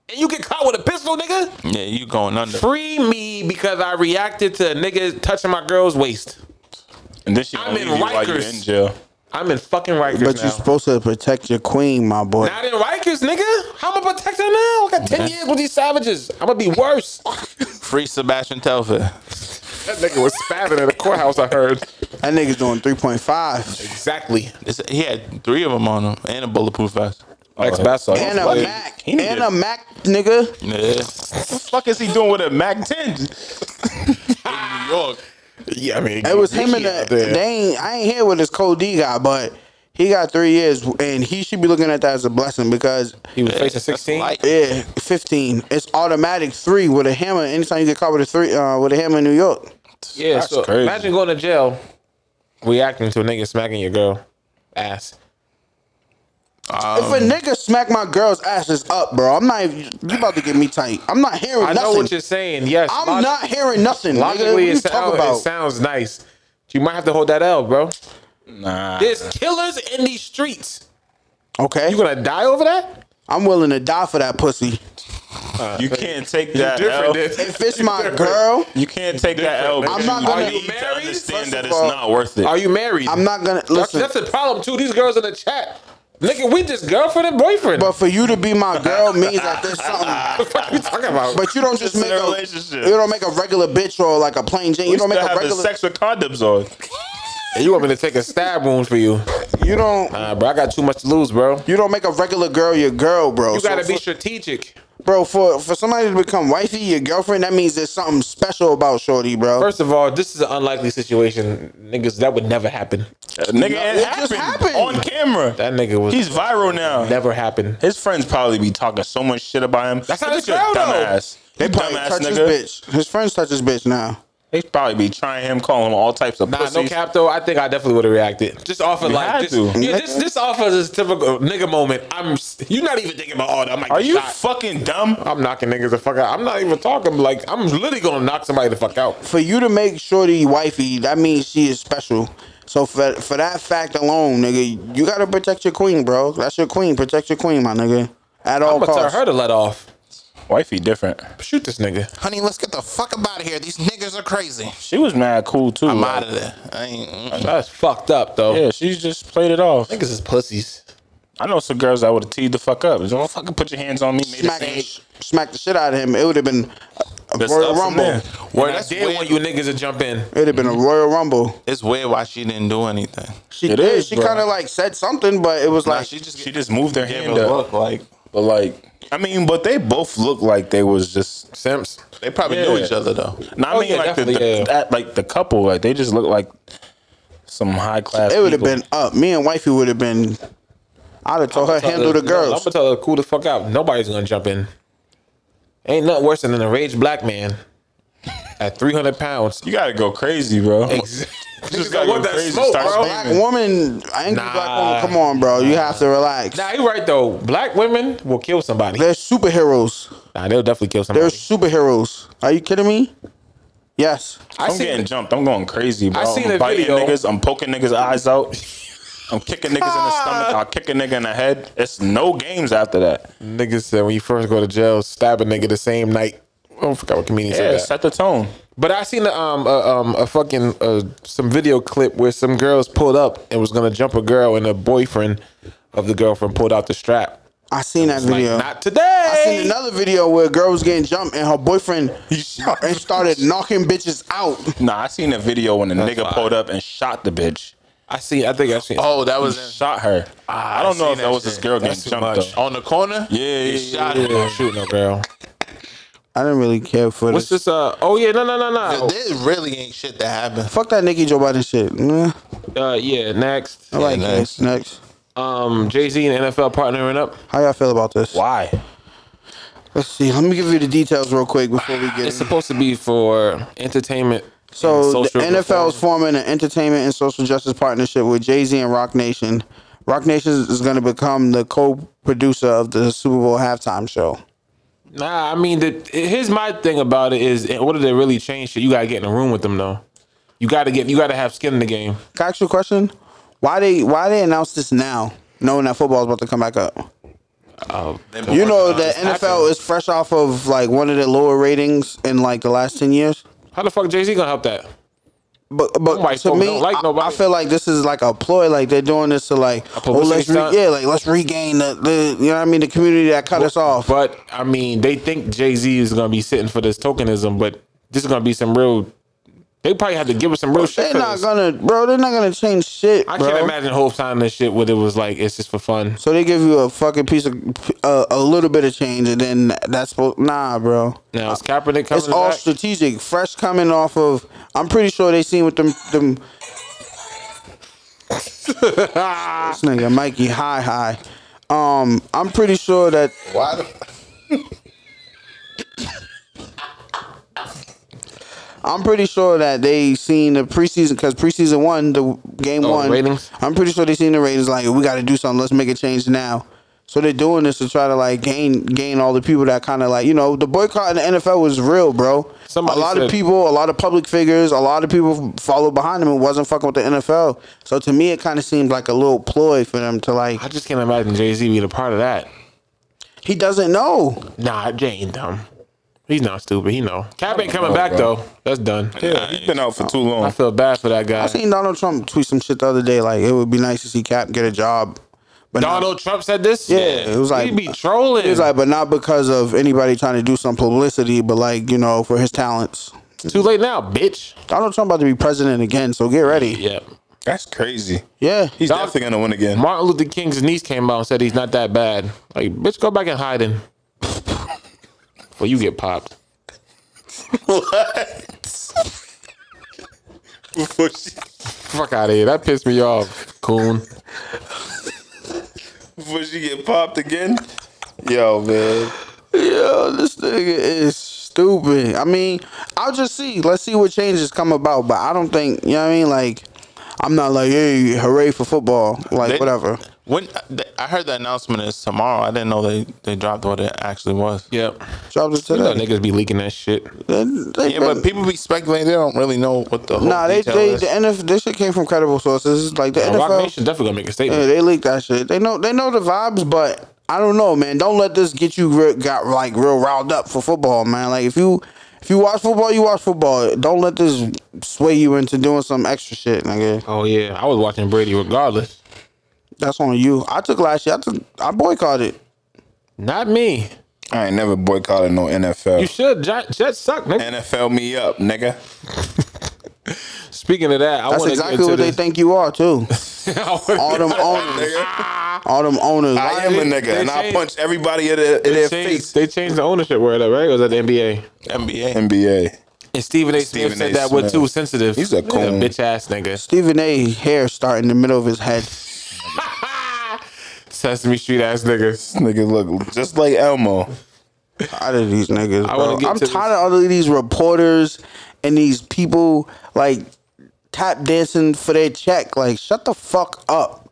S5: and you get caught with a pistol, nigga,
S6: yeah, you going under.
S5: free me because I reacted to a nigga touching my girl's waist.
S7: And then she gonna
S5: I'm
S7: leave
S5: in
S7: you while you're
S5: Rikers.
S7: in jail.
S5: I'm in fucking Rikers
S1: But
S5: now.
S1: you're supposed to protect your queen, my boy.
S5: Not in Rikers, nigga. How am I protect her now? I got 10 years with these savages. I'm gonna be worse.
S6: Free Sebastian Telfair.
S5: That nigga was spabbing in the courthouse, I heard.
S1: That nigga's doing 3.5
S5: Exactly.
S6: It's, he had three of them on him and a bulletproof vest.
S7: Ex
S5: basketball.
S1: and a
S7: What?
S1: Mac
S7: He need
S1: and
S7: to-
S1: a Mac, nigga.
S6: Yeah,
S7: What the fuck is he doing with a Mac 10?
S6: New York.
S5: Yeah, I mean,
S1: It was him and the. They ain't, I ain't here with this Cole D guy, but he got three years, and he should be looking at that as a blessing because
S5: He was facing 16.
S6: Like,
S1: yeah, 15. It's automatic three with a hammer. Anytime you get caught with a three uh, with a hammer in New York,
S5: Yeah, so
S7: crazy.
S5: imagine going to jail, reacting to a nigga smacking your girl ass. Um,
S1: if a nigga smack my girl's ass, it's up, bro. I'm not. even- You about to get me tight. I'm not hearing
S5: I
S1: nothing.
S5: know what you're saying. Yes,
S1: I'm
S5: log-
S1: not hearing nothing. Nigga. What
S5: Logically,
S1: you
S5: it, sound,
S1: talking
S5: it
S1: about?
S5: sounds nice. You might have to hold that L, bro.
S7: Nah.
S5: There's killers in these streets.
S1: Okay,
S5: You gonna die over that?
S1: I'm willing to die for that pussy.
S7: You can't take that L.
S5: than-
S1: If it's my girl,
S7: You can't take that L.
S1: I'm
S7: because
S1: not
S7: you
S1: gonna-
S7: need
S5: Are you
S7: to
S5: married?
S7: understand
S1: First
S7: that
S1: of
S7: it's
S1: all-
S7: not worth it.
S5: Are you married?
S1: I'm not gonna
S5: That's,
S1: listen.
S5: that's the problem too. These girls in the chat, nigga, we just girlfriend and boyfriend.
S1: But for you to be my girl means that there's
S5: what
S1: something.
S5: the fuck are you talking about?
S1: But you don't just
S7: It's
S1: make
S7: in
S1: a
S7: a relationship.
S1: You don't make a regular bitch or like a plain Jane. You
S7: you
S1: don't
S7: don't
S1: make a
S7: have the
S1: regular.
S7: sex with condoms on.
S5: you want me to take a stab wound for you?
S1: You don't.
S5: Nah, bro, I got too much to lose, bro.
S1: You don't make a regular girl your girl, bro.
S5: You
S1: So
S5: gotta be
S1: for-
S5: strategic.
S1: bro. For for somebody to become wifey, your girlfriend, that means there's something special about shorty, bro.
S5: First of all, this is an unlikely situation, niggas. That would never happen.
S7: Nigga, it,
S1: it
S7: happened
S1: just happened.
S7: on camera.
S5: That nigga was
S7: He's viral now.
S5: never happened.
S7: His friends probably be talking so much shit about him. That's
S5: not his
S7: your
S5: girl, though.
S7: dumbass.
S1: they
S7: You
S1: probably
S7: dumbass
S1: touch
S7: nigga.
S1: his bitch. His friends touch his bitch now.
S7: They probably be trying him, calling him all types of
S5: Nah,
S7: pussies.
S5: no cap though. I think I definitely would have reacted. Just off of
S7: You
S5: like
S7: had
S5: this,
S7: to.
S5: yeah, this this off of this typical nigga moment. I'm s- you not even thinking about all that. I'm like,
S7: Are you
S5: shot.
S7: fucking dumb?
S5: I'm knocking niggas the fuck out. I'm not even talking. Like I'm literally gonna knock somebody the fuck out.
S1: For you to make shorty wifey, that means she is special. So for for that fact alone, nigga, you gotta protect your queen, bro. That's your queen. Protect your queen, my nigga. At all
S5: I'm gonna tell
S1: costs.
S5: her to let off.
S7: Wifey different.
S5: Shoot this nigga.
S6: Honey, let's get the fuck up out of here. These niggas are crazy.
S7: She was mad cool too.
S6: I'm
S7: like-
S6: out of there. I ain't. mm.
S5: That's fucked up though.
S7: Yeah, she just played it off.
S5: Niggas is pussies.
S7: I know some girls that would have teed the fuck up. Don't fucking put your hands on me. Made
S1: smack,
S7: it
S1: the,
S7: seem-
S1: sh- smack the shit out of him. It would have been a
S7: That's
S1: Royal
S7: up from
S1: Rumble.
S7: there.
S1: It
S6: Word,
S5: I
S6: that's
S5: did want
S6: weird.
S5: you niggas to jump in.
S1: would have been a Royal Rumble.
S6: it's weird why she didn't do anything.
S1: She
S7: It
S1: did.
S7: is,
S1: she
S7: bro.
S1: kind of like said something, but it was
S6: Nah,
S1: like
S6: she just
S7: She just moved her
S6: gave
S7: hand
S6: him a
S7: up.
S6: look like
S7: But like, I mean, but they both look like they was just.
S5: Simps.
S6: they probably
S7: Yeah.
S6: knew each other though.
S7: Nah, I
S5: Oh,
S7: mean,
S5: yeah,
S7: like the, the
S5: definitely, yeah.
S7: that, like the couple, like they just look like some high class.
S1: it would have
S7: people.
S1: been up. Me and wifey would have been. I'd have told her handle the
S5: Uh, I'm
S1: girls.
S5: gonna tell her cool the fuck out. Nobody's gonna jump in. Ain't nothing worse than an enraged black man at 300 pounds.
S7: You gotta go crazy, bro.
S5: Niggas don't want that smoke,
S7: start
S5: bro.
S1: black
S7: screaming.
S1: woman, angry black
S5: Nah.
S1: woman. Come on, bro. You have to relax.
S5: Nah, you right though. Black women will kill somebody.
S1: They're superheroes.
S5: Nah, they'll definitely kill somebody.
S1: They're superheroes. Are you kidding me? Yes.
S5: I
S7: I'm
S5: seen
S7: getting jumped. I'm going crazy, bro.
S5: I seen
S7: I'm
S5: a
S7: biting
S5: video.
S7: niggas. I'm poking niggas' eyes out. I'm kicking niggas in the stomach. I'll kick a nigga in the head. It's no games after that.
S5: niggas said when you first go to jail, stab a nigga the same night. I forgot what comedian
S7: Yeah,
S5: said that.
S7: set the tone.
S5: But I seen a, um a, um a fucking uh, some video clip where some girls pulled up and was gonna jump a girl and the boyfriend of the girlfriend pulled out the strap.
S1: I seen that
S5: Like,
S1: video.
S5: not today.
S1: I seen another video where a girl was getting jumped and her boyfriend and started knocking bitches out.
S7: Nah, I seen a video when a nigga
S5: fine.
S7: pulled up and shot the bitch.
S5: I seen. I think I seen.
S6: Oh, that
S7: He
S6: was in,
S7: shot her. I don't know
S6: seen
S7: if
S6: that
S7: that
S6: shit.
S7: was this girl
S5: That's
S7: getting
S5: too
S7: jumped
S5: much.
S7: though.
S6: on the corner.
S7: Yeah, yeah,
S6: He
S7: yeah,
S6: shot
S7: yeah.
S6: him.
S5: Don't shoot no girl.
S1: I didn't really care for
S5: What's
S1: this.
S5: this? Uh. Oh yeah. No. No. No. No.
S6: There really ain't shit that happened.
S1: Fuck that Nicki Joe Biden shit. Nah,
S5: Uh. Yeah. Next.
S1: I like
S6: nice.
S1: this. Next.
S5: Um. Jay Z and NFL partnering up.
S1: How y'all feel about this?
S7: Why?
S1: Let's see. Let me give you the details real quick before we get
S5: It's
S1: in.
S5: supposed to be for entertainment. and
S1: So the
S5: social
S1: NFL
S5: reform.
S1: is forming an entertainment and social justice partnership with Jay Z and Rock Nation. Rock Nation is going to become the co-producer of the Super Bowl halftime show.
S5: Nah, I mean, the, here's my thing about it is, eh, in order to really change shit, you gotta get in a room with them though. You gotta get, you gotta have skin in the game.
S1: Can I ask you a question? Why they Why they announce this now, knowing that football is about to come back up? You know the NFL is fresh off of like one of the lower ratings in like the last ten years.
S5: How the fuck Jay Z gonna help that?
S1: But but
S5: Nobody
S1: to
S5: fucking
S1: me,
S5: don't like
S1: I- I,
S5: nobody.
S1: feel like this is like a ploy. Like they're doing this to like, oh,
S5: publicity
S1: let's re-
S5: stunt?
S1: yeah, like let's regain the, the you know what I mean the community that cut us off.
S5: But I mean, they think Jay Z is gonna be sitting for this tokenism, but this is gonna be some real. They probably had to give us some real shit.
S1: They're
S5: For
S1: not
S5: this.
S1: gonna, bro. They're not gonna change shit,
S5: I
S1: bro.
S5: can't imagine whole time this shit where it was like it's just for fun.
S1: So they give you a fucking piece of uh, a little bit of change, and then that's supposed nah, bro.
S5: Now is Kaepernick coming
S1: Uh, It's all
S5: back?
S1: strategic. Fresh coming off of. I'm pretty sure they seen with them them. this nigga Mikey high high. Um, I'm pretty sure that
S6: Why the?
S1: I'm pretty sure that they seen the preseason because preseason one, the game
S5: Oh,
S1: one
S5: ratings?
S1: I'm pretty sure they seen the ratings. Like we got to do something. Let's make a change now. So they're doing this to try to like gain gain all the people that kind of like you know the boycott in the NFL was real, bro.
S5: Somebody
S1: a lot
S5: said-
S1: of people, a lot of public figures, a lot of people followed behind them and wasn't fucking with the NFL. So to me, it kind of seemed like a little ploy for them to like.
S5: I just can't imagine Jay Z being a part of that.
S1: He doesn't know.
S5: Nah, Jay ain't dumb. He's not stupid. He know. Cap ain't coming back though. That's done.
S7: Yeah, he's been out for too
S5: I
S7: long.
S5: feel bad for that guy.
S1: I seen Donald Trump tweet some shit the other day. Like it would be nice to see Cap get a job, but not-
S5: Donald Trump said this.
S1: Yeah, it was like-
S5: he be trolling.
S1: It's like, but not because of anybody trying to do some publicity, but like you know, for his talents.
S5: Too late now, bitch.
S1: Donald Trump about to be president again, so get ready.
S5: Yeah.
S7: That's crazy.
S1: Yeah.
S7: He's definitely gonna win again.
S5: Martin Luther King's niece came out and said he's not that bad. Like, bitch, go back and hide in. Well, you get popped.
S7: Before she,
S5: Fuck out of here. That pissed me off, coon.
S7: before she get popped again. Yo, man.
S1: Yo, this nigga is stupid. I mean, I'll just see. Let's see what changes come about. But I don't think you know what I mean. Like, I'm not like, hey, hooray for football. Like,
S6: They-
S1: whatever.
S6: When I heard the announcement is tomorrow, I didn't know they, they dropped what it actually was.
S5: Yep.
S1: Dropped it
S5: You know
S1: today.
S5: niggas be leaking that shit.
S1: They- they
S6: Yeah,
S1: been-
S6: but people be speculating. They don't really know what the whole
S1: Nah, they
S6: detail
S1: they
S6: is.
S1: the NFL. This shit came from credible sources. Like the
S5: Rock
S1: NFL.
S5: Nation definitely gonna make a statement.
S1: Yeah, they leaked that shit. They know they know the vibes, but I don't know, man. Don't let this get you re- got like real riled up for football, man. Like if you if you watch football, you watch football. Don't let this sway you into doing some extra shit, nigga.
S5: Oh yeah, I was watching Brady regardless.
S1: That's on you. I took last year. I took I boycotted.
S5: Not me.
S7: I ain't never boycotted no NFL.
S5: You should. Jet, Jets suck, nigga.
S7: NFL me up, nigga.
S5: Speaking of that, I
S1: That's
S5: want to
S1: exactly what they think you are too. All them owners. All them owners.
S7: I am a nigga,
S5: they
S7: and I
S5: changed-
S7: punch everybody in their, in
S5: They
S7: their face.
S5: changed, they changed the ownership word up, right? It was at the NBA.
S6: NBA.
S7: NBA.
S5: And Stephen A. Smith
S7: Stephen
S5: said
S7: A.
S5: that we're
S7: Smith.
S5: too sensitive.
S7: He's a coon.
S5: bitch ass nigga.
S1: Stephen A. hair start in the middle of his head.
S5: Sesame Street ass niggas.
S7: This nigga look just like Elmo.
S1: out of these niggas.
S5: I wanna
S1: bro.
S5: get
S1: I'm
S5: to this-
S1: tired of all of these reporters and these people like tap dancing for their check. Like, shut the fuck up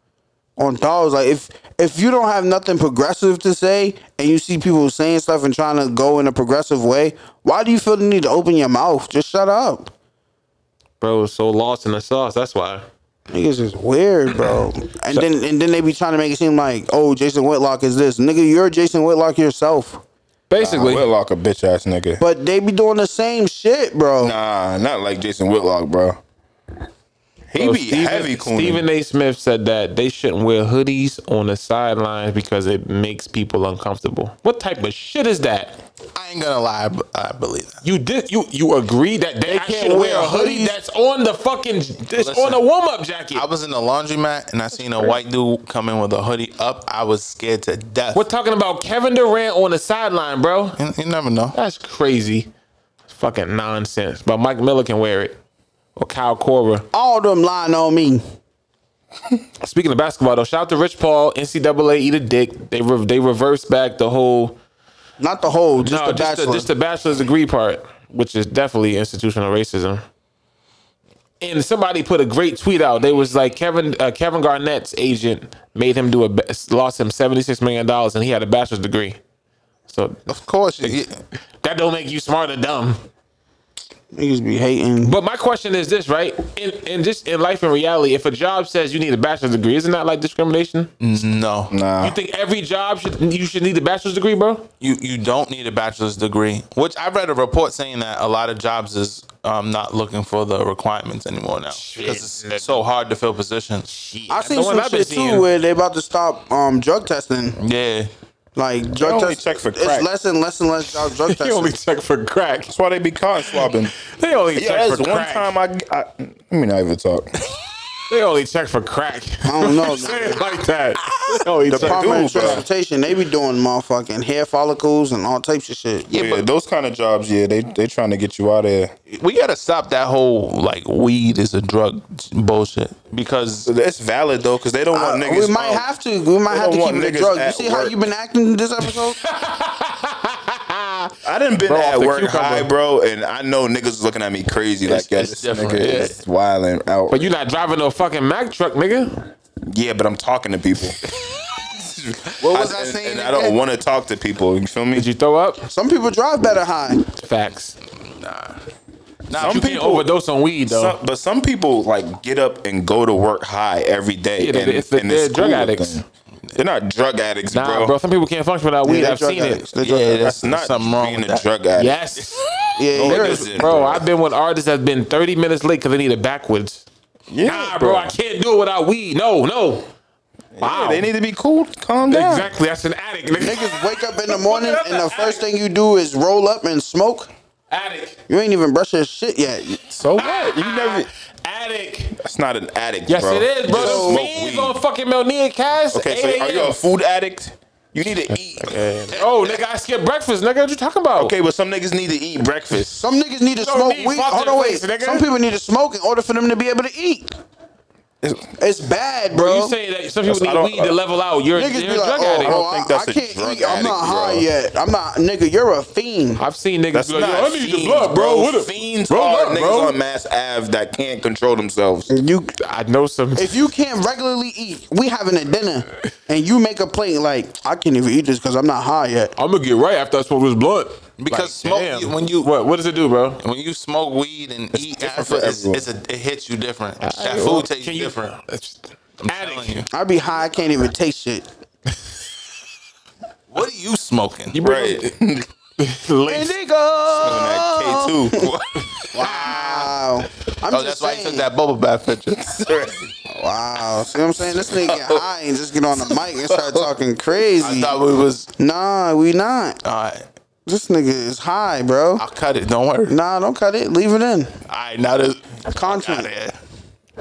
S1: on dogs. Like, if if you don't have nothing progressive to say and you see people saying stuff and trying to go in a progressive way, why do you feel the need to open your mouth? Just shut up.
S5: Bro was so lost in the sauce. That's why.
S1: Niggas is weird, bro. And then and then they be trying to make it seem like, oh, Jason Whitlock is this. Nigga, you're Jason Whitlock yourself.
S5: Basically,
S7: Whitlock a bitch ass nigga.
S1: But they be doing the same shit, bro.
S7: Nah, not like Jason Whitlock, bro. He
S6: Oh,
S5: bro,
S7: be heavy cooning.
S5: Stephen A. Smith said that they shouldn't wear hoodies on the sidelines because it makes people uncomfortable. What type of shit is that?
S6: I ain't gonna lie, but I believe that.
S5: You did you you agree that they,
S1: can't
S5: can't wear a
S1: wear
S5: hoodie
S1: hoodies?
S5: that's on the fucking that's
S6: Listen.
S5: on a warm up jacket.
S6: I was in the laundromat and I seen a white dude come in with a hoodie up. I was scared to death.
S5: We're talking about Kevin Durant on the sideline, bro.
S6: You, you never know.
S5: That's crazy. It's fucking nonsense. But Mike Miller can wear it. Or Kyle Korver.
S1: All them lying on me.
S5: Speaking of basketball, though, shout out to Rich Paul, NCAA eat a dick. They re- they reversed back the whole
S1: Not the whole, just
S5: no,
S1: the
S5: just, the,
S1: bachelor.
S5: just the bachelor's degree part, which is definitely institutional racism. And somebody put a great tweet out. They was like Kevin uh, Kevin Garnett's agent made him do a ba- lost him seventy six million dollars, and he had a bachelor's degree. So
S6: Of course, you, you-
S5: that don't make you smart or dumb.
S1: Niggas be hating.
S5: But my question is this, right? In in just in life and reality, if a job says you need a bachelor's degree, isn't that like discrimination?
S6: no,
S7: nah,
S5: You think every job should you should need a bachelor's degree, bro?
S6: you you don't need a bachelor's degree. Which I read a report saying that a lot of jobs is um, not looking for the requirements anymore now because it's so hard to fill positions.
S1: I
S5: the
S1: seen
S5: one
S1: some
S5: I've been
S1: shit
S5: seeing.
S1: too where they about to stop um drug testing.
S6: Yeah,
S1: Like drug
S7: only
S1: testing.
S7: check for crack.
S1: It's less and less and less drug, drug testing.
S5: check for crack.
S7: that's why they be cotton swapping.
S5: They only
S7: Yeah, that's one time I, I. Let me not even talk.
S5: They only check for crack.
S1: I don't know.
S5: Say it like that. They only check-
S1: Department of
S7: Dude, bro.
S1: Transportation, they be doing motherfucking hair follicles and all types of shit.
S7: Yeah, but those kind of jobs, yeah, they they trying to get you out of there.
S6: we gotta stop that whole like weed is a drug bullshit because
S7: So that's valid though, because they don't want
S1: Uh,
S7: niggas.
S1: we might
S7: out.
S1: have to. We might
S7: They
S1: have to keep
S7: don't want
S1: it a
S7: niggas
S1: drug. You
S7: at
S1: see how
S7: work.
S1: you been acting this episode?
S7: I done been
S5: Bro, off
S7: at
S5: the
S7: work
S5: cucumber.
S7: high, bro, and I know niggas looking at me crazy like, yo,
S6: it's
S7: this
S6: different,
S7: nigga
S6: yeah.
S7: is wilding out.
S5: But you're not driving no fucking Mack truck, nigga.
S7: yeah, but I'm talking to people. what
S6: was I saying
S7: And I don't
S6: again?
S7: want to talk to people. You feel me?
S5: Did you throw up?
S1: Some people drive better high.
S5: Facts.
S6: nah,
S5: You
S6: you
S5: can't
S6: can't-
S5: overdose on weed though.
S7: Some, but some people like get up and go to work high every day.
S5: Yeah, they-
S7: and,
S5: it's the-
S7: and
S5: they're
S7: cool
S5: drug
S7: with
S5: addicts.
S7: them. They're not drug addicts,
S5: nah, bro.
S7: bro.
S5: Some people can't function without weed.
S1: they
S5: I've
S1: drug
S5: seen
S1: addicts.
S5: it.
S1: They drug
S6: yeah,
S1: addicts.
S6: that's,
S7: That's not
S6: something wrong
S7: being
S6: with
S7: a
S6: that.
S7: drug addict.
S5: Yes.
S1: Yeah,
S7: No, it
S1: you're-
S7: isn't,
S5: Bro, I've been with artists that's been 30 minutes late because they need it backwards.
S7: Yeah,
S5: Nah, bro, I can't do it without weed. No, no. Wow.
S7: They need to be cool. Calm down.
S5: exactly. That's an addict. nigga.
S1: niggas wake up in the morning and the first thing you do is roll up and smoke.
S5: Attic.
S1: You ain't even brush your shit yet.
S7: So what? You never.
S5: Attic.
S6: That's not an Ah, addict,
S5: Yes,
S6: bro.
S5: it is, bro.
S6: Just
S5: Those
S6: smoke
S5: fiends
S6: weed.
S5: on fucking Melnia Cass.
S6: Okay, so are you a food addict? You need to eat.
S5: Oh, nigga, I skipped breakfast. Nigga, what you talking about?
S6: Okay, but some niggas need to eat breakfast.
S1: Some niggas need to
S5: don't
S1: smoke
S5: need
S1: weed.
S5: fucking
S1: Hold on, wait.
S5: face, nigga.
S1: Some people need to smoke in order for them to be able to eat. It's bad, bro.
S5: You saying that some people
S6: I
S5: need
S6: don't-
S5: weed to level out. You're, you're a
S1: Niggas be like,
S5: drug
S1: oh,
S5: addict.
S1: oh, I,
S6: I don't think that's
S1: I
S6: a
S1: can't
S6: drug
S1: eat. I'm not
S6: addict,
S1: high
S6: bro.
S1: yet. I'm not, nigga. You're a fiend.
S5: I've seen niggas
S6: That's
S5: be like,
S6: not
S5: Yo, I need
S6: fiends,
S5: the blood, bro. What the-
S6: Fiends
S5: roll
S6: are
S5: up,
S6: niggas
S5: bro.
S6: on Mass Ave that can't control themselves.
S1: You,
S5: I know some.
S1: if you can't regularly eat, we having a dinner, and you make a plate like I can't even eat this because I'm not high yet.
S5: I'm gonna get right after I smoke this blunt.
S6: Because smoke, you- when you-
S5: what what does it do, bro?
S6: When you smoke weed and eat, after,
S7: for
S6: it's,
S7: everyone.
S6: it's a, it hits you different. that food tastes different. I'm telling you.
S1: I be high. I can't even taste shit.
S6: What are you smoking? You
S7: Right.
S6: that K two.
S1: Wow. I'm
S6: oh,
S1: just
S6: that's why
S1: saying.
S6: he took that bubble bath picture.
S1: Wow. See what I'm saying? This nigga get high and just get on the mic and start talking crazy.
S6: I thought we was.
S1: Nah, we not.
S6: All right,
S1: This nigga is high, bro.
S6: I'll cut it. Don't worry. All
S1: Nah, don't cut it. Leave it in.
S6: right, now this.
S1: Content.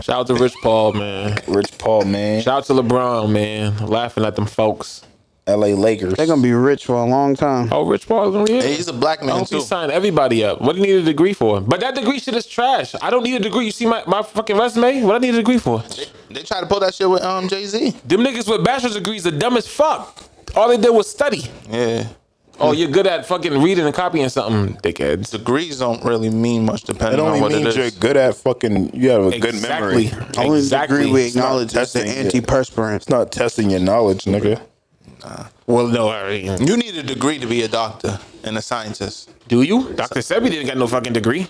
S5: Shout out to Rich Paul, man.
S7: Rich Paul, man.
S5: Shout out to LeBron, man. laughing at them folks.
S7: L.A. Lakers.
S1: They're gonna be rich for a long time.
S5: Oh, Rich Paul's gonna be.
S6: Hey, he's a black
S5: I
S6: man
S5: hope he
S6: too.
S5: signed everybody up. What do you need a degree for? But that degree shit is trash. I don't need a degree. You see my, my fucking resume? What I need a degree for?
S6: They try to pull that shit with um Jay Z.
S5: Them niggas with bachelor's degrees are dumb as fuck. All they did was study.
S6: Yeah,
S5: Oh, you're good at fucking reading and copying something, dickheads.
S6: degrees don't really mean much
S7: It
S6: depending on
S7: only
S6: what
S7: means
S6: it
S7: you're
S6: is.
S7: good at fucking. You have a good memory. It's
S5: Exactly.
S1: Only degree we
S5: Exactly.
S1: acknowledge is the
S7: testing yet.
S1: antiperspirant.
S7: not testing your knowledge, nigga.
S5: Well, no, I mean,
S6: You need a degree to be a doctor and a scientist.
S5: do you? Dr. Sebi didn't got no fucking degree.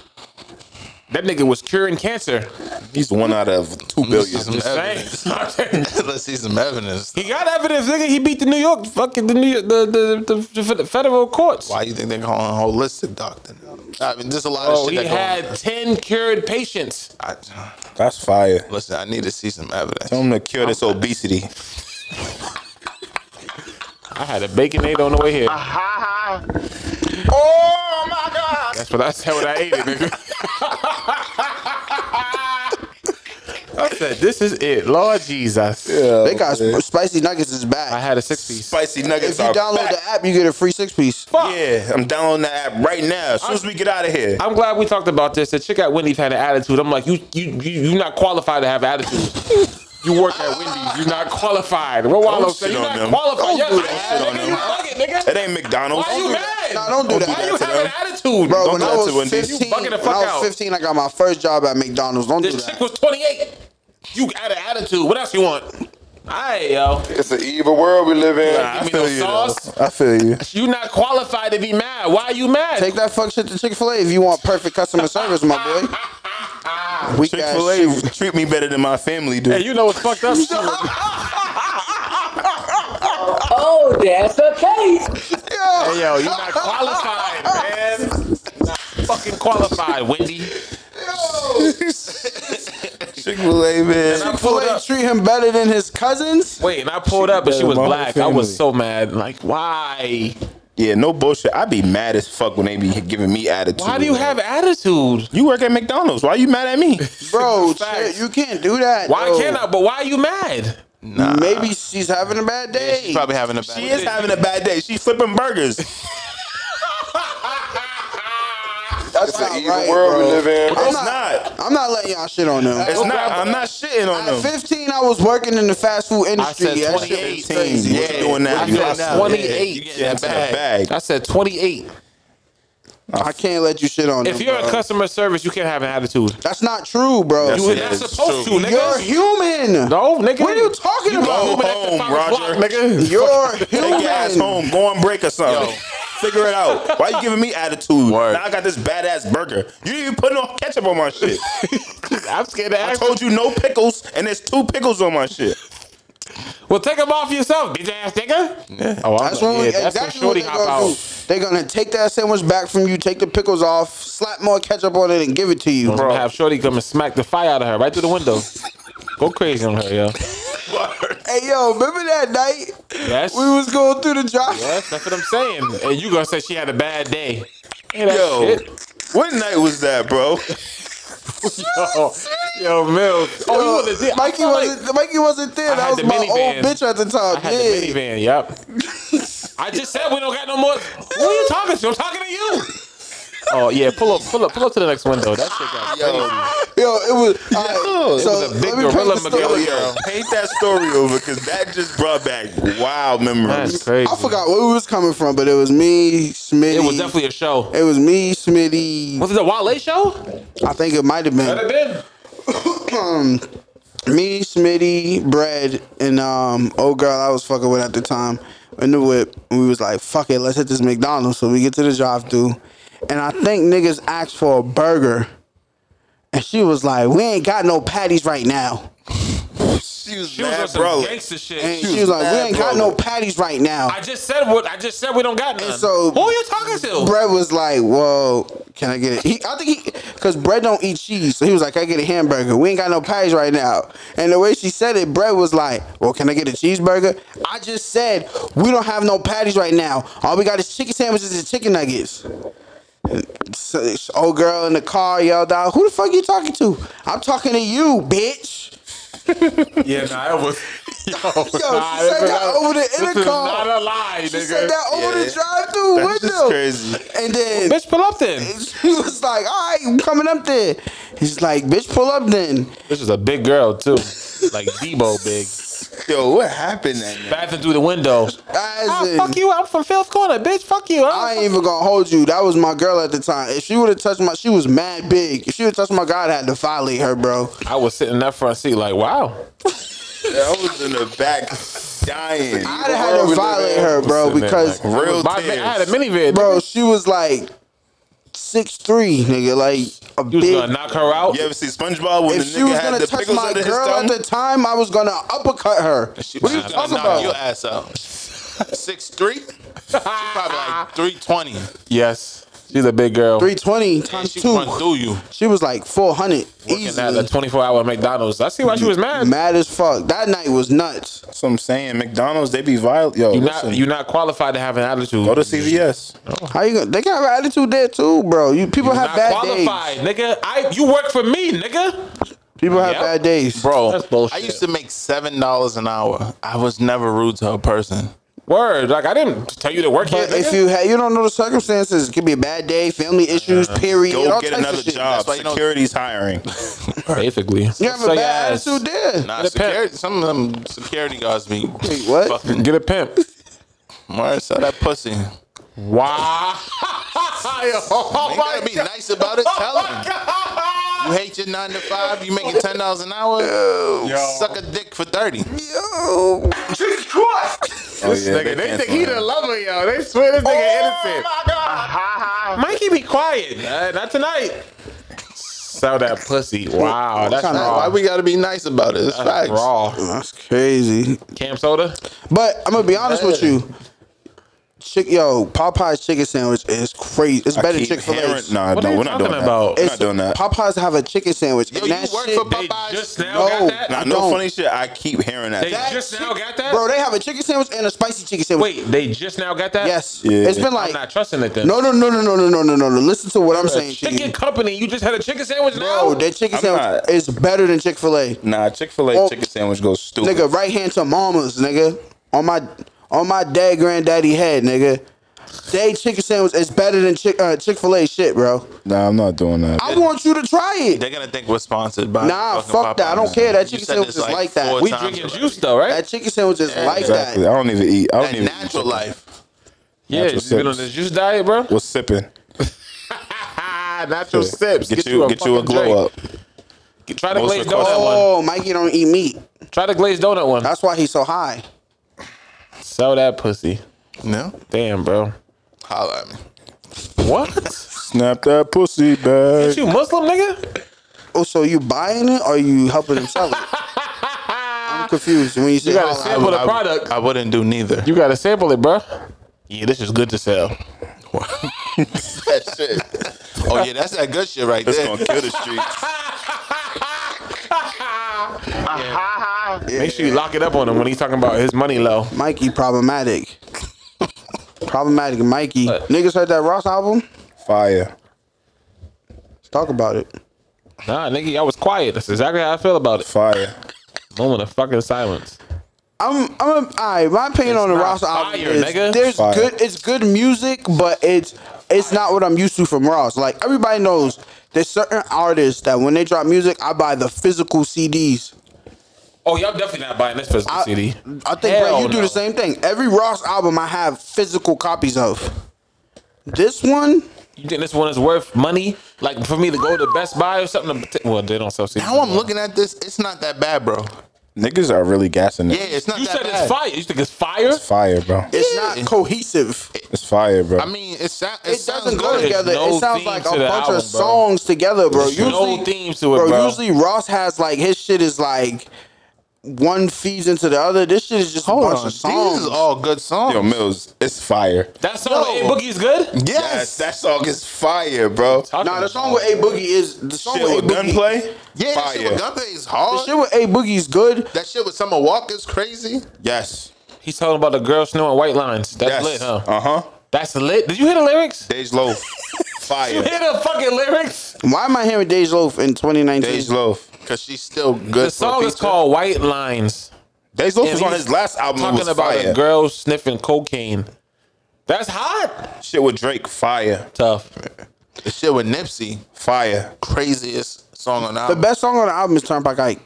S5: That nigga was curing cancer.
S7: He's one out of two billion.
S6: Some evidence.
S5: Saying.
S6: Let's see some evidence.
S5: He got evidence, nigga. He beat the New York, fucking the New York, the the, the, the, federal courts.
S6: Why you think they're calling a holistic doctor? I mean, there's a lot
S5: Oh,
S6: of
S5: he
S6: shit that
S5: had ten cured patients.
S6: goes on. I-
S7: That's fire.
S6: Listen, I need to see some evidence.
S7: Tell him to cure this obesity.
S5: I had a baconade on the way here.
S6: Oh my God!
S5: That's what I said when I ate it, nigga. I said, this is it, Lord Jesus.
S1: They got sp- spicy nuggets is back.
S5: I had a six piece.
S6: Spicy nuggets
S1: if you
S6: are
S1: download
S6: back.
S1: the app, you get a free six piece.
S6: Yeah, I'm downloading the app right now. As soon as we get out of here,
S5: I'm glad we talked about this. The chick at Wendy's had an attitude. I'm like, you you you you're not qualified to have attitude. You work at Wendy's. You're not qualified. What Wallow
S6: Don't
S5: said,
S6: shit
S5: you're
S6: on
S5: not
S6: them.
S5: qualified.
S6: Don't
S5: Yes,
S6: do
S5: I
S6: that
S5: am,
S6: shit on
S5: nigga.
S6: them.
S5: You fuck it, nigga.
S6: it ain't McDonald's.
S5: Why you mad?
S1: Nah, don't do
S5: Why
S1: that
S5: you
S1: to
S5: having
S1: them. Bro,
S5: attitude, bro?
S1: when
S6: do
S1: I
S6: that
S1: was
S6: to Wendy's. You
S1: 15,
S5: bugging the
S1: when
S5: fuck
S1: I was
S5: out.
S1: 15, I got my first job at McDonald's. Don't do
S5: This
S1: that.
S5: chick was 28. You got an attitude. What else you want? Alright, yo.
S8: It's an evil world we live in.
S5: Give me no sauce.
S7: I feel you.
S5: You not qualified to be mad. Why are you mad?
S1: Take that fuck shit to Chick Fil A if you want perfect customer service, my boy. Weak
S6: Chick
S1: ass
S6: Fil
S1: shit.
S6: A treat me better than my family do.
S5: Hey, Ah, you know what's fucked up?
S10: Oh, that's okay.
S5: hey, yo, you not qualified, man. Not fucking qualified, Wendy.
S6: Chick Fil A, man.
S5: I
S1: Chick Fil
S5: pulled
S1: A
S5: up.
S1: treat him better than his cousins.
S5: Wait, and I pulled up, and she was
S7: better
S5: black. I
S7: than my
S5: was so
S7: family.
S5: mad. Like, why?
S6: Yeah, no bullshit. I be mad as fuck when they be giving me attitude.
S5: Why do you have attitude?
S6: You work at McDonald's. Why you mad at me?
S1: Bro,
S5: Facts.
S1: shit, you can't do that.
S5: Why
S1: yo.
S5: can't I? But why are you mad?
S6: Nah.
S1: Maybe she's having a bad day.
S6: She's probably having a bad
S5: She
S6: day.
S5: is having
S6: a bad day. She's flipping burgers.
S1: That's
S8: It's
S1: not
S8: an evil
S1: right,
S8: world
S1: bro.
S8: we live in.
S1: I'm
S6: It's not.
S1: I'm not letting y'all shit on them.
S6: It's not. I'm not shitting
S1: At
S6: on them.
S1: 15, I was working in the fast food industry.
S5: said
S1: That shit was
S5: 28,
S1: crazy.
S6: Yeah,
S1: Yeah.
S6: doing that.
S5: I
S6: You
S5: said
S6: out now.
S5: 28.
S6: Yeah, you getting that bag.
S5: I said 28.
S1: I can't let you shit on them.
S5: If you're in
S1: bro.
S5: customer service, you can't have an attitude.
S1: That's not true, bro.
S6: That's
S1: you,
S5: You're
S6: Yeah,
S5: not
S6: it's
S5: supposed
S6: true.
S5: to, nigga.
S1: are human.
S5: no, nigga.
S1: What are you talking
S5: You
S1: about?
S5: go
S6: Go
S5: home at the
S6: home,
S5: five o'clock,
S6: Roger.
S5: nigga.
S1: You're
S6: Take your ass
S1: human.
S6: home. Go on break or something. Figure it out. Why you giving me attitude? Now I got this badass burger. You didn't even put no ketchup on my shit.
S5: I'm scared to
S6: I
S5: ask.
S6: told you no pickles, and there's two pickles on my shit.
S5: Well, take them off yourself, bitch ass nigga. Oh, I'm
S1: That's when we,
S5: yeah, that's when
S1: exactly what
S5: Shorty
S1: they're
S5: hop
S1: gonna do.
S5: out.
S1: They're gonna take that sandwich back from you, take the pickles off, slap more ketchup on it, and give it to you.
S5: Bro. Have Shorty come and smack the fire out of her right through the window. Go crazy on her, yo.
S1: Hey yo, remember that night
S5: Yes.
S1: we was going through the drive?
S5: Yes, that's what I'm saying. And you gonna say she had a bad day. Hey, that
S6: Yo.
S5: shit.
S6: What night was that, bro?
S5: yo, yo, Mill. Oh, you was there.
S1: Mikey
S5: I was like-
S1: wasn't. Mikey wasn't there.
S5: I
S1: That
S5: had
S1: was
S5: the
S1: my old
S5: minivan.
S1: bitch at the time.
S5: I had
S1: yeah.
S5: the minivan. Yep. I just said we don't got no more. Who are you talking to? I'm talking to you. Oh yeah, pull up, pull up, pull up to the next window. That shit got
S1: Yo, it was. all right, so
S5: was a big
S1: let me paint
S5: gorilla
S1: the story.
S5: Miguel.
S6: Yo, paint that story over because that just brought back wow memories.
S5: that's crazy.
S1: I forgot where we was coming from, but it was me, Smitty.
S5: It was definitely a show.
S1: It was me, Smitty.
S5: Was it the Wale show?
S1: I think it might have been um,
S5: been.
S1: me, Smitty, Bread, and um, old girl I was fucking with at the time in the whip. And we was like, fuck it, let's hit this McDonald's. So we get to the drive through, and I think niggas asked for a burger, and she was like, we ain't got no patties right now.
S6: She was
S5: She was on
S6: mad,
S5: some
S6: bro.
S5: gangster shit.
S1: And she was like, we ain't got no patties right now.
S5: I just said what I just said. We don't got none.
S1: so-
S5: Who are you talking to?
S1: Brett was like, "Whoa, can I get it?" He, I think he, cause Brett don't eat cheese, so he was like, "Can "I get a hamburger. We ain't got no patties right now." And the way she said it, Brett was like, "Well, can I get a cheeseburger?" I just said we don't have no patties right now. All we got is chicken sandwiches and chicken nuggets. So, this old girl in the car yelled out, "Who the fuck you talking to?" I'm talking to you, bitch.
S5: yeah, nah, it was. Yo,
S1: Yo, she said that over the
S5: This is
S1: intercom.
S5: not a lie, nigga.
S1: She said that over the
S6: Yeah.
S1: drive-through
S6: That's just
S1: window.
S6: crazy.
S1: And then
S5: Bitch, pull up then.
S1: She was like, "All right, I'm coming up there." He's like, "Bitch, pull up then."
S5: This is a big girl too, like Debo big.
S6: Yo, what happened that night?
S5: Bathing through the window.
S1: As
S5: Ah,
S1: in,
S5: fuck you! I'm from Phil's Corner, bitch. Fuck you!
S1: I
S5: I
S1: ain't even gonna hold you. That was my girl at the time. If she would have touched my, she was mad big. If she would touched my guy, I had to violate her, bro.
S5: I was sitting in that front seat, like, wow.
S6: I was in the back dying.
S1: I'd have had to violate her, bro,
S5: Listen, man,
S1: because
S5: like,
S6: Real
S5: my,
S6: tears.
S5: I had a minivan.
S1: bro, she was like six three, nigga, like a
S5: you was
S1: big.
S5: gonna knock her out.
S6: You ever see SpongeBob when
S1: if
S6: the
S1: she
S6: nigga
S1: was
S6: had
S1: gonna
S6: the
S1: touch
S6: pickles
S1: my
S6: under his
S1: girl
S6: tongue?
S1: at the time, I was gonna uppercut her. What are you
S5: Nah,
S1: talking
S5: nah,
S1: about?
S6: Your ass out. Six three. She probably like three twenty.
S5: Yes, she's a big girl.
S1: Three twenty times
S6: She
S1: two.
S6: run through you.
S1: She was like four hundred
S5: And at
S1: easily.
S5: the 24 hour McDonald's. I see why she was mad.
S1: Mad as fuck. That night was nuts.
S6: That's what I'm saying. McDonald's they be violent. Yo,
S5: You're
S6: listen,
S5: not, you're not qualified to have an attitude.
S6: go to CVS.
S1: How you gonna? They got an attitude there too, bro. You people
S5: You're
S1: have
S5: not
S1: bad
S5: qualified,
S1: days.
S5: nigga. I you work for me, nigga.
S1: People have
S5: Yep.
S1: bad days,
S6: Bro,
S5: That's bullshit.
S6: I used to make seven dollars an hour. I was never rude to a person.
S5: Word, like I didn't tell you to work here.
S1: But if
S5: nigga.
S1: you ha- you don't know the circumstances, it could be a bad day, family issues,
S6: Uh-huh.
S1: period.
S6: Go
S1: all
S6: get
S1: types of
S6: another
S1: shit.
S6: job. That's why you know-
S7: Security's hiring.
S5: basically,
S1: You have a bad attitude there.
S6: Nah,
S5: Get a pimp.
S6: security, some of them security guards be.
S1: Wait, what?
S6: Fucking
S5: Get a pimp.
S6: Mara, sell that pussy. You
S5: Wow. oh
S6: ain't
S5: my
S6: gotta be
S5: God.
S6: nice about it. Tell
S5: Oh my
S6: them.
S5: God.
S6: You hate your nine to five. You making ten dollars an hour. Suck a dick for thirty.
S1: Yo,
S6: Oh,
S5: This nigga, they think he the lover, yo. They swear this nigga innocent.
S6: Oh my god.
S5: Mikey, be quiet. Uh, not tonight. Sell that pussy. Wow, that's
S1: kinda-
S5: raw.
S6: Why we gotta be nice about it? It's
S5: That's
S6: facts.
S5: raw.
S1: that's crazy.
S5: Cam soda.
S1: But I'm gonna be honest with you. Chick, yo, Popeye's chicken sandwich is crazy. It's better than
S6: Keep
S1: Chick Fil
S6: hearing-
S1: A.
S6: Nah,
S5: What
S6: no,
S5: are you
S6: we're not
S5: talking
S6: doing
S5: about?
S6: that. We're not doing that.
S1: Popeyes have a chicken sandwich.
S6: Yo,
S1: and
S6: you
S1: that
S6: work
S1: shit,
S6: for
S5: They
S6: Popeyes?
S5: just now
S1: No.
S5: got
S6: Nah,
S5: that.
S6: no
S1: don't.
S6: funny shit. I keep hearing that.
S5: They just now got that.
S1: bro, they have a chicken sandwich and a spicy chicken sandwich.
S5: Wait, they just now got that.
S1: Yes.
S6: Yeah.
S1: It's been
S5: I'm
S1: like
S5: not trusting it then.
S1: No, no, no, no, no, no, no, no, no, no. Listen to what I'm saying to
S5: chicken
S1: you.
S5: company. You just had a chicken sandwich now.
S1: Bro, that chicken
S6: I'm
S1: sandwich
S6: not-
S1: is better than Chick Fil A.
S6: nah, Chick Fil A
S1: Oh.
S6: chicken sandwich goes stupid.
S1: Nigga, right hand to mama's, nigga. On my on my dad granddaddy head, nigga. They chicken sandwich is better than Chick uh, Chick Fil A shit, bro.
S6: Nah, I'm not doing that.
S1: I want you to try it.
S6: They're gonna think we're sponsored by.
S1: Nah,
S6: fucking
S1: fuck that. I don't
S6: Popeyes.
S1: care. That
S6: You
S1: chicken
S6: said
S1: sandwich
S6: this
S1: is like that.
S6: four
S1: We
S6: times
S5: drinking
S6: already.
S5: juice though, right?
S1: That chicken sandwich is like
S7: Exactly.
S1: that.
S7: I don't even eat. I don't
S6: That
S7: even
S6: natural
S7: eat chicken.
S6: life.
S5: yeah,
S7: Natural
S5: you been on
S7: sips.
S5: this juice diet, bro.
S7: What's sipping?
S5: Ah, natural sips.
S7: Get, you, get you a
S5: fucking
S7: glow
S5: drink.
S7: up.
S5: Try the
S7: Most
S5: glazed donut
S7: requested
S5: one.
S1: Oh, Mikey don't eat meat.
S5: Try the glazed donut one.
S1: That's why he's so high.
S5: Sell that pussy.
S6: No,
S5: Damn, bro.
S6: holla at me.
S5: What?
S7: Snap that pussy back.
S5: you Muslim, nigga?
S1: Oh, so you buying it or you helping him sell it? I'm confused when you say
S5: You gotta
S1: holla at
S5: sample the
S6: I-
S5: product.
S6: I wouldn't do neither.
S5: You gotta sample it, bro. Yeah, this is good to sell.
S6: that shit. Oh yeah, that's that good shit right
S7: It's
S6: there.
S7: gonna kill the streets.
S5: Make sure you lock it up on him when he's talking about his money low.
S1: Mikey problematic. problematic Mikey. Niggas heard that Ross album?
S7: Fire.
S1: Talk about it.
S5: Nah, nigga, I was quiet. That's exactly how I feel about it.
S7: Fire.
S5: Moment of fucking silence.
S1: I'm I'm all right, my opinion on the
S5: not
S1: Ross album
S5: fire,
S1: is
S5: nigga.
S1: there's
S7: Fire.
S1: good it's good music, but it's it's not what I'm used to from Ross. Like everybody knows there's certain artists that when they drop music, I buy the physical CDs.
S5: Oh, y'all definitely not buying this physical
S1: I,
S5: CD.
S1: I think bro,
S5: Hell
S1: you do
S5: no.
S1: the same thing. Every Ross album I have physical copies of. This one,
S5: You think this one is worth money? Like for me to go to Best Buy or something? To, well, they don't sell CDs.
S6: Now I'm looking at this, it's not that bad, bro.
S7: Niggas are really gassing
S6: Yeah,
S7: it.
S6: it's not
S5: You
S6: that
S5: said
S6: bad.
S5: it's fire. You think it's fire?
S7: It's fire, bro.
S1: it's not cohesive.
S7: It's fire, bro.
S6: I mean, it, sound, it,
S1: It
S6: sounds
S1: doesn't go
S6: good.
S1: together.
S5: no
S1: it sounds
S5: theme
S1: like a
S5: to
S1: bunch
S5: the album, bro.
S1: of songs together, bro.
S5: There's
S1: Usually,
S5: no themes to it, bro.
S1: Usually Ross has like his shit is like one feeds into the other. This shit is just
S6: Hold
S1: a bunch
S6: on.
S1: of
S6: These
S1: songs.
S6: is all good songs.
S7: Yo, Mills, it's fire.
S5: That song, A Boogie's good.
S6: yes.
S7: that song is fire, bro.
S5: Talking
S1: nah, the
S5: about-
S1: song with A Boogie is the song
S7: Shit
S1: with A
S7: with
S1: Boogie.
S7: gunplay.
S6: Yeah, that shit
S7: Fire.
S6: with Gunplay is
S1: The
S6: hard.
S1: shit with A Boogie's good.
S6: That shit with Summer Walker's crazy.
S7: Yes.
S5: He's talking about the girl snoring white lines. That's
S7: Yes.
S5: lit, huh?
S7: Uh huh.
S5: That's lit. Did you hear the lyrics?
S7: Dej Loaf.
S5: You
S7: fire.
S5: hear the fucking lyrics?
S1: Why am I hearing Dej Loaf in 2019?
S7: Dej Loaf.
S6: Cause she's still good.
S5: The song
S6: for a
S5: is
S6: feature.
S5: called White Lines.
S7: Dej Loaf
S5: And
S7: was on
S5: he's
S7: his last album. it
S5: Talking
S7: was
S5: about
S7: fire.
S5: a girl sniffing cocaine. That's hot.
S7: Shit with Drake. Fire.
S5: Tough.
S6: The shit with Nipsey,
S7: Fire.
S6: craziest song on the
S1: the
S6: album.
S1: best song on the album is Turnpike Ike.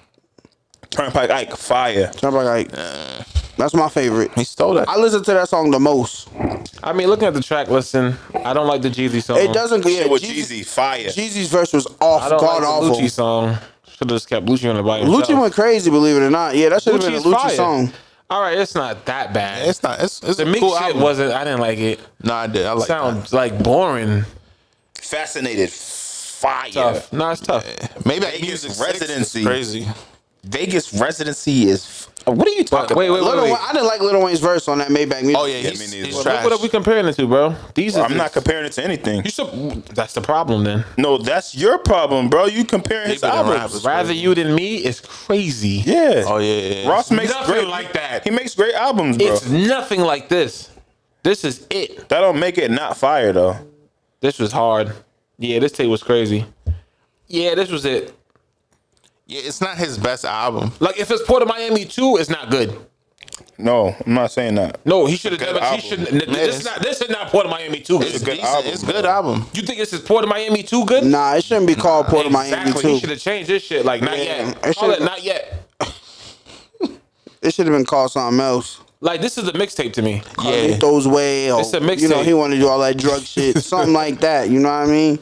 S7: Turnpike Ike. Fire.
S1: Turnpike Ike. That's my favorite.
S6: He stole that.
S1: I listen to that song the most.
S5: I mean, looking at the track, listen, I don't like the Jeezy song.
S1: It doesn't. Yeah,
S7: Shit with
S1: Jeezy-
S7: Jeezy. Fire.
S1: Jeezy's verse was off,
S5: I don't
S1: god
S5: like the
S1: awful.
S5: Lucci song. Should have just kept Lucci on the bike.
S1: Lucci went crazy, believe it or not. Yeah, that should have been a
S5: Lucci's
S1: Lucci
S5: fire.
S1: song.
S5: All right, it's not that bad.
S6: It's not. It's, it's
S5: the
S6: a
S5: mix
S6: cool
S5: shit
S6: album.
S5: wasn't. I didn't like it.
S6: No, I did. I like that.
S5: Sounds like boring.
S7: Fascinated. Fire.
S5: Tough. No, it's tough.
S6: Maybe I
S7: Vegas
S6: music
S7: residency.
S6: Crazy.
S7: Vegas residency is. F- what are you
S5: But
S7: talking
S5: wait, wait,
S7: about?
S5: wait,
S1: Lil
S5: wait.
S1: Wayne- I didn't like Lil Wayne's verse on that Maybach music.
S6: Oh yeah,
S7: Yeah,
S6: he's,
S7: me neither.
S6: he's
S7: Well,
S6: trash.
S5: What are we comparing it to, bro? These. Is
S7: I'm not comparing it to anything.
S5: You should. That's the problem then.
S7: No, that's your problem, bro. You comparing his
S6: been
S7: albums.
S6: rappers.
S5: Rather you than me is crazy.
S7: Yeah.
S6: oh yeah, yeah, yeah.
S7: Ross makes
S5: nothing
S7: great
S5: like that.
S7: He makes great albums, bro.
S5: It's nothing like this. This is it.
S7: that don't make it not fire though.
S5: This was hard. Yeah, this tape was crazy. Yeah, this was it.
S6: yeah, it's not his best album.
S5: Like if it's Port of Miami two, it's not good.
S7: No, I'm not saying that.
S5: No, he should have. He
S7: album.
S5: should. This
S6: it's-
S5: is not. This is not Port of Miami two.
S6: It's
S5: Good.
S7: good
S6: good
S7: album,
S6: album. It's good album.
S5: You think this is Port of Miami two good?
S1: Nah, it shouldn't be called Port of Miami
S5: exactly. He should
S1: too.
S5: have changed this shit. Like not
S1: Yeah, it
S5: yet. Call it
S1: should've-
S5: not yet.
S1: It should have been called something else.
S5: Like this is a mixtape to me.
S1: He
S6: Yeah,
S1: throws way or
S5: It's a mixtape.
S1: you know he wanted to do all that drug shit, something like that. You know what I mean?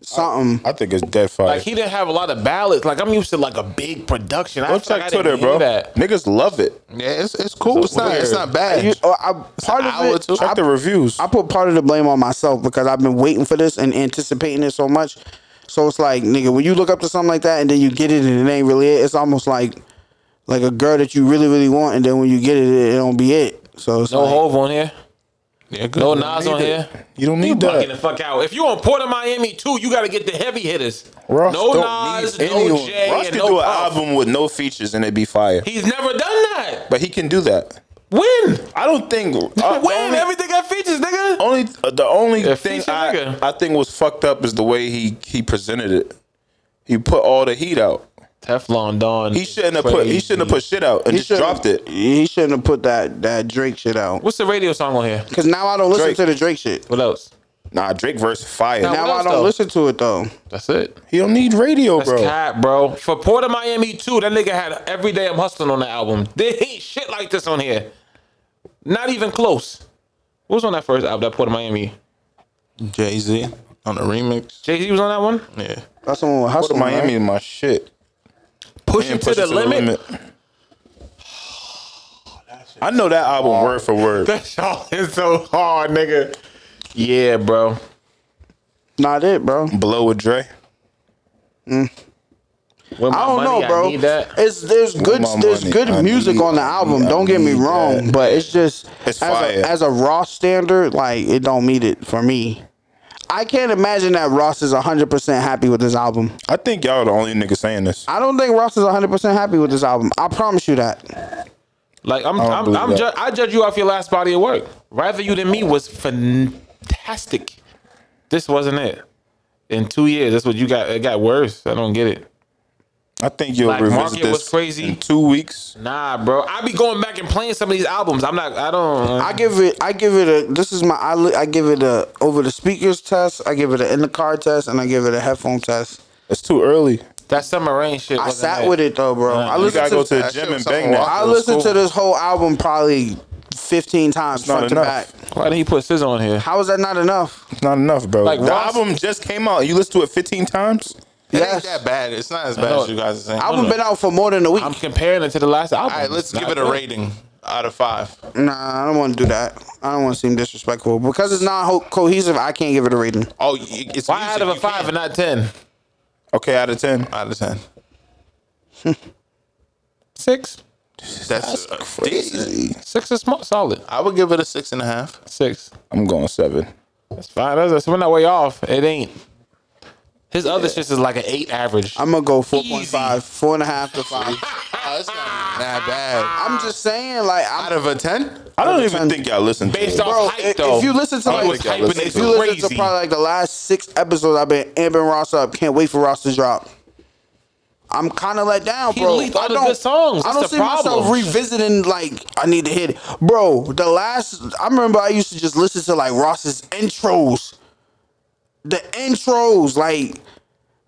S1: Something.
S7: I think it's dead fire.
S5: Like he didn't have a lot of ballads. Like I'm used to like a big production. I feel
S7: Go
S5: like
S7: check
S5: I didn't
S7: Twitter,
S5: hear
S7: bro.
S5: That.
S7: Niggas love it.
S6: yeah, it's it's cool. It's not. It's not bad.
S1: You- oh, I, part
S6: hour
S1: of
S6: too.
S1: it,
S7: Check
S1: I,
S7: the reviews.
S1: I put part of the blame on myself because I've been waiting for this and anticipating it so much. So it's like, nigga, when you look up to something like that and then you get it and it ain't really it, it's almost like like a girl that you really really want and then when you get it, it, don't be it. So it's
S5: No
S1: like,
S5: Hove on here.
S6: yeah, good.
S5: No Nas on here.
S7: you don't
S5: You
S7: need
S5: bugging the
S7: that.
S5: fuck out. If you on Port of Miami too, you gotta get the heavy hitters.
S7: Ross
S5: no
S7: don't
S5: Nas,
S7: need
S5: no
S7: anyone.
S5: Jay,
S7: Ross
S5: and
S7: can
S5: no
S7: do an
S5: Puff.
S7: album with no features and it'd be fire.
S5: He's never done that.
S7: but he can do that.
S5: When?
S7: I don't think. I- the
S5: when?
S7: only-
S5: Everything got features, nigga.
S7: Only uh, the only
S5: Yeah,
S7: thing
S5: feature
S7: I,
S5: nigga.
S7: I think was fucked up is the way he he presented it. He put all the heat out.
S5: Teflon Don.
S7: He shouldn't have put he shouldn't have put shit out and
S1: he
S7: just
S1: shouldn't-
S7: dropped it.
S1: He shouldn't have put that that Drake shit out.
S5: What's the radio song on here?
S1: Cause now I don't listen
S7: Drake.
S1: to the Drake shit.
S5: What else?
S7: Nah, Drake verse fire.
S5: Nah,
S1: Now
S5: What
S1: I
S5: else,
S1: don't
S5: though?
S1: listen to it though.
S5: That's it.
S7: he don't need radio,
S5: That's
S7: bro.
S5: cat, bro. For Port of Miami too, that nigga had every day I'm hustling on that album. There ain't shit like this on here. Not even close. What was on that first album? That Port of Miami.
S6: Jay Z on the remix.
S5: Jay Z was on that one.
S6: Yeah,
S1: That's the one with
S7: Go to
S1: Hustle,
S7: Miami
S1: Miami.
S7: is my shit.
S5: Pushing
S7: And
S5: to,
S7: push
S5: the,
S7: it
S5: limit.
S7: I know that album word for word.
S5: That shit is so hard, nigga. Yeah, bro.
S1: Not it, bro.
S7: Blow with Dre.
S5: With my
S1: I don't
S5: money,
S1: know, bro.
S5: I need that.
S1: It's there's good
S7: my
S1: there's
S7: money,
S1: good
S7: I
S1: music
S7: need-
S1: on the album.
S7: I
S1: don't get me
S7: need
S1: wrong,
S7: that.
S1: but it's just as,
S7: It's fire.
S1: A, as a Ross standard, like it don't meet it for me. I can't imagine that Ross is 100% happy with this album.
S7: I think y'all the only nigga saying this.
S1: I don't think Ross is 100% happy with this album. I promise you that.
S5: Like I'm,
S7: don't
S5: I'm,
S7: believe
S5: I'm
S7: that.
S5: ju- I judge you off your last body of work. Rather you than me was fantastic. This wasn't it. in two years. That's what you got. It got worse. I don't get it.
S7: I think you'll
S5: Black
S7: revisit
S5: market
S7: this
S5: was crazy.
S7: in two weeks.
S5: Nah, bro. I be going back and playing some of these albums. I'm not. I don't. uh,
S1: I give it. I give it a. This is my. I, li- I give it a over the speakers test. I give it a in the car test, and I give it a headphone test.
S7: It's too early.
S5: that summer rain shit.
S1: I
S5: wasn't
S1: sat
S5: that.
S1: with it though, bro. I
S7: you
S1: listened
S7: gotta
S1: to.
S7: go to the
S6: that shit
S7: gym
S6: was
S7: and
S6: something
S7: bang that.
S1: I
S6: wild.
S1: listened
S7: School.
S1: to this whole album probably fifteen times
S7: not
S1: front to
S7: enough.
S1: back.
S5: Why didn't he put scissor on here?
S1: How is that not enough?
S7: It's not enough, bro.
S5: Like,
S7: the
S5: why-
S7: album just came out. You listened to it 15 times.
S6: It
S1: Yes.
S6: ain't that bad. It's not as bad
S5: know.
S6: as you guys are saying.
S1: Album been out for more than a week.
S5: I'm comparing it to the last album.
S6: All right, let's
S5: It's not
S6: give it a
S5: good.
S6: rating out of five.
S1: nah, I don't want to do that. I don't want to seem disrespectful because it's not ho- cohesive. I can't give it a rating.
S6: Oh, it- it's
S5: Why
S6: music,
S5: out of a
S6: you
S5: five
S6: can't-
S5: and not ten?
S7: Okay, out of 10.
S6: out of ten?
S5: Six.
S6: That's, uh, decent.
S5: Six is small, solid.
S6: I would give it a six and a half.
S5: Six.
S7: I'm going seven.
S5: That's fine. That's, that's we're not way off. It ain't. His other shit is like an eight average.
S1: I'm gonna go 4.5, four and a half to five.
S6: Oh, that's not that bad.
S1: I'm just saying, like, I'm,
S6: Out of a ten,
S7: I don't
S1: Ten.
S7: even think y'all listened
S5: Based
S7: to it.
S5: off
S1: bro,
S5: hype,
S1: i-
S5: though.
S1: Oh, if you listen to
S5: I
S1: like,
S5: was hyping it
S1: if you listen to
S5: crazy.
S1: probably like the last six episodes, I've been amping Ross up. Can't wait for Ross to drop. I'm kind of let down,
S5: He
S1: bro.
S5: leaked all
S1: I
S5: the
S1: don't,
S5: good songs.
S1: I
S5: That's
S1: don't
S5: the
S1: see myself
S5: problem.
S1: revisiting. Like I need to hit it, bro. The last I remember, I used to just listen to like Ross's intros. The intros, like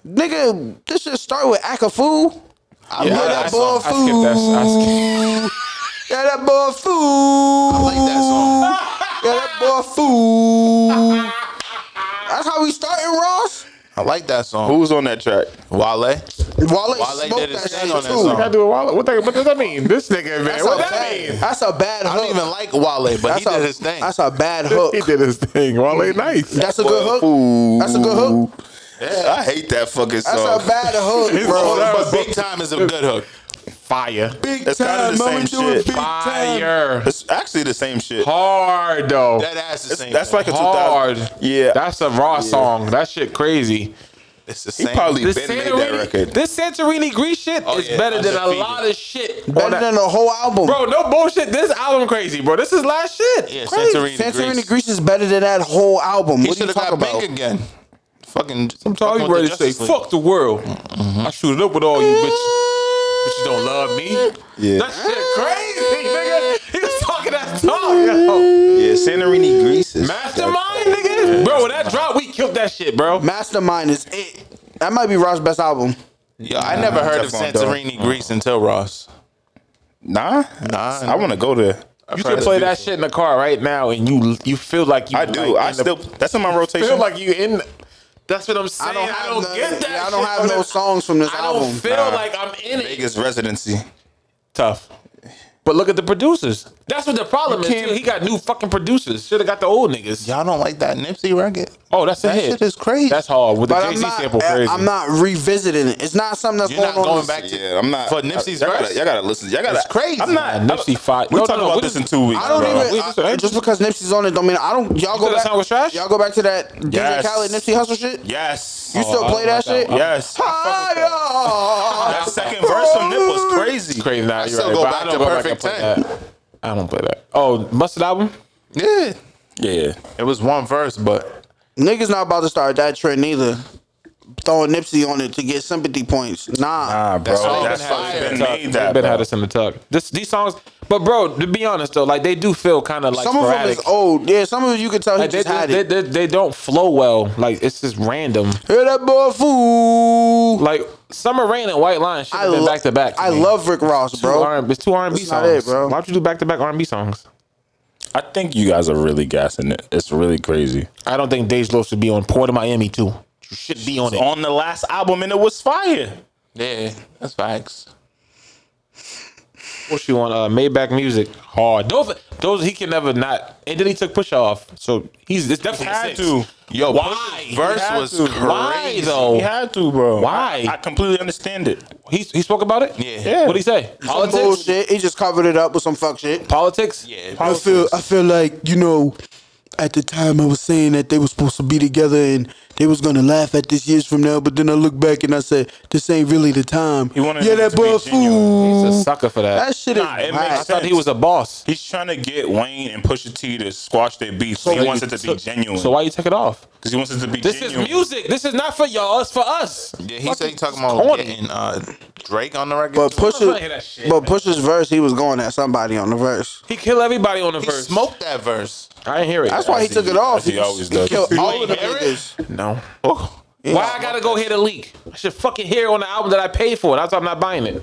S1: nigga, this should start with Akafu. I love that boy
S7: I skipped that. I skipped.
S1: Yeah, that boy fool. I like that song. yeah, that boy fool. That's how we started, Ross.
S6: I like that song.
S7: Who's on that track?
S1: Wale,
S6: Wale, Wale
S1: smoked
S6: did his
S1: that
S6: thing
S1: shit
S6: on that
S1: too.
S6: song.
S5: I do a wallet. What, the, what does that mean? This nigga, man.
S1: That's,
S5: What
S1: a
S5: that
S1: bad,
S5: mean?
S1: that's a bad
S6: I don't
S1: hook.
S6: even like Wale, but
S1: that's
S6: he did
S1: a,
S6: his thing.
S1: That's a bad hook.
S5: He did his thing. Wale, nice.
S1: That's a good hook.
S7: Ooh.
S1: That's a good hook.
S7: I hate that fucking
S1: That's
S7: song.
S1: a bad hook,
S6: Oh,
S1: bro.
S6: but big time is a good hook.
S5: Fire.
S1: Big
S7: It's kinda
S1: I'ma
S7: the same
S1: do it
S7: shit.
S1: big time.
S5: Fire.
S7: It's actually the same shit.
S5: Hard, though.
S6: That ass is the same.
S7: That's
S6: thing.
S7: like a 2000.
S5: Hard.
S7: Yeah.
S5: That's a raw song. That shit crazy.
S6: it's the
S7: he
S6: same.
S7: probably
S5: This
S7: been made that
S5: Santorini,
S7: record.
S5: this Santorini Grease shit
S6: Oh,
S5: is
S6: yeah,
S5: better than a
S6: undefeated.
S5: lot of shit. on
S1: Better
S5: that-
S1: than the whole album.
S5: Bro, no bullshit. This album crazy, bro. This is last shit.
S6: yeah,
S5: Crazy.
S6: Santorini.
S1: Santorini
S6: Grease.
S1: Grease. is better than that whole album.
S6: He
S1: what are
S6: should
S1: you
S6: have
S1: talking
S6: got
S1: about?
S6: big again. Fucking.
S5: Sometimes you ready to say, fuck the world. I shoot it up with all you bitches. Bitches don't love me.
S7: Yeah.
S5: That shit crazy, nigga. He was talking that talk, yo.
S7: Yeah, Santorini Grease is.
S5: Mastermind, nigga. Bro, when that drop, we killed that shit, bro.
S1: Mastermind is it. That might be Ross' best album.
S6: Yo, I never heard of
S7: Teflon Dog.
S6: Santorini Grease until Ross.
S7: Nah,
S6: Nah.
S7: I want to go there.
S5: You can play that shit in the car right now, and you you feel like you.
S7: I do.
S5: like,
S7: I
S5: in the-
S7: still. That's in my rotation.
S5: feel like you in. That's what I'm saying.
S1: I don't, have none-
S5: get that.
S1: yeah, I don't
S5: shit
S1: have
S5: on
S1: no
S5: it.
S1: songs from this
S5: I
S1: album.
S5: don't feel
S7: Nah.
S5: like I'm in it.
S7: Vegas residency.
S5: Tough. But look at the producers. That's what the problem is. Too. He got new fucking producers. Should have got the old niggas.
S6: Y'all don't like that Nipsey record?
S5: Oh, that's a
S6: That
S5: hit.
S6: shit is crazy.
S5: That's hard with the
S1: But
S5: Jay
S1: I'm
S5: Z
S1: not,
S5: sample. Crazy.
S1: I'm not revisiting it. It's not something that's
S6: You're not
S1: going on.
S6: going back to.
S7: Yeah, I'm not.
S6: For Nipsey's
S7: y'all gotta,
S6: verse?
S7: y'all gotta listen. Y'all gotta.
S6: It's crazy.
S7: I'm not.
S5: Nah, Nipsey fight.
S7: We're
S5: No,
S7: talking
S5: no, no,
S7: about
S5: what
S7: this
S5: is-
S7: in two weeks.
S1: I don't
S7: bro.
S1: even.
S5: Wait, this is
S1: I-
S5: an
S1: just because Nipsey's on it, don't mean I don't. Y'all
S5: thought
S1: go
S5: that
S1: back.
S5: song was trash?
S1: Y'all go back to that DJ
S7: Yes.
S1: Khaled Nipsey Hustle shit.
S7: Yes.
S1: You still
S5: Oh, I
S1: play
S5: don't
S1: that
S5: like that
S1: shit?
S5: one.
S7: Yes.
S1: Fire.
S7: That second verse from Nip was crazy.
S5: Crazy now. You're
S6: still
S5: right.
S6: go
S5: but
S6: back
S5: I don't
S6: to
S5: go
S6: Perfect
S5: back and play that. I don't play that. Oh, busted album.
S6: Yeah,
S7: Yeah.
S6: it was one verse, but
S1: Niggas not about to start that trend neither. Throwing Nipsey on it to get sympathy points. Nah.
S7: Nah, bro.
S6: how
S7: That's
S6: they
S7: how they
S6: been had
S7: been made that.
S5: Ben
S7: bro.
S5: had us in the tuck. This, these songs, but bro, to be honest though, like they do feel kind of like
S1: some of them
S5: sporadic.
S1: is old. Yeah, some of them you can tell he
S5: Like, they,
S1: just had
S5: they,
S1: it.
S5: they, they don't flow well. Like it's just random.
S1: Hear that boy fool.
S5: Like summer rain and white line should have been
S1: lo-
S5: back to back.
S1: I love Rick Ross,
S5: bro.
S1: bro.
S5: it's two R and B
S1: That's not
S5: songs,
S1: it, bro.
S5: Why don't you do back to back R and B songs?
S7: I think you guys are really gassing it. It's really crazy.
S5: I don't think Dej Lo should be on Port of Miami too. You should be on it.
S7: On the last album, and it was fire.
S6: yeah, that's facts.
S5: What you on uh, Maybach Music? Hard. Those, those he can never not. And then he took push off, so he's it's definitely a
S7: Had
S5: six.
S7: to.
S6: Yo,
S5: Why?
S6: Push's verse
S7: had
S6: was
S7: to.
S6: crazy.
S5: Why though?
S7: He had to, bro.
S5: Oh. Why?
S7: I, I completely understand it.
S5: He he spoke about it.
S6: Yeah.
S7: Yeah.
S5: What would he say?
S1: Some
S5: Politics.
S1: bullshit. He just covered it up with some fuck shit.
S5: Politics.
S6: Yeah,
S1: I feel I feel like you know at the time I was saying that they were supposed to be together and they was gonna laugh at this years from now, but then I look back and I said, This ain't really the time.
S7: He wanted
S1: yeah,
S7: it
S1: that
S7: to be
S1: butt
S7: genuine.
S1: fool.
S5: He's a sucker for that.
S1: That shit is
S7: Nah, it
S1: whack.
S7: makes
S5: I thought he was a boss.
S7: He's trying to get Wayne and Pusha T to squash their beef. So he wants it to be genuine.
S5: So why you take it off?
S7: Because he wants it to be
S5: This
S7: genuine.
S5: is music. This is not for y'all. It's for us.
S6: Yeah, he said he talking about
S5: corny.
S6: getting uh, Drake on the record.
S1: But
S5: trying to hear
S1: Pusha,
S5: that shit,
S1: but
S5: man.
S1: Pusha's verse, he was going at somebody on the verse.
S5: He kill everybody on the
S6: he
S5: verse.
S6: smoked that verse.
S5: I didn't hear it.
S1: That's why he
S7: As
S1: took
S7: he-
S1: it off.
S7: as he always does.
S1: killed
S7: You
S1: all
S7: ain't
S1: of the
S7: hear it?
S1: niggas.
S5: No. Why I gotta go hear the leak? I should fucking hear it on the album that I paid for. That's why I'm not buying it.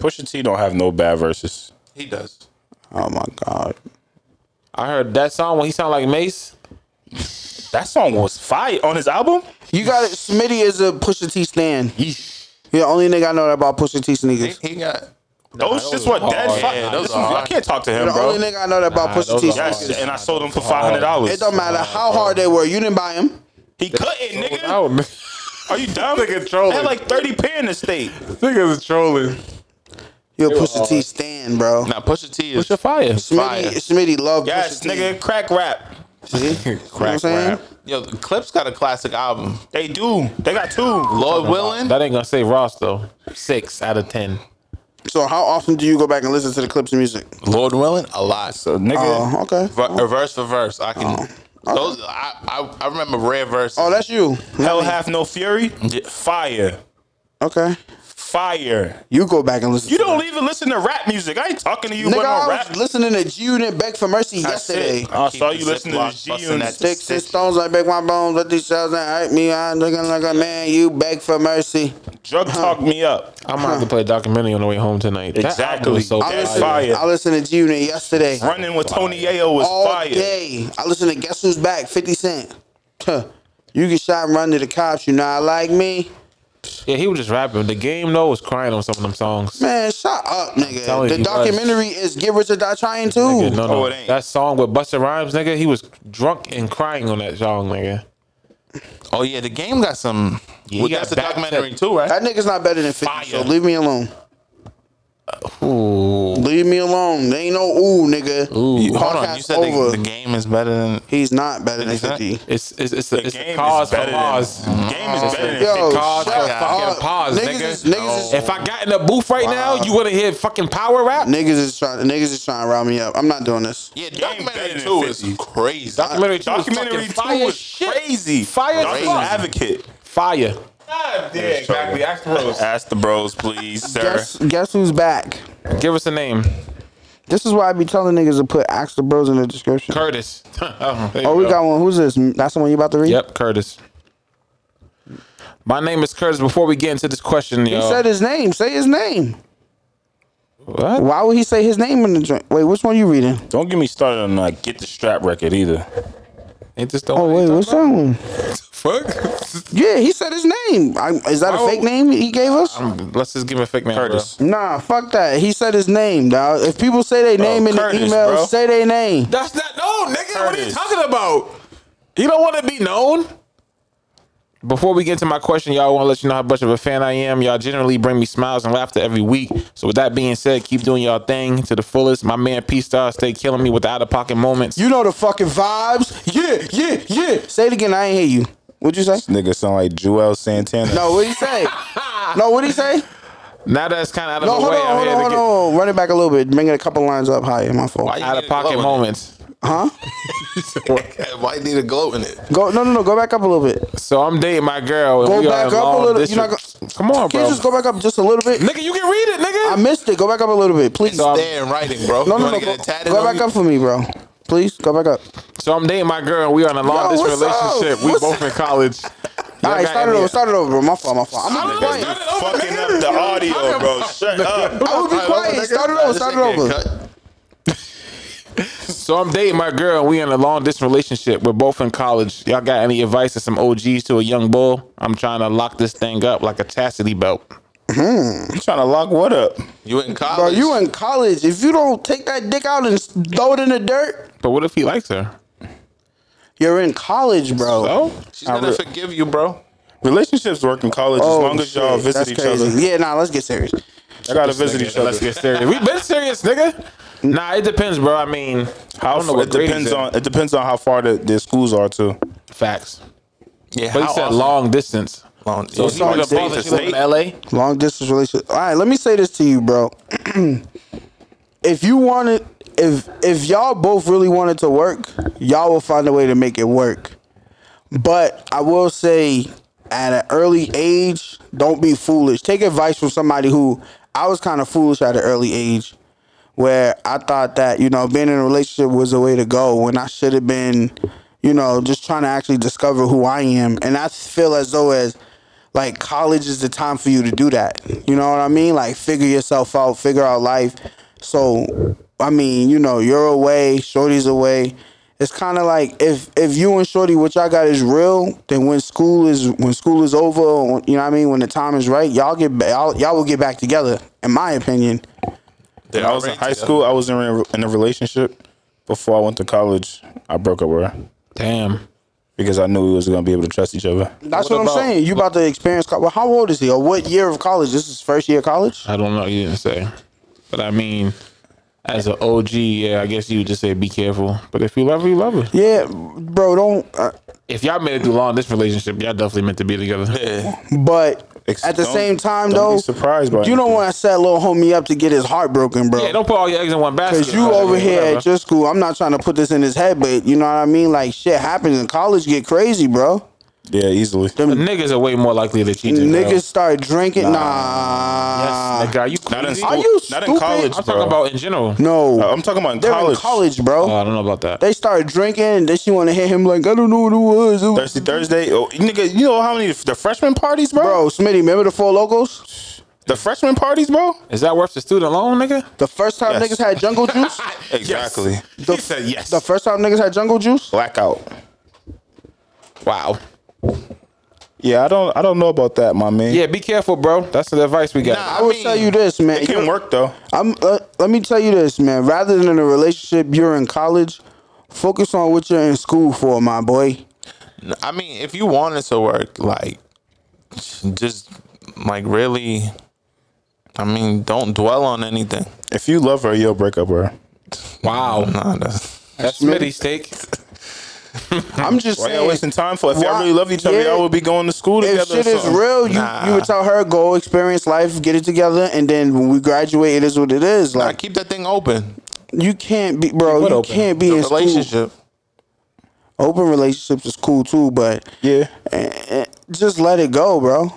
S7: Pusha T don't have no bad verses.
S6: He does.
S1: Oh my god.
S5: I heard that song when he sounded like Mace.
S7: That song was fire on his album.
S1: You got it. Smitty is a Pusha T stand. He's the only nigga I know that about Pusha T sneakers.
S6: He got.
S7: those shits were dead.
S5: hard.
S7: fire.
S6: Yeah, those
S7: This
S6: are
S7: was- I
S6: hard.
S7: can't talk to him,
S1: The
S7: bro.
S1: only nigga I know that about
S5: Nah,
S1: Pusha
S5: those
S1: T
S5: are
S1: sneakers.
S7: Yes, and I sold them for
S5: Those are
S7: five hundred
S5: hard.
S7: dollars.
S1: It don't matter how
S7: uh,
S1: hard they were. You didn't buy them.
S7: He couldn't, nigga. Are you dumb?
S5: Nigga trolling.
S7: They had like thirty pair in the state.
S5: Niggas is trolling.
S1: You're a
S7: uh,
S1: Pusha T stand, bro.
S6: Now Pusha T is
S5: What's your fire?
S1: Smitty, Smitty loved
S7: Yes,
S1: Pusha
S7: nigga. Crack rap.
S1: T. See? You know what I'm saying?
S6: yo. The Clips got a classic album.
S7: They do. They got two.
S6: Lord willing,
S5: That ain't gonna save Ross though. Six out of ten.
S1: So how often do you go back and listen to the clips of music?
S6: Lord willing, a lot.
S7: So, nigga.
S1: Oh, okay.
S6: Ver- Verse for verse, I can. Those I, I I remember rare verse.
S1: Oh, that's you.
S7: Hell have no fury.
S6: Yeah.
S7: Fire.
S1: Okay.
S7: Fire.
S1: You go back and listen.
S7: You
S1: to
S7: don't even listen to rap music. I ain't talking to you
S1: it. Nigga,
S7: but
S1: I
S7: on
S1: was
S7: rap.
S1: listening to G Unit Beg for Mercy
S7: That's
S1: yesterday.
S7: it. I
S6: Keep
S7: saw
S6: the
S7: you listening to
S6: Ziploc,
S7: G
S6: busting
S7: Unit.
S6: that
S1: Sticks and stones, I break my bones, but these shells ain't hurt me. I'm looking like a man, you beg for mercy.
S7: Drug talk me up.
S5: I'm gonna have to play a documentary on the way home tonight. That album
S7: Exactly.
S5: is so
S1: I
S7: That's
S1: listened,
S5: fire.
S7: fire.
S1: I listened to G Unit yesterday.
S7: Running with Tony Yayo was
S1: All
S7: fire.
S1: day. I listened to Guess Who's Back, 50 Cent. Huh. You get shot and run to the cops, you not like me.
S5: Yeah, he was just rapping. The game though was crying on some of them songs.
S1: Man, shut up,
S5: telling
S1: nigga. The
S5: you, he was.
S1: documentary is Get Rich or Die Trying too.
S5: Nigga, no, no.
S6: Oh, it ain't.
S5: That song with Busta Rhymes, nigga, he was drunk and crying on that song, nigga.
S6: Oh yeah, the game got some.
S5: Yeah,
S6: well,
S5: he got
S6: that's a
S5: back
S6: documentary
S5: to-
S6: too, right?
S1: That nigga's not better than 50, so leave me alone.
S5: Uh, Ooh.
S1: Leave me alone. There ain't no ooh, nigga.
S5: Ooh.
S6: You- hold on,
S1: Podcast
S6: you said the,
S1: over.
S6: the game is better than.
S1: He's not better than
S6: Is that-
S1: 50.
S5: It's it's it's a,
S7: The
S5: it's a
S7: game
S5: cause
S7: is
S5: for
S7: better than.
S5: pause.
S7: Game is better than.
S1: Yo,
S7: Yo,
S5: Cause for
S1: shut
S5: fucking
S1: up.
S5: pause,
S1: niggas
S5: nigga.
S1: Is, niggas, is,
S5: If I got in the booth right now, you wanna hear fucking power rap?
S1: niggas is trying. Niggas is trying to round me up. I'm not doing this.
S6: Yeah,
S7: better
S6: documentary
S7: than
S6: two is
S7: 50.
S6: crazy.
S5: Documentary two was
S7: Documentary
S5: fucking
S7: two
S5: fire
S7: was
S5: shit.
S7: crazy.
S5: Fire as
S7: Doctor's
S5: fuck.
S7: advocate.
S5: Fire.
S7: Yeah, exactly. Ask the bros. Ask the bros, please, sir.
S1: Guess, guess who's back?
S5: Give us a name.
S1: This is why I be telling niggas to put Axe the Bros in the description.
S5: Curtis. oh, there you
S1: Oh, we
S5: go.
S1: got one. Who's this? That's the one you about to read?
S5: Yep, Curtis. My name is Curtis. Before we get into this question,
S1: He
S5: yo,
S1: said his name. Say his name.
S5: what?
S1: Why would he say his name in the joint? Wait, which one you reading?
S7: Don't get me started on uh, get the strap record either.
S5: Ain't this the
S1: Oh,
S5: one you
S1: wait,
S5: talking
S1: what's that one?
S5: Fuck.
S1: Yeah, he said his name. I, is that a
S5: Why
S1: fake
S5: would-
S1: name he gave us?
S5: Let's just give him a fake name.
S7: Curtis.
S1: Nah, fuck that. He said his name, dog. If people say their name in
S7: Curtis,
S1: the email,
S7: bro.
S1: say their name.
S5: That's not no nigga. What are you
S7: Curtis.
S5: talking about? You don't want to be known. Before we get to my question, y'all want to let you know how much of a fan I am. Y'all generally bring me smiles and laughter every week. So with that being said, keep doing y'all thing to the fullest. My man P Star stay killing me with the out of pocket moments.
S1: You know the fucking vibes. Yeah, yeah, yeah. Say it again. I ain't hear you. What'd you say?
S7: Nigga sound like Joel Santana.
S1: No, what'd he say? no, what'd he say?
S5: now that's kind of out of
S1: No,
S5: the
S1: hold
S5: way.
S1: on, hold
S5: I'm
S1: on,
S5: here
S1: hold
S5: to get
S1: on. Run it back a little bit. Bring it a couple lines up higher. My fault.
S6: you
S5: out
S6: need
S5: of
S6: a
S5: pocket
S6: glow in
S5: moments.
S6: it? Why you need a glow in it?
S1: Go. No, no, no. Go back up a little bit.
S5: So I'm dating my girl. And
S1: Go
S5: we
S1: back
S5: are in
S1: up a
S5: long
S1: little-
S5: Distance.
S1: you're not
S5: Come on,
S1: Can you
S5: bro.
S1: just go back up just a little bit?
S5: nigga, you can read it, nigga.
S1: I missed it. Go back up a little bit, please.
S5: So
S1: No,
S5: I'm-
S6: There in writing,
S1: no,
S6: bro. you
S1: no.
S6: wanna
S1: Go,
S6: get it tatted
S1: go
S6: on
S1: back
S6: you?
S1: up for me, bro. Please go back up.
S5: So I'm dating my girl. We are in a long distance
S1: what's up?
S5: relationship. We
S1: What's-
S5: both in college.
S1: All right, start it over. Start it over, bro. My fault. My fault. I'm gonna be
S7: Nigga,
S1: quiet.
S7: you fucking up the audio, bro. Shut up.
S1: I would be quiet. Start it over. Start it over.
S5: So I'm dating my girl. and We in a long distance relationship. We're both in college. Y'all got any advice or some OGs to a young bull? I'm trying to lock this thing up like a chastity belt.
S7: You trying to lock what up?
S6: You in
S1: Bro,
S6: college?
S1: you in college. If you don't take that dick out and throw it in the dirt,
S5: But what if he likes her?
S1: you're in college, bro.
S5: Oh,
S6: She's gonna
S7: re-
S6: forgive you, bro.
S7: Relationships work in college
S1: Oh,
S7: as long as y'all
S1: shit,
S7: visit
S1: that's
S7: each
S1: crazy.
S7: other.
S1: Yeah, nah, let's get serious.
S7: I gotta visit each
S5: let's
S7: other.
S5: get serious. We been serious, nigga. Nah, it depends, bro. I mean,
S7: How
S5: don't know
S7: f-
S5: what
S7: it
S5: grade
S7: depends
S5: he's in.
S7: on it depends on how far the, the schools are too.
S5: Facts.
S6: Yeah,
S5: But he
S6: how
S5: said
S6: often-
S5: long distance.
S6: long.
S5: So he was
S7: state
S5: in
S7: to
S5: Boston, she lived in
S7: state?
S5: L.A.
S1: Long distance relationship. All right, let me say this to you, bro. if you wanted, if if y'all both really wanted to work, y'all will find a way to make it work. But I will say, at an early age, don't be foolish. Take advice from somebody who I was kind of foolish at an early age, where I thought that you know being in a relationship was the way to go when I should have been, you know, just trying to actually discover who I am. And I feel as though as like college is the time for you to do that. You know what I mean? Like figure yourself out, figure out life. So I mean, you know, you're away, Shorty's away. It's kind of like if if you and Shorty, what y'all got is real. Then when school is when school is over, or, you know what I mean. When the time is right, y'all get ba- y'all, y'all will get back together. In my opinion,
S7: I was in high school. I was in a, in a relationship before I went to college. I broke up with her
S5: Damn.
S7: because I knew we was gonna be able to trust each other.
S1: that's what, I'm saying. You about to experience. co- Well, how old is he? Or what year of college? This is first year of college.
S5: I don't know. You didn't say. But I mean, as an OG, yeah, I guess you would just say be careful. But if you love her, you love her.
S1: Yeah, bro. Don't. Uh,
S5: If y'all made it through long distance relationship, y'all definitely meant to be together.
S1: But
S7: Ex-
S1: at the
S7: don't-
S1: same time,
S7: don't
S1: though,
S7: be surprised by
S1: you don't
S7: anything.
S1: want to set little homie up to get his heart broken, bro.
S5: Yeah, don't put all your eggs in one basket.
S1: Cause you over here at your school, I'm not trying to put this in his head, but you know what I mean. Like shit happens in college, get crazy, bro.
S7: Yeah, easily.
S5: The niggas are way more likely to cheat than
S1: Niggas
S5: girls.
S1: start drinking. Nah,
S5: Nigga, are you
S7: Not in
S5: crazy?
S7: school.
S1: Are you
S7: not in
S1: stupid?
S7: college,
S5: I'm
S7: bro.
S5: talking about in general.
S1: no,
S7: Uh, I'm talking about in
S1: they're
S7: college.
S1: in college, bro.
S5: Oh, I don't know about that.
S1: they start drinking, and then she want to hit him like I don't know what it was. It was-
S7: Thursday, Thursday. Oh, nigga, you know how many the freshman parties, bro?
S1: Bro, Smitty, remember the four locals?
S7: The freshman parties, bro.
S5: Is that worth the student loan, nigga?
S1: The first time
S7: Yes.
S1: niggas had jungle juice.
S7: Exactly.
S1: The-
S7: he said yes.
S1: the first time niggas had jungle juice.
S7: blackout.
S5: Wow.
S7: Yeah, I don't. I don't know about that, my man.
S5: Yeah, be careful, bro. That's the advice we got.
S1: I will tell you this, man.
S7: it
S1: You-
S7: can work though.
S1: I'm. Uh, let me tell you this, man. Rather than a relationship you're in college, focus on what you're in school for, my boy.
S6: I mean, if you want it to work, like, just like really, I mean, don't dwell on anything.
S7: If you love her, you'll break up with her.
S5: Wow.
S6: Nah, that's,
S5: That's Smitty's take.
S1: I'm just
S7: Why y'all
S1: saying.
S7: wasting time for? If y'all
S1: Why-
S7: really love each other,
S1: yeah.
S7: y'all would be going to school together.
S1: If shit
S7: or
S1: is
S7: something.
S1: real, you,
S6: Nah.
S1: you would tell her go experience life, get it together, and then when we graduate, it is what it is.
S6: I
S1: Like
S6: keep that thing open.
S1: you can't be, bro.
S5: it
S1: You
S5: open.
S1: can't be
S6: The
S1: in school.
S6: relationship.
S1: Open relationships is cool too, but
S7: yeah.
S1: eh, eh, just let it go, bro.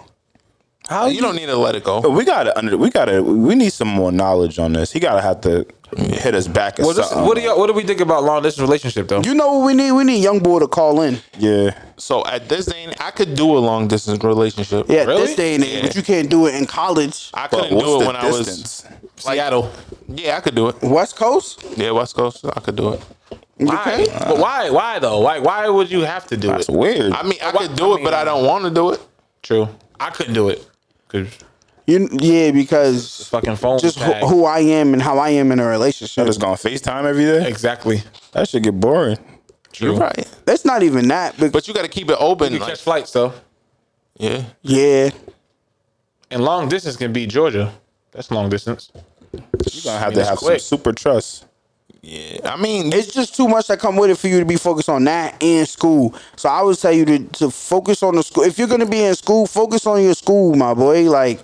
S6: How you, don't need to let it go.
S1: Oh.
S7: But we gotta under. We gotta. We need some more knowledge on this. He gotta have to hit us back. Or
S5: Well, this,
S7: something.
S5: what do y'all, what do we think about long distance relationship though?
S1: You know what we need? We need young boy to call in.
S7: yeah.
S6: So at this day, and- I could do a long distance relationship.
S1: Yeah,
S5: Really?
S1: this day and age, but you can't do it in college.
S6: I
S7: But
S6: couldn't do
S7: what's
S6: it
S7: the
S6: when
S7: distance?
S6: I was like, Seattle. Yeah, I could do it.
S1: West Coast?
S6: Yeah, West Coast, I could do it.
S5: Why? But why? Why though? Why? Why would you have to do
S7: That's
S5: it?
S7: weird.
S6: I mean, I could do it, but I don't want to do it.
S5: True. I couldn't do it. 'Cause
S1: You yeah, because
S5: fucking phone.
S1: just who,
S5: tag.
S1: who I am and how I am in a
S7: I
S1: relationship.
S7: just gonna FaceTime every day.
S5: Exactly.
S7: That should get boring.
S5: True.
S6: You're right.
S1: That's not even that, but,
S6: But you got to keep it open.
S5: You
S6: like-
S5: catch flights though,
S6: yeah.
S1: yeah,
S5: and long distance can be Georgia. That's long distance.
S7: You're gonna have
S5: mean,
S7: to
S5: it's
S7: have
S5: quick.
S7: some super trust.
S6: Yeah. I mean,
S1: it's just too much that come with it for you to be focused on that and school. So I would tell you to to focus on the school. If you're gonna be in school, focus on your school, my boy. Like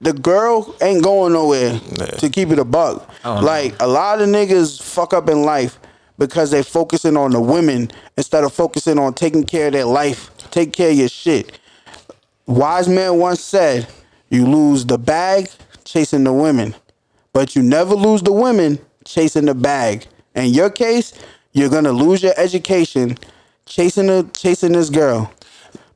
S1: the girl ain't going nowhere. To keep it a buck,
S5: don't know.
S1: like a lot of niggas fuck up in life because they focusing on the women instead of focusing on taking care of their life. Take care of your shit. Wise man once said, "You lose the bag chasing the women, but you never lose the women chasing the bag." In your case, you're gonna lose your education chasing the chasing this girl,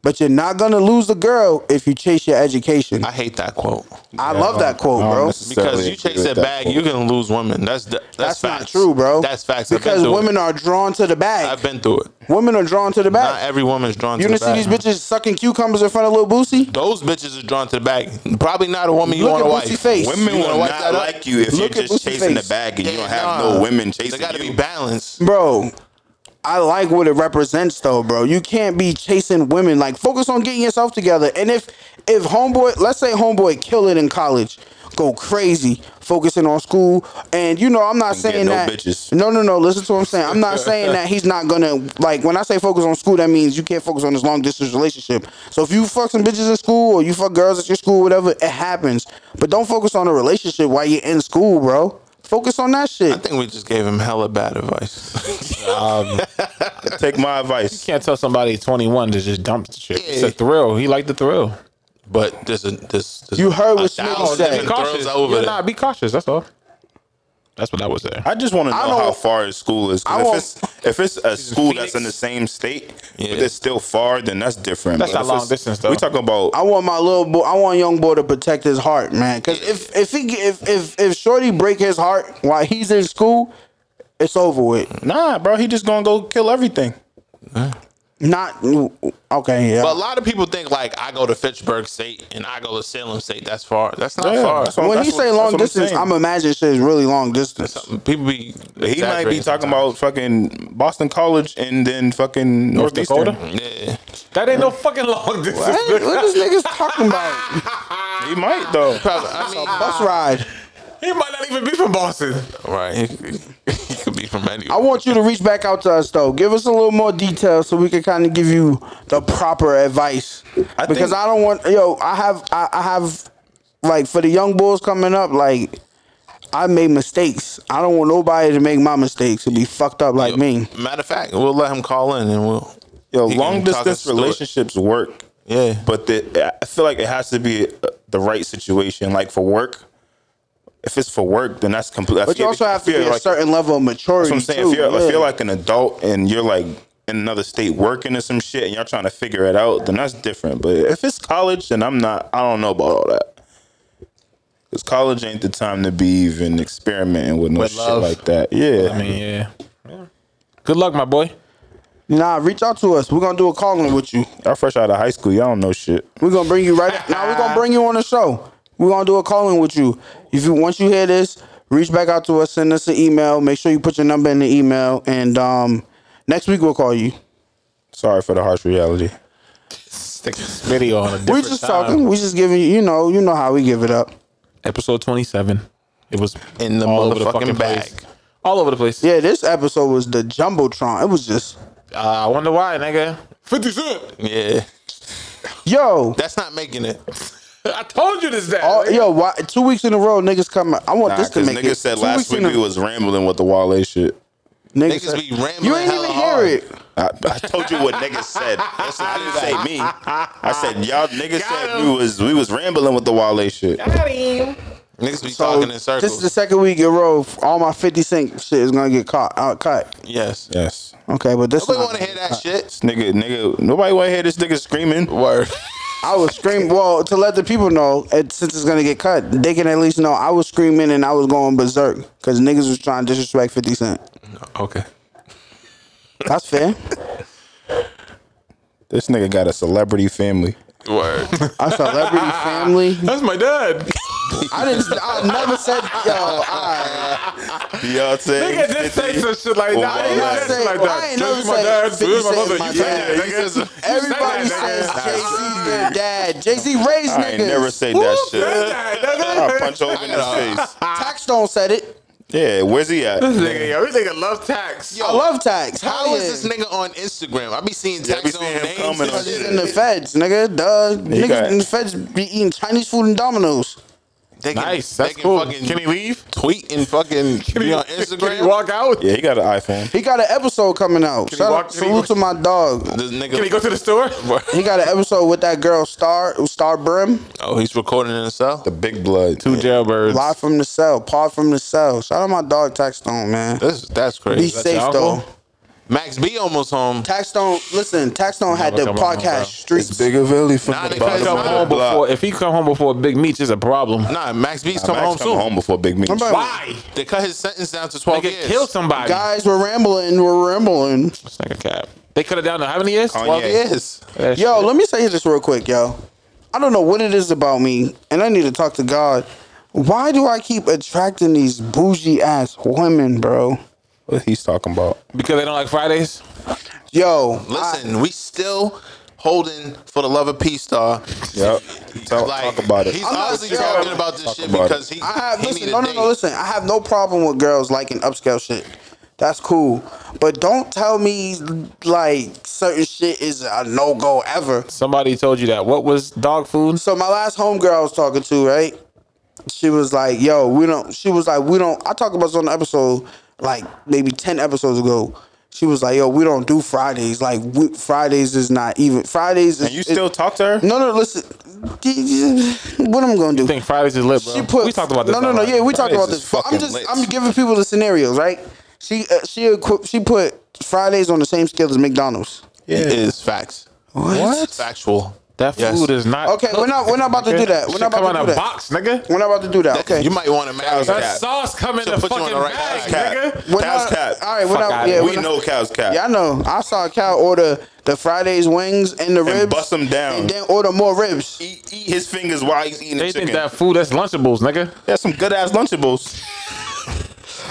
S1: but you're not gonna lose the girl if you chase your education.
S6: I
S1: I,
S6: hate that quote
S1: love that quote,
S7: I don't
S1: bro.
S7: necessarily
S6: because you
S7: agree
S6: chase
S7: with
S6: that bag,
S7: quote.
S6: you can lose women. That's the, that's,
S1: That's
S6: facts.
S1: not true, bro.
S6: That's facts.
S1: Because women are drawn to the bag.
S6: I've been through it.
S1: women are drawn to the
S6: Not
S1: bag.
S6: every woman's drawn
S1: You
S6: to
S1: didn't
S6: the
S1: see
S6: bag.
S1: these bitches sucking cucumbers in front of Lil Boosie?
S6: Those bitches are drawn to the bag. Probably not a woman you
S1: Look
S6: want
S1: at
S6: to
S1: Bootsy
S6: wife.
S1: face.
S7: Women
S6: You
S7: will
S6: wanna wipe
S7: not
S6: that up?
S7: like you if
S1: Look
S7: you're
S1: at
S7: just
S1: Bootsie's
S7: chasing
S1: face.
S7: the bag and you
S6: Yeah,
S7: don't have
S6: nah.
S7: no women chasing
S6: They got to
S7: you.
S6: be balanced.
S1: Bro, I like what it represents though, bro. You can't be chasing women. Like focus on getting yourself together. And if if homeboy, let's say homeboy kill it in college, go crazy, focusing on school. And you know, I'm not
S7: get
S1: saying
S7: no
S1: that.
S7: bitches.
S1: No, no, no. Listen to what I'm saying. I'm not saying that he's not gonna like. When I say focus on school, that means you can't focus on this long distance relationship. So if you fuck some bitches in school or you fuck girls at your school, whatever, it happens. But don't focus on a relationship while you're in school, bro. Focus on that shit.
S6: I think we just gave him hella bad advice.
S7: Take my advice.
S5: Can't tell somebody 21 to just dump the shit. It's a thrill. He liked the thrill.
S6: but this is this. this
S1: You heard what
S6: a
S1: Smitty
S6: thousand
S1: said.
S6: different
S5: Cautious.
S6: throws over
S5: Yeah,
S6: there.
S5: nah, be cautious. That's all. That's what I was there.
S7: I just want to know
S1: I don't-
S7: how far his school is. 'cause
S1: I
S7: If
S1: won't-
S7: it's if it's a school that's
S5: Phoenix.
S7: in the same state,
S6: Yeah.
S7: but it's still far, then that's different.
S5: That's
S7: But
S5: not
S7: if
S5: long
S7: it's-
S5: distance, though.
S7: We talking about
S1: I want my little boy. I want young boy to protect his heart, man. Because if if he if if if Shorty break his heart while he's in school, it's over with.
S7: nah, bro. He just gonna go kill everything.
S1: Not okay. Yeah.
S6: But a lot of people think like I go to Fitchburg State and I go to Salem State. That's far. That's not
S7: Yeah,
S6: far.
S7: that's what-
S1: when he
S7: that's what-
S1: say
S7: that's
S1: long
S7: what I'm
S1: distance,
S7: saying.
S1: I'm, imagining shit is really long distance.
S6: people be.
S7: He might be talking about fucking Boston College and then fucking
S5: North
S7: Northeastern.
S5: Dakota?
S6: Yeah.
S5: That ain't no fucking long distance.
S1: What, what is niggas talking about?
S7: He might though.
S6: Probably, I mean,
S1: Bus ride.
S5: He might not even be from Boston.
S6: right. He, he could be from anywhere.
S1: I want you to reach back out to us though. Give us a little more detail so we can kind of give you the proper advice.
S7: I
S1: because
S7: think-
S1: I don't want yo. I have I, I have like for the young bulls coming up. Like I made mistakes. I don't want nobody to make my mistakes and be fucked up like me.
S6: Matter of fact, we'll let him call in and we'll.
S7: Yo,
S6: he can
S7: long
S6: talk us
S7: distance
S6: through it.
S7: relationships work.
S6: Yeah.
S7: but the, I feel like it has to be uh, the right situation. Like for work, if it's for work, then that's complete.
S1: But you also have to be a
S7: like,
S1: certain level of maturity.
S7: That's what I'm saying.
S1: too.
S7: if, you're,
S1: yeah.
S7: if you're like an adult and you're like in another state working or some shit and y'all trying to figure it out, then that's different. But if it's college, then I'm not. I don't know about all that. Cause college ain't the time to be even experimenting with no
S6: With
S7: shit
S6: love.
S7: like that. Yeah,
S5: I mean, yeah. Good luck, my boy.
S1: nah, reach out to us. We're gonna do a calling with you.
S7: y'all fresh out of high school, y'all don't know shit.
S1: We're gonna bring you right now. We're gonna bring you on the show. We're gonna do a calling with you. If you once you hear this, reach back out to us, send us an email. Make sure you put your number in the email, and um, next week we'll call you.
S7: Sorry for the harsh reality.
S5: Stick this video on a different
S1: We just
S5: time.
S1: talking. We just giving you. You know. You know how we give it up.
S5: Episode 27. It was
S6: In the
S5: all over the
S6: motherfucking
S5: fucking
S6: bag.
S5: place. All over the place.
S1: Yeah, this episode was the jumbotron. It was just
S5: Uh, I wonder why, nigga. 50 Cent.
S6: Yeah.
S1: yo,
S6: That's not making it.
S5: I told you this that.
S1: all, yo. Why, two weeks in a row, niggas come. I want
S7: Nah,
S1: this
S7: cause
S1: to make
S7: niggas
S1: it.
S7: said
S1: Two
S7: last
S1: weeks
S7: week
S1: in a-
S7: we was rambling with the Wale shit.
S1: niggas,
S6: Niggas be rambling.
S1: You ain't even
S6: hella
S1: hear
S6: hard.
S1: it.
S7: I, I told you what niggas said. Listen, I didn't say me. I said y'all niggas said we was we was rambling with the Wale shit.
S6: Niggas be
S1: So
S6: talking in
S1: this
S6: circles.
S1: is the second week in a row. All my fifty cent shit is gonna get caught out cut.
S6: yes.
S7: Yes.
S1: Okay, but this
S6: Nobody
S1: not
S6: want
S1: gonna
S6: to hear
S1: get
S6: that
S1: cut.
S6: shit.
S7: This nigga, nigga, nobody want to hear this nigga screaming.
S6: Word.
S1: I was screaming. Well, to let the people know, it, since it's gonna get cut, they can at least know I was screaming and I was going berserk because niggas was trying to disrespect Fifty Cent. Oh.
S6: okay.
S1: That's fair.
S7: This nigga got a celebrity family.
S6: Word.
S1: Our celebrity family.
S5: That's my dad.
S1: I didn't. I never said yo. I,
S7: Y'all say
S5: Nigga just say some shit like that. I ain't
S1: I
S5: never
S1: didn't
S5: said
S1: say.
S5: like
S1: I
S5: that.
S1: ain't never
S5: This is my
S1: said
S5: dad. This
S1: 50
S5: is
S1: Cent
S5: my mother.
S1: is my
S5: You say
S1: dad.
S5: that, nigga.
S1: Everybody
S5: You say that,
S1: says Jay
S5: nigga.
S1: Z their dad. Jay Z raised
S7: I
S1: niggas.
S7: ain't never say
S5: Who
S7: that shit.
S5: said that,
S7: I'll
S5: nigga?
S7: punch him in his face.
S1: Tax don't said it.
S7: Yeah, where's he at?
S5: This nigga, yo, this nigga love tax.
S1: I love tax.
S6: How is
S1: nigga?
S6: this nigga on Instagram? I be seeing
S7: Yeah, I be
S6: text
S7: seeing
S6: on
S7: him
S6: names.
S7: comment
S6: and
S7: on
S6: shit.
S7: shit.
S1: In the feds, nigga. Duh. Niggas
S7: got-
S1: in the feds be eating Chinese food and Domino's.
S6: They can,
S5: Nice.
S6: they
S5: That's
S6: can
S5: cool.
S6: fucking
S5: Can he leave?
S6: tweet and fucking be on
S5: Can he
S6: Instagram.
S5: walk out?
S7: Yeah, he got an iPhone.
S1: He got an episode coming out.
S5: he
S1: Shout
S5: walk-
S1: out-
S5: can he
S1: salute to my dog.
S6: This nigga.
S5: Can he go to the store?
S1: He got an episode with that girl Star Star Brim,
S6: oh, he's recording in himself.
S7: The big blood.
S5: Two jailbirds.
S1: live from the cell, pod from the cell. Shout out my dog Tax Stone, man.
S6: That's that's
S1: Be
S6: crazy.
S1: safe
S5: your
S1: though.
S5: uncle?
S6: Max B almost home.
S1: Tax Stone, listen, Tax Stone had
S5: Never
S1: the
S5: come home, bro.
S1: podcast streets.
S7: bigger Billy from
S6: Nah,
S7: the
S6: nigga,
S7: bottom
S6: come
S5: Come
S7: of the
S5: home
S7: block.
S5: before, if he come home before Big Meats, is a problem.
S6: Nah, Max B's coming
S7: Max
S6: home
S7: come
S6: soon.
S7: home before Big Meat.
S1: Somebody-
S5: Why?
S6: They cut his sentence down to twelve
S5: Nigga
S6: years.
S5: killed somebody.
S1: Guys, we're rambling, we're rambling.
S5: It's like a cap. They cut it down to how many years?
S1: Oh,
S7: Kanye.
S6: Twelve years.
S5: That
S1: Yo,
S5: shit.
S1: let me say this real quick, yo. I don't know what it is about me, and I need to talk to God. Why do I keep attracting these bougie ass women, bro?
S7: What he's talking about?
S5: because they don't like Fridays.
S1: Yo, I-
S6: Listen, we still Holden for the love of peace star.
S7: Yep. Talk,
S6: Like,
S7: talk about it.
S6: He's
S1: I'm not
S6: obviously
S1: sure.
S6: talking about this
S7: Talk
S6: shit
S7: about it.
S6: because he,
S1: I have
S6: he
S1: listen.
S6: need
S1: No,
S6: a
S1: no,
S6: date.
S1: no. Listen, I have no problem with girls liking upscale shit. That's cool. But don't tell me like certain shit is a no go ever.
S5: Somebody told you that. What was dog food?
S1: So my last homegirl I was talking to, right? She was like, "Yo, we don't." She was like, "We don't." I talked about this on the episode, like maybe ten episodes ago. She was like, "Yo, we don't do Fridays. Like we, Fridays is not even Fridays." Is,
S7: And you still talk to her?
S1: No, no. Listen, what am I gonna do?
S5: I think Fridays is lit, bro.
S1: She put.
S5: we talked about this.
S1: No, no, no.
S5: already.
S1: Yeah, we talked
S7: Fridays
S1: about
S7: is
S1: this. I'm
S7: fucking
S1: just,
S7: lit.
S1: I'm giving people the scenarios, right? She, uh, she, equi- she put Fridays on the same scale as McDonald's.
S6: It is facts.
S1: What?
S6: Factual.
S5: That
S6: Yes.
S5: food is not
S1: Okay, we're not, we're not about to do that. We're not
S5: come
S1: about to
S5: in
S1: do
S5: a
S1: that.
S5: box, nigga.
S1: We're not about to do that. Okay.
S6: You might want to marry
S5: That
S6: that.
S5: sauce come in
S6: She'll
S5: the
S6: put you
S5: fucking
S6: on the right
S5: bag,
S6: track.
S5: nigga.
S1: We're
S7: Cow's
S1: not,
S7: cat.
S1: All right, we're
S5: Fuck
S1: not.
S5: outta
S1: Yeah,
S5: here.
S1: we're
S7: We
S1: not-
S7: know Cow's cat.
S1: Yeah, I know. I saw Cal order the Fridays wings and the ribs,
S7: bust 'em down.
S1: and then order more ribs.
S7: Eat, eat his fingers while he's eating
S5: They
S7: the
S5: think
S7: chicken.
S5: that food that's Lunchables, nigga.
S7: That's some good ass Lunchables.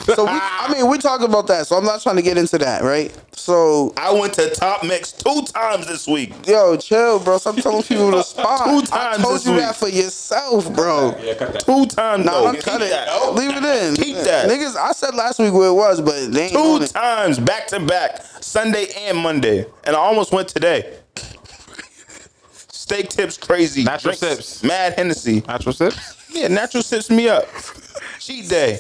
S1: So we, I mean, we talked about that. So I'm not trying to get into that, right? So
S7: I went to Top Mix two times this week.
S1: yo, chill, bro. Stop telling people to spot.
S7: Two
S1: I
S7: times
S1: told
S7: this
S1: you
S7: week.
S1: that for yourself, bro.
S7: Two times
S1: No,
S7: though.
S1: I'm
S7: Keep
S1: cutting
S7: that.
S1: it. Leave it in.
S7: Keep that.
S1: Niggas, I said last week where it was, but they ain't on
S7: Two
S1: it.
S7: times back to back, Sunday and Monday, and I almost went today. Steak tips crazy.
S5: Natural
S7: Drinks,
S5: sips.
S7: Mad Hennessy.
S5: Natural sips.
S7: Yeah, natural sips me up. Cheat day.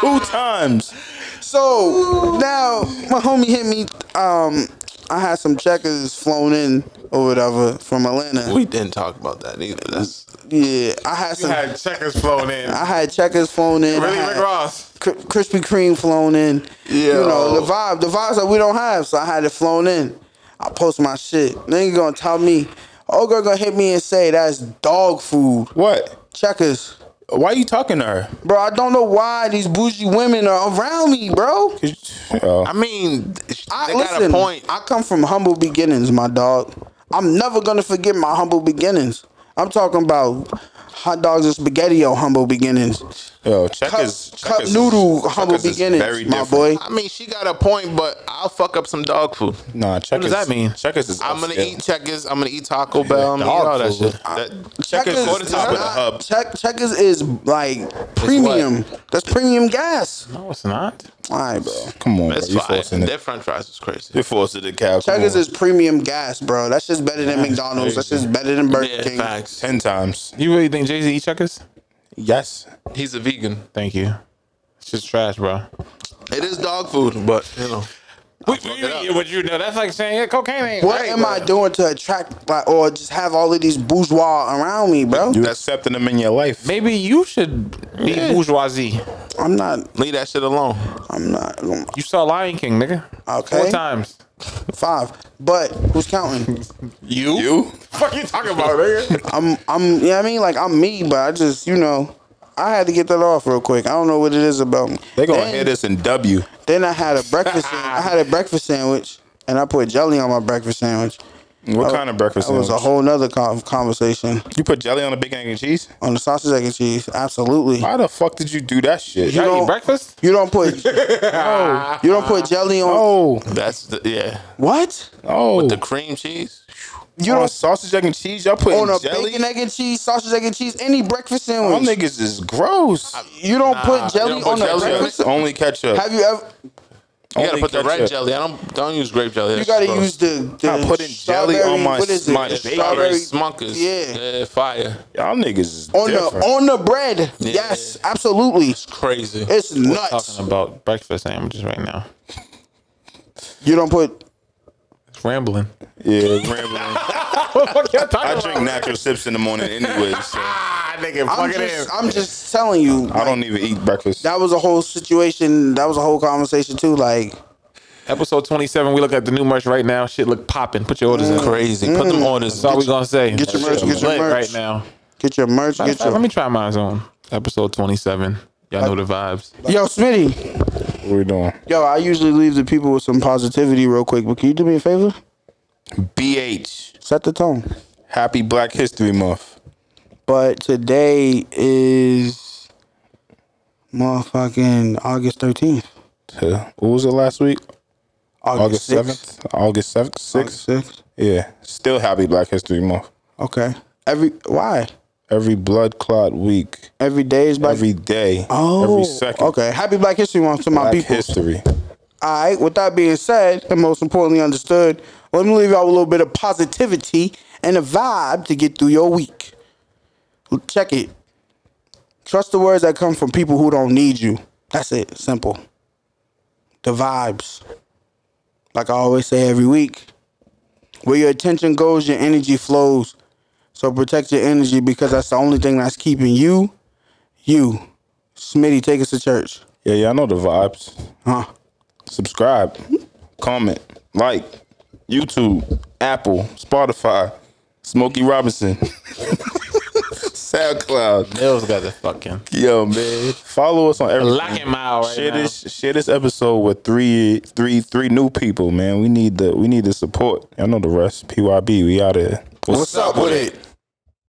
S7: Two times.
S1: So now my homie hit me. Um, I had some checkers flown in or whatever from Atlanta.
S6: We didn't talk about that either. That's
S1: yeah, I had some.
S5: checkers flowing in.
S1: I had checkers flown in. I had
S5: Ross.
S1: Kri- Krispy Kreme flown in. You
S6: Yo.
S1: know the vibe, the vibes that we don't have. So I had it flown in. I post my shit. Nigga gonna tell me, oh girl gonna hit me and say that's dog food.
S7: What?
S1: Checkers.
S7: Why you talking to her?
S1: Bro, I don't know why these bougie women are around me, bro.
S6: I mean, sh-
S1: I,
S6: they
S1: listen,
S6: got a point.
S1: I come from humble beginnings, my dog. I'm never gonna forget my humble beginnings. I'm talking about hot dogs and spaghetti on humble beginnings.
S7: Yo, check
S1: Cup,
S7: his
S1: cup noodle humble beginnings, my boy.
S6: I mean, she got a point, but I'll fuck up some dog food.
S7: Nah, check
S5: does that mean?
S7: Checkers is.
S6: I'm gonna
S7: upscale.
S6: eat checkers. I'm gonna eat Taco Bell. I'm gonna eat
S7: dog
S6: all that
S7: food.
S6: shit. That,
S7: Checkers
S1: Checkers
S7: go to
S1: is
S7: top of the
S1: not-
S6: uh,
S7: hub.
S1: Check, checkers is like premium. That's premium gas.
S5: No, it's not.
S1: All right, bro.
S7: Come on, bro.
S6: that's
S7: You
S6: fine.
S7: forcing it.
S6: Their French fries is crazy.
S7: You forcing the cow. Come
S1: Checkers
S7: on.
S1: is premium gas, bro. That's just better than McDonald's. That's just better than Burger
S6: Yeah,
S1: King.
S6: facts.
S7: ten times.
S5: You really think Jay Z eat checkers?
S7: Yes.
S6: He's a vegan.
S5: Thank you. It's just trash, bro.
S6: It is dog food, but you know.
S5: What
S6: it up.
S5: you know? That's like saying yeah, cocaine ain't.
S1: What am I doing to attract like, or just have all of these bourgeois around me, bro?
S7: You accepting them in your life.
S5: Maybe you should be bourgeoisie.
S1: I'm not.
S6: Leave that shit alone.
S1: I'm not.
S5: You saw Lion King, nigga.
S1: Okay.
S5: Four times.
S1: Five. But who's counting?
S5: You?
S7: You?
S5: Fuck you talking about, nigga?
S1: I'm. I'm. You know what I mean? Like I'm me, but I just you know. I had to get that off real quick. I don't know what it is about me.
S7: They gonna
S1: Then-
S7: hear this in W.
S1: Then I had a breakfast. san- I had a breakfast sandwich, and I put jelly on my breakfast sandwich.
S7: What kind of breakfast?
S1: Oh, That was a
S7: sandwich?
S1: whole nother con conversation
S7: You put jelly on a big egg and cheese?
S1: on the sausage egg and cheese. Absolutely.
S7: Why the fuck did you do that shit?
S5: You
S1: don't-
S5: eat breakfast?
S1: You don't put. no. You don't put jelly on.
S7: Oh,
S6: That's the, yeah.
S1: What?
S7: oh.
S6: The cream cheese.
S7: you don't sausage egg and cheese? Y'all putting
S1: On a
S7: jelly?
S1: bacon, egg and cheese, sausage, egg and cheese, any breakfast
S7: Y'all
S1: sandwich.
S7: niggas is gross.
S1: you don't put jelly
S6: don't put
S1: on a
S6: jelly on
S1: breakfast.
S6: it.
S7: Only ketchup.
S1: Have you ever?
S6: You gotta
S7: Only
S6: put the red
S7: ketchup.
S6: jelly. I don't don't use grape jelly.
S1: You
S6: That's
S1: gotta
S6: gross.
S1: use the. the
S7: Nah, putting jelly on
S1: strawberry-
S7: my-
S1: what is it?
S7: my
S1: The
S7: bacon.
S6: strawberry
S1: strawberry
S6: smunkers.
S1: Yeah.
S6: yeah, fire.
S7: Y'all niggas is
S1: on the
S7: different.
S1: on the bread. Yes, absolutely.
S6: Crazy.
S1: It's nuts.
S5: Talking about breakfast sandwiches right now.
S1: You don't put
S5: It's rambling.
S7: yeah, rambling.
S5: Fuck y'all talking
S7: I drink natural sips in the morning anyway, so I
S1: I'm just, I'm just telling you. like,
S7: don't even eat breakfast.
S1: that was a whole situation. That was a whole conversation too. Like,
S5: Episode 27, we look at the new merch right now. Shit look popping. Put your orders in.
S6: Crazy. Put them on this.
S5: That's all we gonna say.
S1: Mm. get your merch, get your
S5: Lit
S1: merch
S5: right now.
S1: get your merch, get
S5: Let
S1: your.
S5: me try mine on. Episode 27. Y'all know the vibes.
S1: Yo, Smitty.
S7: What we doing?
S1: Yo, I usually leave the people with some positivity real quick, but can you do me a favor?
S7: BH.
S1: Set the tone.
S7: Happy Black History Month.
S1: But today is motherfucking August thirteenth.
S7: Huh. What was it last week? August seventh, August seventh, sixth. Yeah, still happy Black History Month.
S1: Okay. Every why?
S7: Every blood clot week,
S1: Every day is Black.
S7: every day,
S1: oh,
S7: every second.
S1: Okay. Happy Black History Month to my
S7: Black
S1: people.
S7: history.
S1: All right. With that being said, and most importantly understood, let me leave y'all with a little bit of positivity and a vibe to get through your week. Check it. Trust the words that come from people who don't need you. That's it. Simple. The vibes. Like I always say every week, where your attention goes, your energy flows. So protect your energy because that's the only thing that's keeping you, you. Smitty, take us to church.
S7: Yeah, y'all know the vibes.
S1: Huh?
S7: Subscribe, comment, like, YouTube, Apple, Spotify, Smokey Robinson, SoundCloud.
S6: Mills got the fucking
S7: Yo, man, follow us on everything.
S5: Locking mile right
S7: share
S5: now.
S7: this share this episode with three three three new people, man. We need the we need the support. Y'all know the rest. PYB, we out here.
S1: What's up with it?